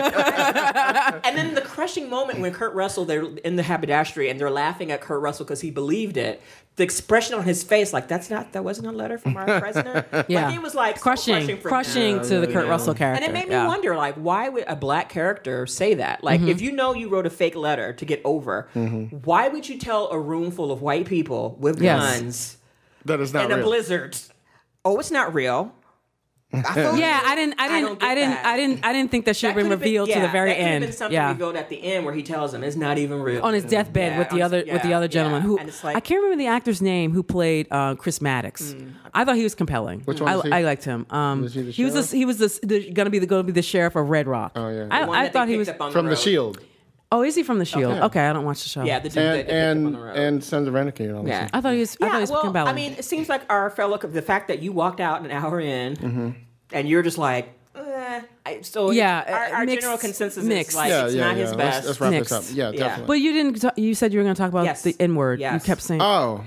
Speaker 3: [LAUGHS]
Speaker 5: and then the crushing moment when Kurt Russell, they're in the haberdashery and they're laughing at Kurt Russell because he believed it. The expression on his face, like that's not that wasn't a letter from our
Speaker 3: [LAUGHS]
Speaker 5: president.
Speaker 4: [LAUGHS] yeah,
Speaker 5: like, it was like so
Speaker 4: crushing,
Speaker 5: crushing, for him.
Speaker 4: crushing to the Kurt Russell character.
Speaker 5: And it made me
Speaker 4: Yeah. Mm-hmm.
Speaker 5: wonder, like, why would a black character say that? Like, if you know you wrote a fake letter to get over,
Speaker 3: Mm-hmm.
Speaker 5: why would you tell a room full of white people with
Speaker 4: Yes.
Speaker 5: guns
Speaker 3: That is not
Speaker 5: and a
Speaker 3: real.
Speaker 5: blizzard? Oh, it's not real. I feel
Speaker 4: Yeah,
Speaker 5: you.
Speaker 4: I didn't, I
Speaker 5: don't
Speaker 4: didn't,
Speaker 5: get
Speaker 4: I, didn't,
Speaker 5: that.
Speaker 4: I didn't, I didn't think that should have
Speaker 5: That
Speaker 4: been
Speaker 5: could've
Speaker 4: revealed to
Speaker 5: yeah,
Speaker 4: the very
Speaker 5: that could've
Speaker 4: end.
Speaker 5: Been something
Speaker 4: yeah,
Speaker 5: revealed at the end where he tells him it's not even real.
Speaker 4: on his deathbed
Speaker 5: Mm. Yeah,
Speaker 4: with the
Speaker 5: on-
Speaker 4: other with the
Speaker 5: yeah,
Speaker 4: other gentleman
Speaker 5: yeah.
Speaker 4: who
Speaker 5: And it's like- Mm.
Speaker 4: I can't remember the actor's name who played uh, Chris Maddox. I thought he was compelling. Which
Speaker 3: one
Speaker 4: I,
Speaker 3: was he?
Speaker 4: I liked him. Um,
Speaker 3: Was he the
Speaker 4: was
Speaker 3: sheriff?
Speaker 4: the, he was the, the, gonna be the gonna be the sheriff of Red Rock. Oh
Speaker 3: yeah.
Speaker 5: The one
Speaker 4: I, I
Speaker 5: that they
Speaker 4: thought he
Speaker 5: picked
Speaker 4: was.
Speaker 5: up on
Speaker 3: From The
Speaker 5: road.
Speaker 3: Shield
Speaker 4: Oh, is he from the Shield? Okay, I don't watch the show.
Speaker 5: Yeah, the dude that they
Speaker 3: and and
Speaker 5: picked up on the road.
Speaker 3: and Sons of Anarchy and all that.
Speaker 5: Yeah.
Speaker 3: stuff.
Speaker 4: I thought he was. I thought he
Speaker 5: yeah,
Speaker 4: was
Speaker 5: well,
Speaker 4: compelling.
Speaker 5: I mean, uh, it seems like our fellow the fact that you walked out an hour in
Speaker 3: Mm-hmm.
Speaker 5: and you're just like, eh. I- so
Speaker 4: Yeah,
Speaker 5: our, our
Speaker 4: uh, mixed-
Speaker 5: general consensus is
Speaker 4: mixed.
Speaker 5: like
Speaker 3: Yeah,
Speaker 5: it's
Speaker 3: yeah,
Speaker 5: not
Speaker 3: yeah.
Speaker 5: his
Speaker 3: Let's-
Speaker 5: best.
Speaker 3: Let's wrap
Speaker 4: Next.
Speaker 3: this up. Yeah,
Speaker 5: Yeah.
Speaker 3: definitely.
Speaker 4: but you didn't. T- you said you were gonna talk about
Speaker 5: Yes.
Speaker 4: the N word. You
Speaker 5: Yes.
Speaker 4: kept saying.
Speaker 3: Oh.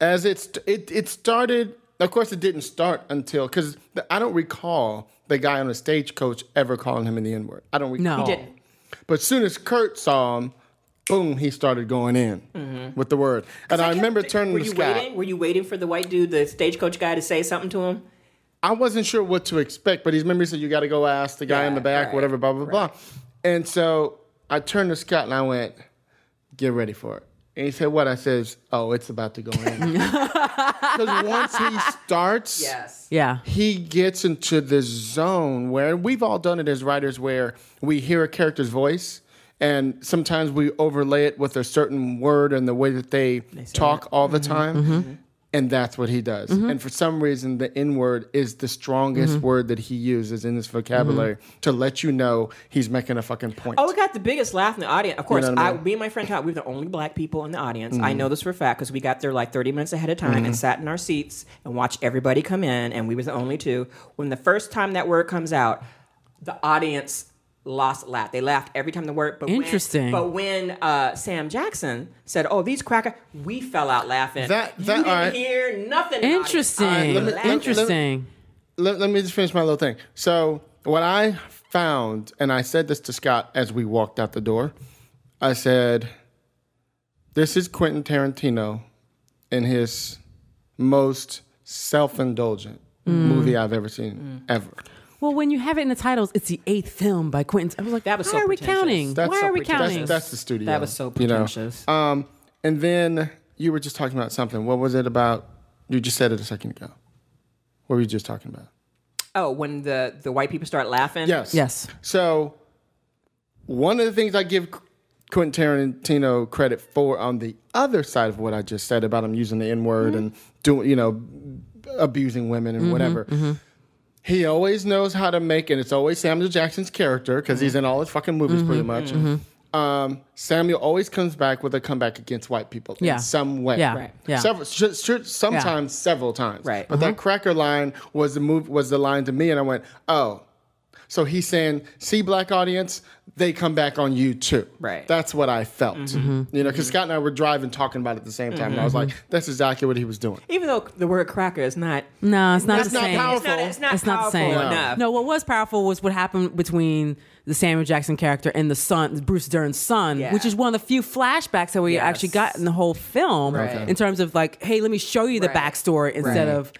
Speaker 3: As it's it it started. Of course, it didn't start until because I don't recall the guy on the stagecoach ever calling him in the N word. I don't recall.
Speaker 4: He
Speaker 5: didn't.
Speaker 3: But soon as Kurt saw him, boom, he started going in with the word. And I,
Speaker 5: Mm-hmm. kept-
Speaker 3: remember turning
Speaker 5: were
Speaker 3: to
Speaker 5: you
Speaker 3: Scott.
Speaker 5: waiting? Were you waiting for the white dude, the stagecoach guy, to say something to him?
Speaker 3: I wasn't sure what to expect, but he's remember he said you got to go ask the guy in the
Speaker 5: Yeah,
Speaker 3: back,
Speaker 5: right,
Speaker 3: whatever, blah blah blah. And so I turned to Scott and I went, "Get ready for it." And he said, "What?" I says, "Oh, it's about to go in."
Speaker 5: [LAUGHS]
Speaker 3: [LAUGHS] Because once he starts,
Speaker 4: Yeah.
Speaker 3: he gets into this zone where and we've all done it as writers where we hear a character's voice and sometimes we overlay it with a certain word and the way that they, talk all the
Speaker 5: Mm-hmm.
Speaker 3: time Mm-hmm. and that's what he does and for some reason the n word is the strongest
Speaker 5: Mm-hmm.
Speaker 3: word that he uses in his vocabulary to let you know he's making a fucking point
Speaker 5: Oh, it got the biggest laugh in the audience. Of course,
Speaker 3: know what I
Speaker 5: I
Speaker 3: mean? Mm-hmm.
Speaker 5: me and my friend Todd, we were the only black people in the audience. I know this for a fact because we got there like 30 minutes ahead of time and sat in our seats and watched everybody come in, and we was the only two. When the first time that word comes out, the audience lost laugh. They laughed every time the word. But
Speaker 4: Interesting.
Speaker 5: When, but when uh, Sam Jackson said, "Oh, these cracker," we fell out laughing.
Speaker 3: That-
Speaker 5: you
Speaker 3: that-
Speaker 5: didn't
Speaker 3: all right.
Speaker 5: hear nothing. in the audience.
Speaker 4: Interesting.
Speaker 3: All right, let me- let me-
Speaker 4: Interesting.
Speaker 3: let, let me just finish my little thing. So what I found, and I said this to Scott as we walked out the door, I said, This is Quentin Tarantino in his most self indulgent movie I've ever seen, ever.
Speaker 4: Well, when you have it in the titles, it's the eighth film by Quentin. I was like,
Speaker 5: That was
Speaker 4: why
Speaker 5: so
Speaker 4: are we
Speaker 5: pretentious.
Speaker 4: counting?
Speaker 3: That's
Speaker 4: why
Speaker 5: so
Speaker 4: are we
Speaker 5: pretentious.
Speaker 4: counting?
Speaker 3: That's, that's the studio.
Speaker 5: That was so
Speaker 3: you know?
Speaker 5: pretentious.
Speaker 3: Um, and then you were just talking about something. What was it about? You just said it a second ago. What were you just talking about?
Speaker 5: Oh, when the the white people start laughing.
Speaker 3: Yes.
Speaker 4: Yes.
Speaker 3: So, one of the things I give Quentin Tarantino credit for on the other side of what I just said about him using the N word and doing, you know, abusing women
Speaker 4: Mm-hmm,
Speaker 3: and whatever. He always knows how to make, and it's always Samuel Jackson's character because he's in all his fucking movies
Speaker 4: Mm-hmm,
Speaker 3: pretty much. Um, Samuel always comes back with a comeback against white people
Speaker 4: Yeah.
Speaker 3: in some way.
Speaker 4: Yeah. Right. Yeah. Mm-hmm.
Speaker 3: Several, sh- sh- sometimes several times.
Speaker 5: Right.
Speaker 3: But that cracker line was the move was the line to me, and I went, oh. So he's saying, see, black audience, they come back on you too.
Speaker 5: Right.
Speaker 3: That's what I felt.
Speaker 4: Mm-hmm.
Speaker 3: You know, because Scott and I were driving, talking about it at the same time, and I was like, that's exactly what he was doing.
Speaker 5: Even though the word cracker is not.
Speaker 4: No, it's not
Speaker 3: That's
Speaker 4: the
Speaker 3: not
Speaker 4: same.
Speaker 3: powerful.
Speaker 5: It's not, it's not
Speaker 4: It's not the
Speaker 5: powerful
Speaker 4: same.
Speaker 5: enough.
Speaker 4: No, what was powerful was what happened between the Samuel Jackson character and the son, Bruce Dern's son,
Speaker 5: Yeah.
Speaker 4: which is one of the few flashbacks that we
Speaker 5: Yes.
Speaker 4: actually got in the whole film
Speaker 5: Right.
Speaker 4: in terms of like, hey, let me show you the
Speaker 5: Right.
Speaker 4: backstory instead
Speaker 3: Right.
Speaker 4: of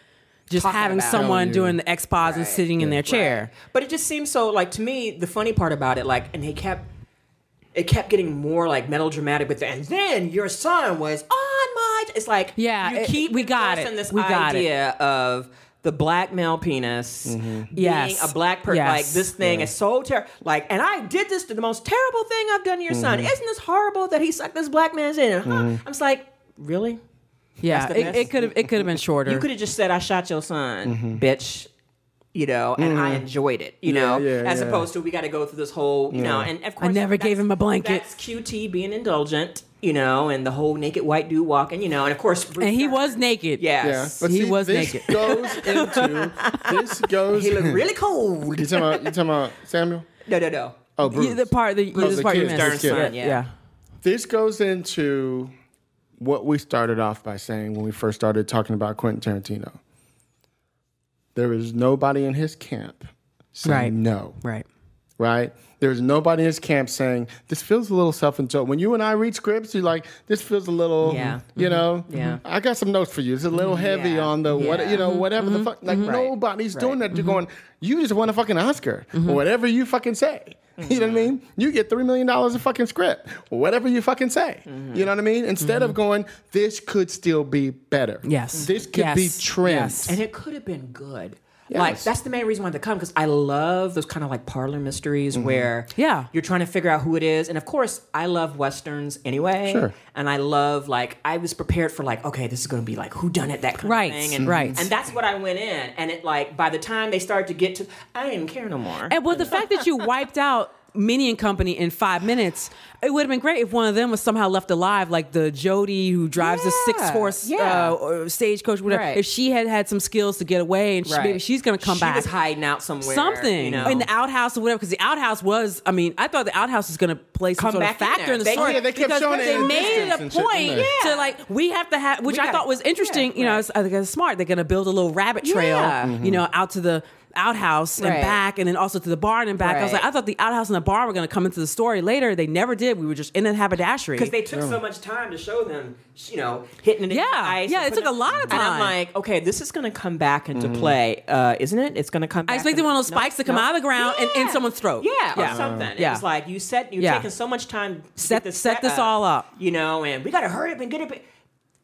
Speaker 4: just
Speaker 5: Talking
Speaker 4: having
Speaker 5: about it.
Speaker 4: someone
Speaker 3: Telling you.
Speaker 4: doing the X pause and sitting in their chair.
Speaker 5: But it just seems so like to me the funny part about it like and they kept it kept getting more like melodramatic with the and then your son was on my it's like
Speaker 4: Yeah,
Speaker 5: you
Speaker 4: it-
Speaker 5: keep
Speaker 4: we got
Speaker 5: enforcing
Speaker 4: it.
Speaker 5: this
Speaker 4: We got it.
Speaker 5: idea of the black male penis being
Speaker 4: Yes.
Speaker 5: a black person
Speaker 4: Yes.
Speaker 5: like this thing is so terrible like and I did this to the most terrible thing I've done to your son isn't this horrible that he sucked this black man's in huh? I'm just like really
Speaker 4: Yeah,
Speaker 5: That's the
Speaker 4: it-
Speaker 5: mess.
Speaker 4: it could have it could have been shorter.
Speaker 5: you could have just said, "I shot your son, bitch," you know, and I enjoyed it, you know,
Speaker 3: Mm-hmm. yeah,
Speaker 5: as
Speaker 3: yeah.
Speaker 5: opposed to we got to go through this whole, you know, and of course
Speaker 4: never
Speaker 5: that's-
Speaker 4: gave him a blanket.
Speaker 5: That's QT being indulgent, you know, and the whole naked white dude walking, you know, and of course,
Speaker 4: and he was naked.
Speaker 3: Yeah.
Speaker 5: yes,
Speaker 4: He was
Speaker 3: this
Speaker 4: naked.
Speaker 3: goes into
Speaker 4: [LAUGHS]
Speaker 3: this goes.
Speaker 5: he looked really cold.
Speaker 3: you talking about you talking about Samuel?
Speaker 5: No, no, no.
Speaker 3: Oh,
Speaker 4: Yeah,
Speaker 3: Bruce.
Speaker 4: the part that
Speaker 3: Oh,
Speaker 4: the
Speaker 3: the
Speaker 4: part you
Speaker 3: kid.
Speaker 4: missed.
Speaker 5: Darn son,
Speaker 4: yeah.
Speaker 5: yeah.
Speaker 4: yeah.
Speaker 3: this goes into what we started off by saying when we first started talking about Quentin Tarantino. There is nobody in his camp saying
Speaker 4: Right.
Speaker 3: no.
Speaker 4: Right.
Speaker 3: right? There's nobody in his camp saying this feels a little self-indulgent. When you and I read scripts, you're like, this feels a little,
Speaker 5: Yeah. Mm-hmm.
Speaker 3: you know, Mm-hmm.
Speaker 5: Yeah. Mm-hmm.
Speaker 3: I got some notes for you. It's a little heavy
Speaker 5: Yeah.
Speaker 3: on the what,
Speaker 5: Yeah. Mm-hmm.
Speaker 3: you know, whatever the fuck. Like
Speaker 5: Right.
Speaker 3: nobody's doing
Speaker 5: Right. Mm-hmm.
Speaker 3: that. You're going, you just won a fucking Oscar, or whatever you fucking say. [LAUGHS] You
Speaker 5: Mm-hmm.
Speaker 3: know what I mean? You get three million dollars a fucking script, or whatever you fucking say.
Speaker 5: Mm-hmm.
Speaker 3: You know what I mean? Instead of going, this could still be better.
Speaker 4: Yes.
Speaker 3: this could be
Speaker 4: Yes.
Speaker 3: trimmed.
Speaker 4: Yes.
Speaker 5: and it could have been good. Like
Speaker 3: Yes.
Speaker 5: that's the main reason why I wanted to come because I love those kind of like parlor mysteries where
Speaker 4: Mm-hmm. Yeah.
Speaker 5: you're trying to figure out who it is, and of course I love westerns anyway,
Speaker 3: Sure.
Speaker 5: and I love like I was prepared for like okay this is going to be like who done it that kind
Speaker 4: Right,
Speaker 5: of thing, and
Speaker 4: right.
Speaker 5: and that's what I went in, and it like by the time they started to get to I didn't care no more.
Speaker 4: And well, the fact that you wiped out Minnie and Company in five minutes, it would have been great if one of them was somehow left alive, like the Jody who drives the
Speaker 5: Yeah,
Speaker 4: six horse
Speaker 5: yeah.
Speaker 4: uh, or stagecoach, whatever.
Speaker 5: Right.
Speaker 4: If she had had some skills to get away, and she,
Speaker 5: Right.
Speaker 4: maybe she's going to come
Speaker 5: she
Speaker 4: back.
Speaker 5: was hiding out somewhere,
Speaker 4: Something
Speaker 5: you know.
Speaker 4: in the outhouse or whatever, because the outhouse was. I mean, I thought the outhouse was going to play some
Speaker 5: Come
Speaker 4: sort of
Speaker 5: back in
Speaker 4: factor
Speaker 5: there.
Speaker 4: in the
Speaker 5: They-
Speaker 4: story.
Speaker 5: Yeah, they
Speaker 3: kept
Speaker 4: because
Speaker 3: showing it
Speaker 4: they
Speaker 3: in the
Speaker 4: made
Speaker 3: distance
Speaker 4: it a
Speaker 3: and shit, didn't
Speaker 4: point
Speaker 3: they?
Speaker 4: to like we have to have, which
Speaker 5: We
Speaker 4: I
Speaker 5: gotta-
Speaker 4: thought was interesting.
Speaker 5: yeah,
Speaker 4: you know,
Speaker 5: right.
Speaker 4: it's- I think it's smart. They're going to build a little rabbit trail,
Speaker 5: Yeah. Mm-hmm.
Speaker 4: you know, out to the outhouse and
Speaker 5: Right.
Speaker 4: back, and then also to the barn and back. I was
Speaker 5: Right.
Speaker 4: like, I thought the outhouse and the barn were going to come into the story later. They never did. We were just in a haberdashery.
Speaker 5: because they took so much time to show them, you know, hitting it. in
Speaker 4: Yeah,
Speaker 5: the ice
Speaker 4: yeah,
Speaker 5: and
Speaker 4: it took
Speaker 5: putting-
Speaker 4: a lot of
Speaker 5: And
Speaker 4: time.
Speaker 5: I'm like, okay, this is going to come back into play, uh, isn't it? It's going to come. back
Speaker 4: I expected
Speaker 5: in-
Speaker 4: one of those
Speaker 5: No,
Speaker 4: spikes to come
Speaker 5: no.
Speaker 4: out of the ground and in
Speaker 5: Yeah.
Speaker 4: someone's throat.
Speaker 5: Yeah, or something.
Speaker 4: Yeah.
Speaker 5: It was like you set you're
Speaker 4: Yeah.
Speaker 5: taking so much time to get
Speaker 4: Set- set this
Speaker 5: up,
Speaker 4: all up.
Speaker 5: you know, and we got to hurry up and get it.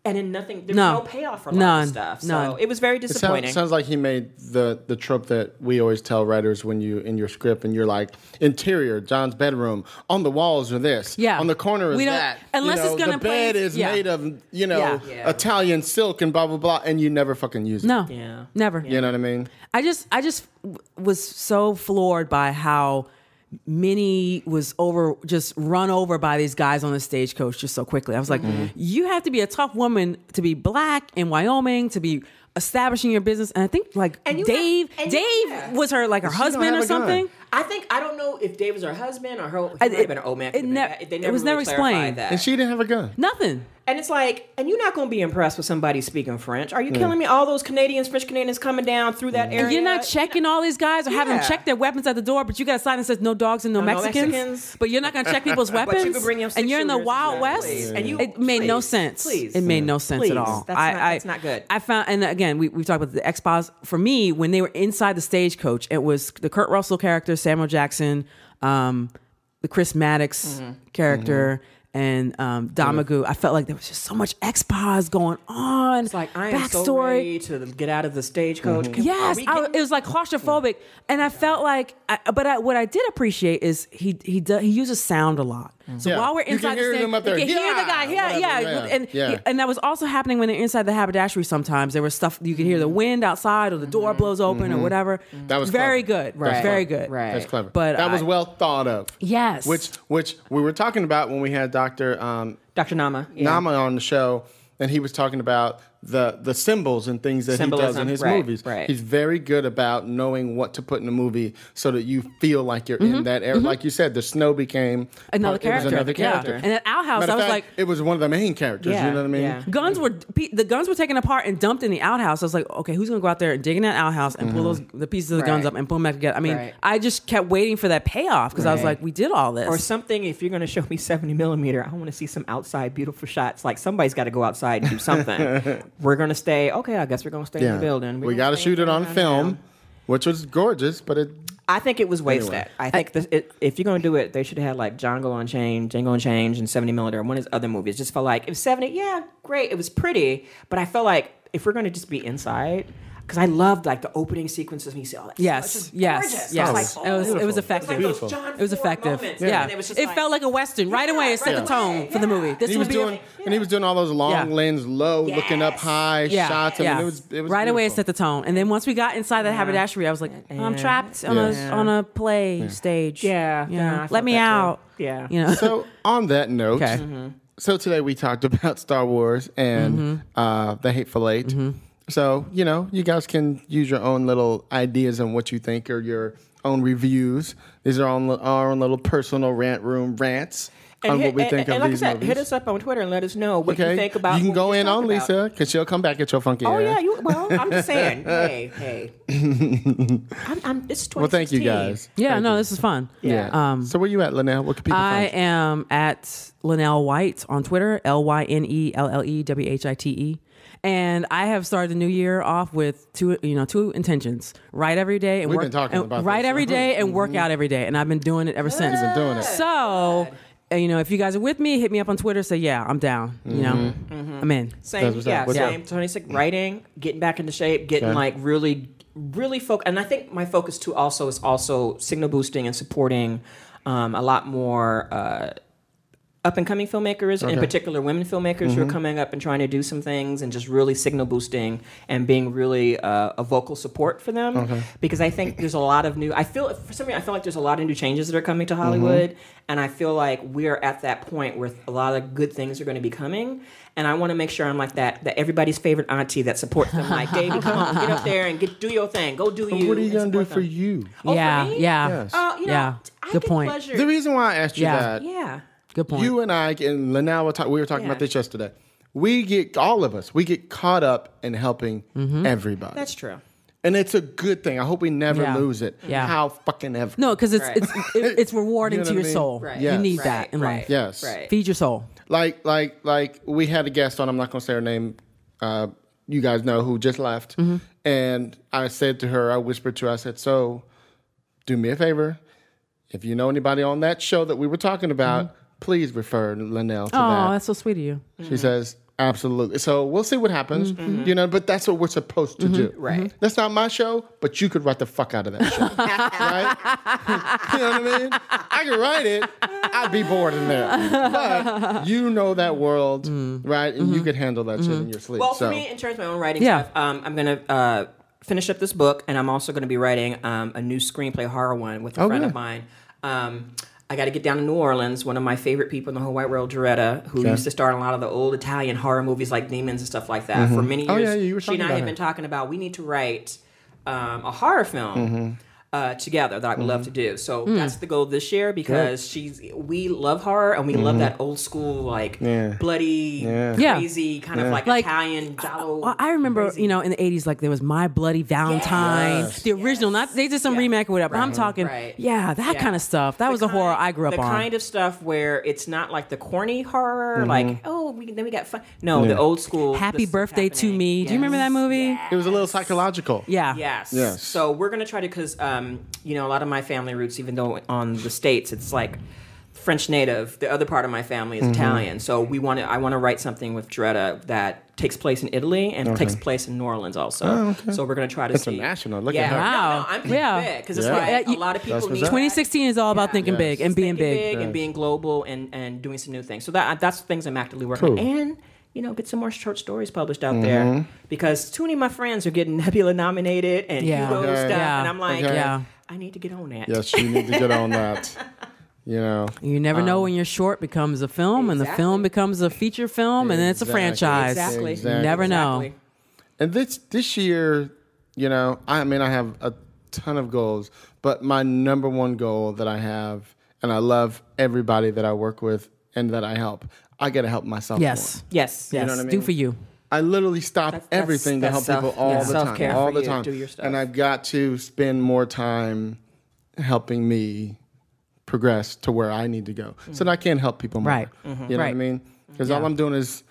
Speaker 5: And then nothing. There's
Speaker 4: No.
Speaker 5: no, payoff for a lot
Speaker 4: None.
Speaker 5: of stuff. So
Speaker 4: None.
Speaker 5: it was very
Speaker 3: It sounds-
Speaker 5: disappointing.
Speaker 3: sounds like he made the the trope that we always tell writers when you in your script and you're like interior John's bedroom on the walls are this
Speaker 4: Yeah.
Speaker 3: on the corner is
Speaker 4: We don't-
Speaker 3: that
Speaker 4: unless
Speaker 3: you
Speaker 4: it's
Speaker 3: know,
Speaker 4: gonna
Speaker 3: the bed
Speaker 4: play-
Speaker 3: is
Speaker 4: yeah.
Speaker 3: made of you know
Speaker 4: Yeah.
Speaker 5: Yeah.
Speaker 3: Italian silk and blah blah blah and you never fucking use it
Speaker 4: No.
Speaker 5: Yeah.
Speaker 4: Never.
Speaker 3: you know what I mean
Speaker 4: I just I just w- was so floored by how Minnie was over just run over by these guys on the stagecoach just so quickly. I was like,
Speaker 3: Mm-hmm.
Speaker 4: you have to be a tough woman to be black in Wyoming to be establishing your business. And I think like
Speaker 5: And you
Speaker 4: Dave,
Speaker 5: have- and you-
Speaker 4: Dave
Speaker 5: yeah.
Speaker 4: was her like her
Speaker 3: don't
Speaker 4: husband
Speaker 3: have
Speaker 4: or
Speaker 3: a gun.
Speaker 4: something.
Speaker 5: I think I don't know if Dave was her husband or her. He
Speaker 4: I-
Speaker 5: might have been an old man.
Speaker 4: it
Speaker 5: Could've been
Speaker 4: ne-
Speaker 5: that.
Speaker 4: it
Speaker 5: they never
Speaker 4: was never
Speaker 5: really clarified
Speaker 4: explained.
Speaker 5: That.
Speaker 3: and she didn't have a gun
Speaker 4: Nothing.
Speaker 5: And it's like, and you're not going to be impressed with somebody speaking French. Are you killing me? All those Canadians, French Canadians coming down through that area.
Speaker 4: You're not checking all these guys or have them
Speaker 5: Yeah.
Speaker 4: check their weapons at the door, but you got a sign that says no dogs and no,
Speaker 5: no
Speaker 4: Mexicans,
Speaker 5: Mexicans.
Speaker 4: But you're not gonna check
Speaker 5: [LAUGHS]
Speaker 4: people's weapons.
Speaker 5: could bring your
Speaker 4: and you're in the
Speaker 5: six-shooters
Speaker 4: Wild
Speaker 5: and-
Speaker 4: West.
Speaker 5: Please. And you-
Speaker 4: it made no
Speaker 5: please,
Speaker 4: sense.
Speaker 5: please.
Speaker 4: It made no sense
Speaker 5: Please.
Speaker 4: at all.
Speaker 5: That's
Speaker 4: I,
Speaker 5: not-
Speaker 4: I-
Speaker 5: that's not good.
Speaker 4: I found, and again, we we talked about the expos. For me, when they were inside the stagecoach, it was the Kurt Russell character, Samuel Jackson, um, the Chris Maddox
Speaker 5: Mm-hmm.
Speaker 4: character. And um, Damagoo, I felt like there was just so much expos going on.
Speaker 5: It's like, I
Speaker 4: backstory.
Speaker 5: am
Speaker 4: Mm-hmm.
Speaker 5: so ready to get out of the stagecoach. Can- are
Speaker 4: Yes,
Speaker 5: we
Speaker 4: I,
Speaker 5: getting-
Speaker 4: it was like claustrophobic, and I felt like. I, but I, what I did appreciate is he he does, he uses sound a lot. So
Speaker 3: Mm-hmm. Yeah.
Speaker 4: while we're
Speaker 3: You can
Speaker 4: inside,
Speaker 3: hear
Speaker 4: the
Speaker 3: him
Speaker 4: stand,
Speaker 3: up there,
Speaker 4: you can hear the
Speaker 3: "Yeah,"
Speaker 4: guy. Yeah,
Speaker 3: whatever,
Speaker 4: yeah,
Speaker 3: yeah,
Speaker 4: and
Speaker 3: yeah.
Speaker 4: and that was also happening when they're inside the haberdashery. Sometimes there was stuff you could hear the wind outside, or the door blows open, or whatever.
Speaker 3: Mm-hmm. That was
Speaker 4: very
Speaker 3: clever.
Speaker 4: good,
Speaker 3: That's
Speaker 4: right? Very
Speaker 3: clever.
Speaker 4: good,
Speaker 5: Right.
Speaker 3: That's clever.
Speaker 4: But
Speaker 3: that
Speaker 4: I-
Speaker 3: was well thought of.
Speaker 4: Yes.
Speaker 3: Which which we were talking about when we had Doctor um,
Speaker 5: Dr. Nama. yeah.
Speaker 3: Nama on the show, and he was talking about the the symbols and things that he does in
Speaker 5: Symbolism,
Speaker 3: his
Speaker 5: right,
Speaker 3: movies.
Speaker 5: right.
Speaker 3: He's very good about knowing what to put in a movie so that you feel like you're in that era. Like you said, the snow became
Speaker 4: Mm-hmm, Another
Speaker 3: part- it was
Speaker 4: character,
Speaker 3: another
Speaker 4: yeah.
Speaker 3: character.
Speaker 4: And at Owl House,
Speaker 3: Matter
Speaker 4: I
Speaker 3: of
Speaker 4: was
Speaker 3: fact,
Speaker 4: like-
Speaker 3: it was one of the main characters.
Speaker 5: Yeah,
Speaker 3: you know what I mean?
Speaker 5: yeah.
Speaker 4: Guns were pe- the guns were taken apart and dumped in the outhouse. I was like, okay, who's gonna go out there and dig in that outhouse and pull
Speaker 3: Mm-hmm.
Speaker 4: those the pieces of the guns
Speaker 5: Right.
Speaker 4: up and pull them back together? I mean,
Speaker 5: Right.
Speaker 4: I just kept waiting for that payoff because I was
Speaker 5: Right.
Speaker 4: like, we did all this.
Speaker 5: Or something, if you're going to show me 70 millimeter, I want to see some outside beautiful shots. Like somebody's got to go outside and
Speaker 4: [LAUGHS]
Speaker 5: do something. we're going to stay. Okay, I guess we're going to stay in the building. We're
Speaker 3: We
Speaker 5: gonna
Speaker 3: got to
Speaker 5: stay
Speaker 3: shoot it
Speaker 5: in
Speaker 3: on
Speaker 5: downtown.
Speaker 3: film, which was gorgeous, but it
Speaker 5: I think it was wasted.
Speaker 3: Anyway.
Speaker 5: I think this, it, if you're going to do it, they should have had like Django Unchained, Django Unchained, and 70 Millimeter, and one of his other movies. Just felt like, it was 70, yeah, great. It was pretty. But I felt like if we're going to just be inside, because I loved like the opening sequences when you see all that.
Speaker 4: Yes,
Speaker 5: stuff. It's just
Speaker 4: yes,
Speaker 5: gorgeous.
Speaker 4: yes.
Speaker 5: I
Speaker 3: was
Speaker 5: like,
Speaker 4: it was
Speaker 5: oh.
Speaker 4: it was
Speaker 3: beautiful.
Speaker 4: effective.
Speaker 5: It was
Speaker 3: Beautiful.
Speaker 5: like those John
Speaker 4: It was
Speaker 5: Ford
Speaker 4: effective.
Speaker 5: moments.
Speaker 4: Yeah,
Speaker 5: And it, was just
Speaker 4: felt like a western right
Speaker 5: Yeah,
Speaker 4: away. It set
Speaker 5: right
Speaker 4: the tone
Speaker 5: away.
Speaker 4: for the
Speaker 5: Yeah.
Speaker 4: movie. This
Speaker 3: he was
Speaker 4: would be
Speaker 3: doing,
Speaker 4: a,
Speaker 3: and he was doing all those long
Speaker 4: Yeah.
Speaker 3: lens, low, looking up
Speaker 5: Yes.
Speaker 3: high
Speaker 4: yeah,
Speaker 3: shots. I
Speaker 4: yeah.
Speaker 3: mean, it was, it was
Speaker 4: right away. It
Speaker 3: beautiful.
Speaker 4: set the tone, and then once we got inside that haberdashery, I was like, I'm
Speaker 5: Yeah.
Speaker 4: trapped on
Speaker 3: Yeah.
Speaker 4: a on a play stage.
Speaker 5: Yeah,
Speaker 4: you
Speaker 5: yeah,
Speaker 4: know,
Speaker 5: I
Speaker 4: let
Speaker 5: felt
Speaker 4: me
Speaker 5: that too.
Speaker 4: out.
Speaker 5: Yeah.
Speaker 4: you know.
Speaker 3: so on that note,
Speaker 4: Okay.
Speaker 3: so today we talked about Star Wars and
Speaker 5: Mm-hmm.
Speaker 3: uh, the Hateful 8 So you know, you guys can use your own little ideas on what you think or your own reviews. These are on our own little personal rant room rants on
Speaker 5: hit-
Speaker 3: what we think of
Speaker 5: and like I
Speaker 3: these
Speaker 5: said,
Speaker 3: movies.
Speaker 5: Hit us up on Twitter and let us know what
Speaker 3: okay,
Speaker 5: you think about.
Speaker 3: can
Speaker 5: what
Speaker 3: go
Speaker 5: we
Speaker 3: in
Speaker 5: talk
Speaker 3: on
Speaker 5: about.
Speaker 3: Lisa because she'll come back at your funky
Speaker 5: Oh
Speaker 3: ass.
Speaker 5: yeah, you, well,
Speaker 3: [LAUGHS]
Speaker 5: I'm just saying. hey, hey. I'm, I'm, it's
Speaker 3: well, thank you
Speaker 5: 2016.
Speaker 3: guys.
Speaker 4: [LAUGHS] Yeah,
Speaker 3: Thank
Speaker 4: no,
Speaker 3: you.
Speaker 4: this is fun.
Speaker 3: Yeah.
Speaker 4: Um,
Speaker 3: so where you at, Linnell? What can people
Speaker 4: I
Speaker 3: find you?
Speaker 4: am at Linnell White on Twitter, L Y N E L L E W H I T E. And I have started the new year off with two, you know, two intentions: write every day and
Speaker 3: We've
Speaker 4: work.
Speaker 3: been talking
Speaker 4: and
Speaker 3: about
Speaker 4: write
Speaker 3: this. Mm-hmm.
Speaker 4: every day and work out every day, and I've been doing it ever since.
Speaker 3: been doing it.
Speaker 4: So, uh, you know, if you guys are with me, hit me up on Twitter. Say, yeah, I'm down. You know,
Speaker 3: Mm-hmm.
Speaker 4: Mm-hmm. I'm in.
Speaker 5: Same,
Speaker 3: what's up.
Speaker 5: yeah,
Speaker 3: What's up?
Speaker 5: same. 26 writing, getting back into shape, getting
Speaker 3: Okay.
Speaker 5: like really, really focus. And I think my focus too also is also signal boosting and supporting um, a lot more uh, up and coming filmmakers, in particular women filmmakers
Speaker 3: Mm-hmm.
Speaker 5: who are coming up and trying to do some things and just really signal boosting and being really uh, a vocal support for them. Because I think there's a lot of new, I feel, for some reason, I feel like there's a lot of new changes that are coming
Speaker 3: Mm-hmm.
Speaker 5: to Hollywood. And I feel like we're at that point where a lot of good things are going to be coming. And I want to make sure I'm like that, that everybody's favorite auntie that supports
Speaker 4: [LAUGHS]
Speaker 5: them. Like, Davey, come on, get up there and get do your thing. Go do you.
Speaker 3: What are you
Speaker 5: and
Speaker 3: gonna do
Speaker 5: support
Speaker 3: for
Speaker 5: them.
Speaker 3: you?
Speaker 5: Oh, for
Speaker 4: yeah,
Speaker 5: me?
Speaker 4: yeah,
Speaker 3: Yes.
Speaker 5: Uh, you know,
Speaker 4: Yeah.
Speaker 5: I
Speaker 4: Good
Speaker 5: get
Speaker 4: point.
Speaker 5: pleasure-
Speaker 3: The reason why I asked you
Speaker 4: Yeah.
Speaker 3: that
Speaker 5: yeah.
Speaker 4: Good point.
Speaker 3: You and I and Lanao were talking. We were talking
Speaker 5: Yeah.
Speaker 3: about this yesterday. We get all of us. We get caught up in helping
Speaker 4: Mm-hmm.
Speaker 3: everybody,
Speaker 5: That's true.
Speaker 3: and it's a good thing. I hope we never
Speaker 4: Yeah.
Speaker 3: lose it.
Speaker 4: Yeah.
Speaker 3: How fucking ever?
Speaker 4: no, because it's
Speaker 5: Right.
Speaker 4: it's it, it's
Speaker 3: [LAUGHS]
Speaker 4: rewarding
Speaker 3: You know what
Speaker 4: to
Speaker 3: I
Speaker 4: your
Speaker 3: mean?
Speaker 4: soul.
Speaker 5: Right.
Speaker 4: You
Speaker 3: Yes.
Speaker 4: need
Speaker 5: Right,
Speaker 4: that in
Speaker 5: right,
Speaker 4: life.
Speaker 3: Yes.
Speaker 5: Right.
Speaker 4: Feed your soul.
Speaker 3: Like like like we had a guest on. I'm not gonna say her name. Uh, you guys know who just left,
Speaker 4: Mm-hmm.
Speaker 3: and I said to her, I whispered to her, I said, "So, do me a favor. If you know anybody on that show that we were talking
Speaker 4: Mm-hmm.
Speaker 3: about, please refer Linnell to that."
Speaker 4: Oh, that's so sweet of you.
Speaker 3: She says, absolutely. So we'll see what happens, you know, but that's what we're supposed to do. Mm-hmm.
Speaker 5: Right.
Speaker 3: That's not my show, but you could write the fuck out of that show. right? [LAUGHS] you know what I mean? I could write it, I'd be bored in there. But you know that world, right? And you could handle that shit in your sleep.
Speaker 5: Well,
Speaker 3: so.
Speaker 5: for me, in terms of my own writing
Speaker 4: Yeah.
Speaker 5: stuff, um, I'm gonna uh, finish up this book, and I'm also gonna be writing um, a new screenplay horror one with a friend
Speaker 3: Oh, good.
Speaker 5: of mine. Um, I got to get down to New Orleans. One of my favorite people in the whole wide world, Doretta, who used to star in a lot of the old Italian horror movies like Demons and stuff like that. For many years,
Speaker 3: Mm-hmm. Oh, yeah, you were
Speaker 5: she
Speaker 3: talking
Speaker 5: and I
Speaker 3: about
Speaker 5: had
Speaker 3: her. Mm-hmm.
Speaker 5: been talking about we need to write um, a horror film. uh, together that I would love to do. So
Speaker 3: Hmm.
Speaker 5: that's the goal this year because she's we love horror and we love that old school like
Speaker 3: Mm-hmm. Yeah.
Speaker 5: bloody
Speaker 4: Yeah.
Speaker 5: crazy kind of like,
Speaker 4: Like,
Speaker 5: Italian giallo.
Speaker 4: Well, I remember, you know, in the '80s, like there was My Bloody Valentine, the original. Not they did some remake or whatever. but I'm talking,
Speaker 5: Right.
Speaker 4: yeah, that
Speaker 5: Yeah.
Speaker 4: kind of stuff. That was a
Speaker 5: kind-
Speaker 4: horror I grew up
Speaker 5: the
Speaker 4: on.
Speaker 5: kind of stuff where it's not like the corny horror, like oh, we, then we got fun. No, the old school.
Speaker 4: Happy
Speaker 5: this is
Speaker 4: Birthday to
Speaker 5: happening.
Speaker 4: Me. Do you remember that movie?
Speaker 3: It was a little psychological.
Speaker 4: Yeah.
Speaker 5: Yes.
Speaker 3: Yes.
Speaker 5: So we're gonna try to, cause um, you know, a lot of my family roots, even though on the states, it's like French native. The other part of my family is
Speaker 3: Mm-hmm.
Speaker 5: Italian. So we want to, I want to write something with Dretta that takes place in Italy and takes place in New Orleans also. So we're gonna try to see.
Speaker 3: Oh, International. Look at
Speaker 5: yeah.
Speaker 3: her.
Speaker 5: No,
Speaker 4: Wow.
Speaker 5: no, I'm thinking
Speaker 4: Yeah.
Speaker 5: because it's
Speaker 3: Yeah.
Speaker 5: like
Speaker 4: Yeah,
Speaker 5: a
Speaker 4: you-
Speaker 5: lot of people
Speaker 3: That's what's
Speaker 5: need.
Speaker 3: up.
Speaker 4: 2016 is all about thinking big and being
Speaker 5: thinking
Speaker 4: big.
Speaker 5: and being global and, and doing some new things. So that that's the things I'm actively working on.
Speaker 3: Cool. Mm-hmm.
Speaker 5: And you know, get some more short stories published out there because too many of my friends are getting [LAUGHS] Nebula nominated and
Speaker 4: Yeah.
Speaker 5: Hugo
Speaker 4: Okay.
Speaker 5: stuff,
Speaker 4: Yeah.
Speaker 5: and I'm like,
Speaker 3: Okay.
Speaker 4: Yeah.
Speaker 5: I need to get on that.
Speaker 3: Yes, you need to get on that. You know.
Speaker 4: You never
Speaker 5: Um,
Speaker 4: know when your short becomes a film, and the film becomes a feature film, and then it's a
Speaker 3: Exactly.
Speaker 4: franchise.
Speaker 5: Exactly.
Speaker 4: You never know.
Speaker 5: Exactly.
Speaker 3: And this this year, you know, I mean, I have a ton of goals, but my number one goal that I have, and I love everybody that I work with and that I help. I got to help myself.
Speaker 4: Yes.
Speaker 5: Yes.
Speaker 4: Yes.
Speaker 3: know what I
Speaker 4: Do
Speaker 3: mean?
Speaker 4: for you.
Speaker 3: I literally stop
Speaker 5: That's- that's-
Speaker 3: everything
Speaker 5: that's
Speaker 3: to help
Speaker 5: self-
Speaker 3: people all
Speaker 5: yeah.
Speaker 3: the
Speaker 5: self-care
Speaker 3: time, all
Speaker 5: for
Speaker 3: the
Speaker 5: you.
Speaker 3: time.
Speaker 5: Do your stuff.
Speaker 3: And I've got to spend more time helping me progress to where I need to go, so that I can help people more.
Speaker 4: Right.
Speaker 3: You know what I
Speaker 4: Right.
Speaker 3: mean? Because all I'm doing is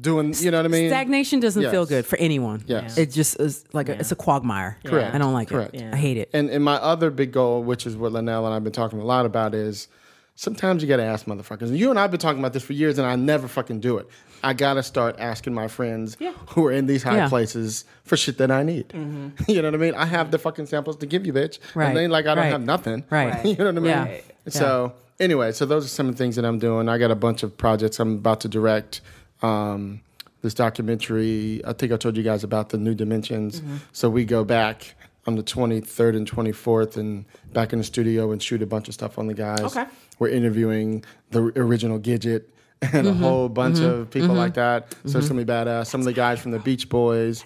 Speaker 3: doing. You know what I mean?
Speaker 4: Stagnation doesn't feel
Speaker 3: Yes.
Speaker 4: good for anyone.
Speaker 3: Yes.
Speaker 4: It just is like a, it's a quagmire.
Speaker 3: Correct.
Speaker 4: I don't like
Speaker 3: Correct.
Speaker 4: it. I hate it.
Speaker 3: And and my other big goal, which is what Linnell and I've been talking a lot about, is sometimes you gotta ask motherfuckers. And you and I've been talking about this for years, and I never fucking do it. I gotta start asking my friends who are in these high
Speaker 4: Yeah. Mm-hmm.
Speaker 3: places for shit that I need. [LAUGHS] You know what I mean? I have the fucking samples to give you, bitch.
Speaker 4: Right.
Speaker 3: And they like I don't
Speaker 4: Right.
Speaker 3: have nothing. [LAUGHS]
Speaker 4: Right.
Speaker 3: you know what I mean?
Speaker 4: Yeah. Right.
Speaker 3: So anyway, so those are some of the things that I'm doing. I got a bunch of projects I'm about to direct. Um, this documentary, I think I told you guys about the New Dimensions.
Speaker 4: Mm-hmm.
Speaker 3: So we go back on the 23rd and 24th and back in the studio and shoot a bunch of stuff on the guys.
Speaker 5: Okay.
Speaker 3: We're interviewing the original Gidget [LAUGHS] and
Speaker 4: Mm-hmm.
Speaker 3: a whole bunch of people like that. So it's gonna be badass. Some of the guys from the Beach Boys.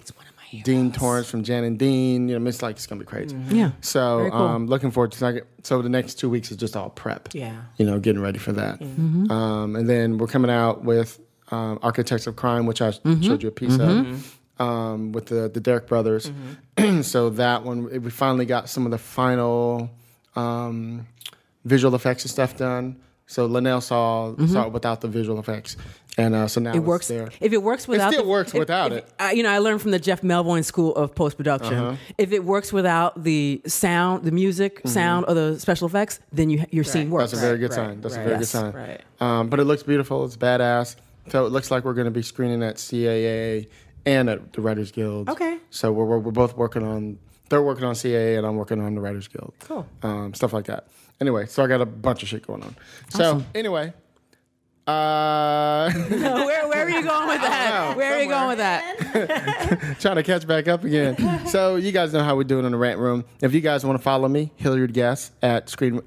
Speaker 3: Dean Torrance from Jan and Dean, you know, I mean, it's like it's gonna be crazy.
Speaker 4: Mm-hmm. Yeah.
Speaker 3: So
Speaker 4: Very cool.
Speaker 3: um, looking forward to second. So the next two weeks is just all prep.
Speaker 5: Yeah.
Speaker 3: You know, getting ready for that. Um, and then we're coming out with um, Architects of Crime, which I showed you a piece of.
Speaker 4: Mm-hmm.
Speaker 3: Um, with the the Derek brothers, [CLEARS THROAT] so that one we finally got some of the final um, visual effects and stuff done. So Linnell saw saw it without the visual effects, and uh, so now
Speaker 4: It works
Speaker 3: there.
Speaker 4: if it works without.
Speaker 3: still
Speaker 4: the-
Speaker 3: works
Speaker 4: if-
Speaker 3: without
Speaker 4: if-
Speaker 3: it. Uh-huh.
Speaker 4: I, you know, I learned from the Jeff Melvoin School of Post Production. If it works without the sound, the music, sound, or the special effects, then you your scene works.
Speaker 3: Mm-hmm. That's a very good
Speaker 5: right,
Speaker 3: sign. That's
Speaker 5: right.
Speaker 3: a very
Speaker 5: Yes,
Speaker 3: good sign.
Speaker 5: right.
Speaker 3: Um, but it looks beautiful. It's badass. So it looks like we're going to be screening at CAA and at the Writers Guild.
Speaker 5: Okay.
Speaker 3: So we're, we're, we're both working on. They're working on CAA and I'm working on the Writers Guild.
Speaker 5: Cool.
Speaker 3: Um, stuff like that. Anyway, so I got a bunch of shit going on. So anyway, uh, [LAUGHS]
Speaker 4: [LAUGHS] where, where are you going with that? where are you going with that?
Speaker 3: trying to catch back up again. so you guys know how we're doing in the rant room. If you guys want to follow me, Hilliard Gas at Screen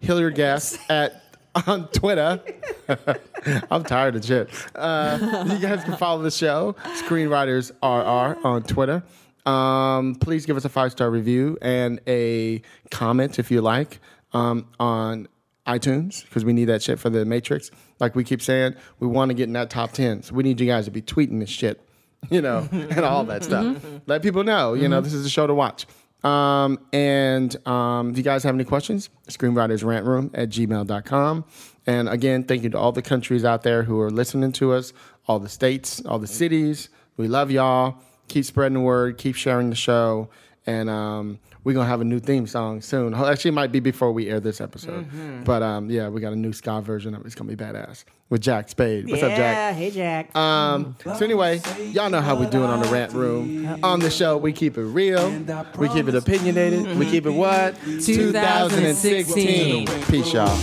Speaker 3: Hilliard Gas at on Twitter. [LAUGHS] I'm tired of shit. Uh, you guys can follow the show, Screenwriters RR on Twitter. Um, please give us a five star review and a comment if you like um, on iTunes because we need that shit for the Matrix. Like we keep saying, we want to get in that top 10. So we need you guys to be tweeting this shit, [LAUGHS] you know, and all that stuff. Let people know, you know, this is a show to watch. Um, and um, if you guys have any questions, screenwritersrantroom at gmail.com. And again, thank you to all the countries out there who are listening to us, all the states, all the cities. We love y'all. Keep spreading the word, keep sharing the show. And um, we're going to have a new theme song soon. Ho- Actually, it might be before we air this episode. But um, yeah, we got a new ska version of it. It's going to be badass with Jack Spade. What's up, Jack?
Speaker 5: Hey, Jack.
Speaker 3: Um, so anyway, y'all know how we do it on the rant room. On the show, we keep it real, we keep it opinionated, we keep it what?
Speaker 4: 2016.
Speaker 3: Peace, y'all.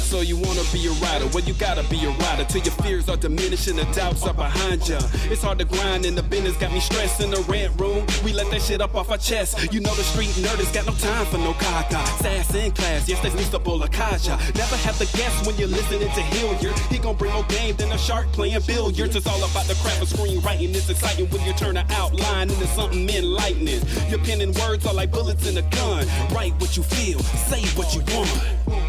Speaker 1: So you wanna be a rider? Well, you gotta be a rider till your fears are diminished and the doubts are behind ya. It's hard to grind and the business got me stressed in the rent room. We let that shit up off our chest. You know the street nerd has got no time for no caca. Sass in class, yes, that's Mr. Bolakaja. Never have to guess when you're listening to Hilliard. He gon' bring more game than a shark playing billiards. It's all about the crap of screenwriting. It's exciting when you turn an outline into something enlightening. Your pen and words are like bullets in a gun. Write what you feel, say what you want.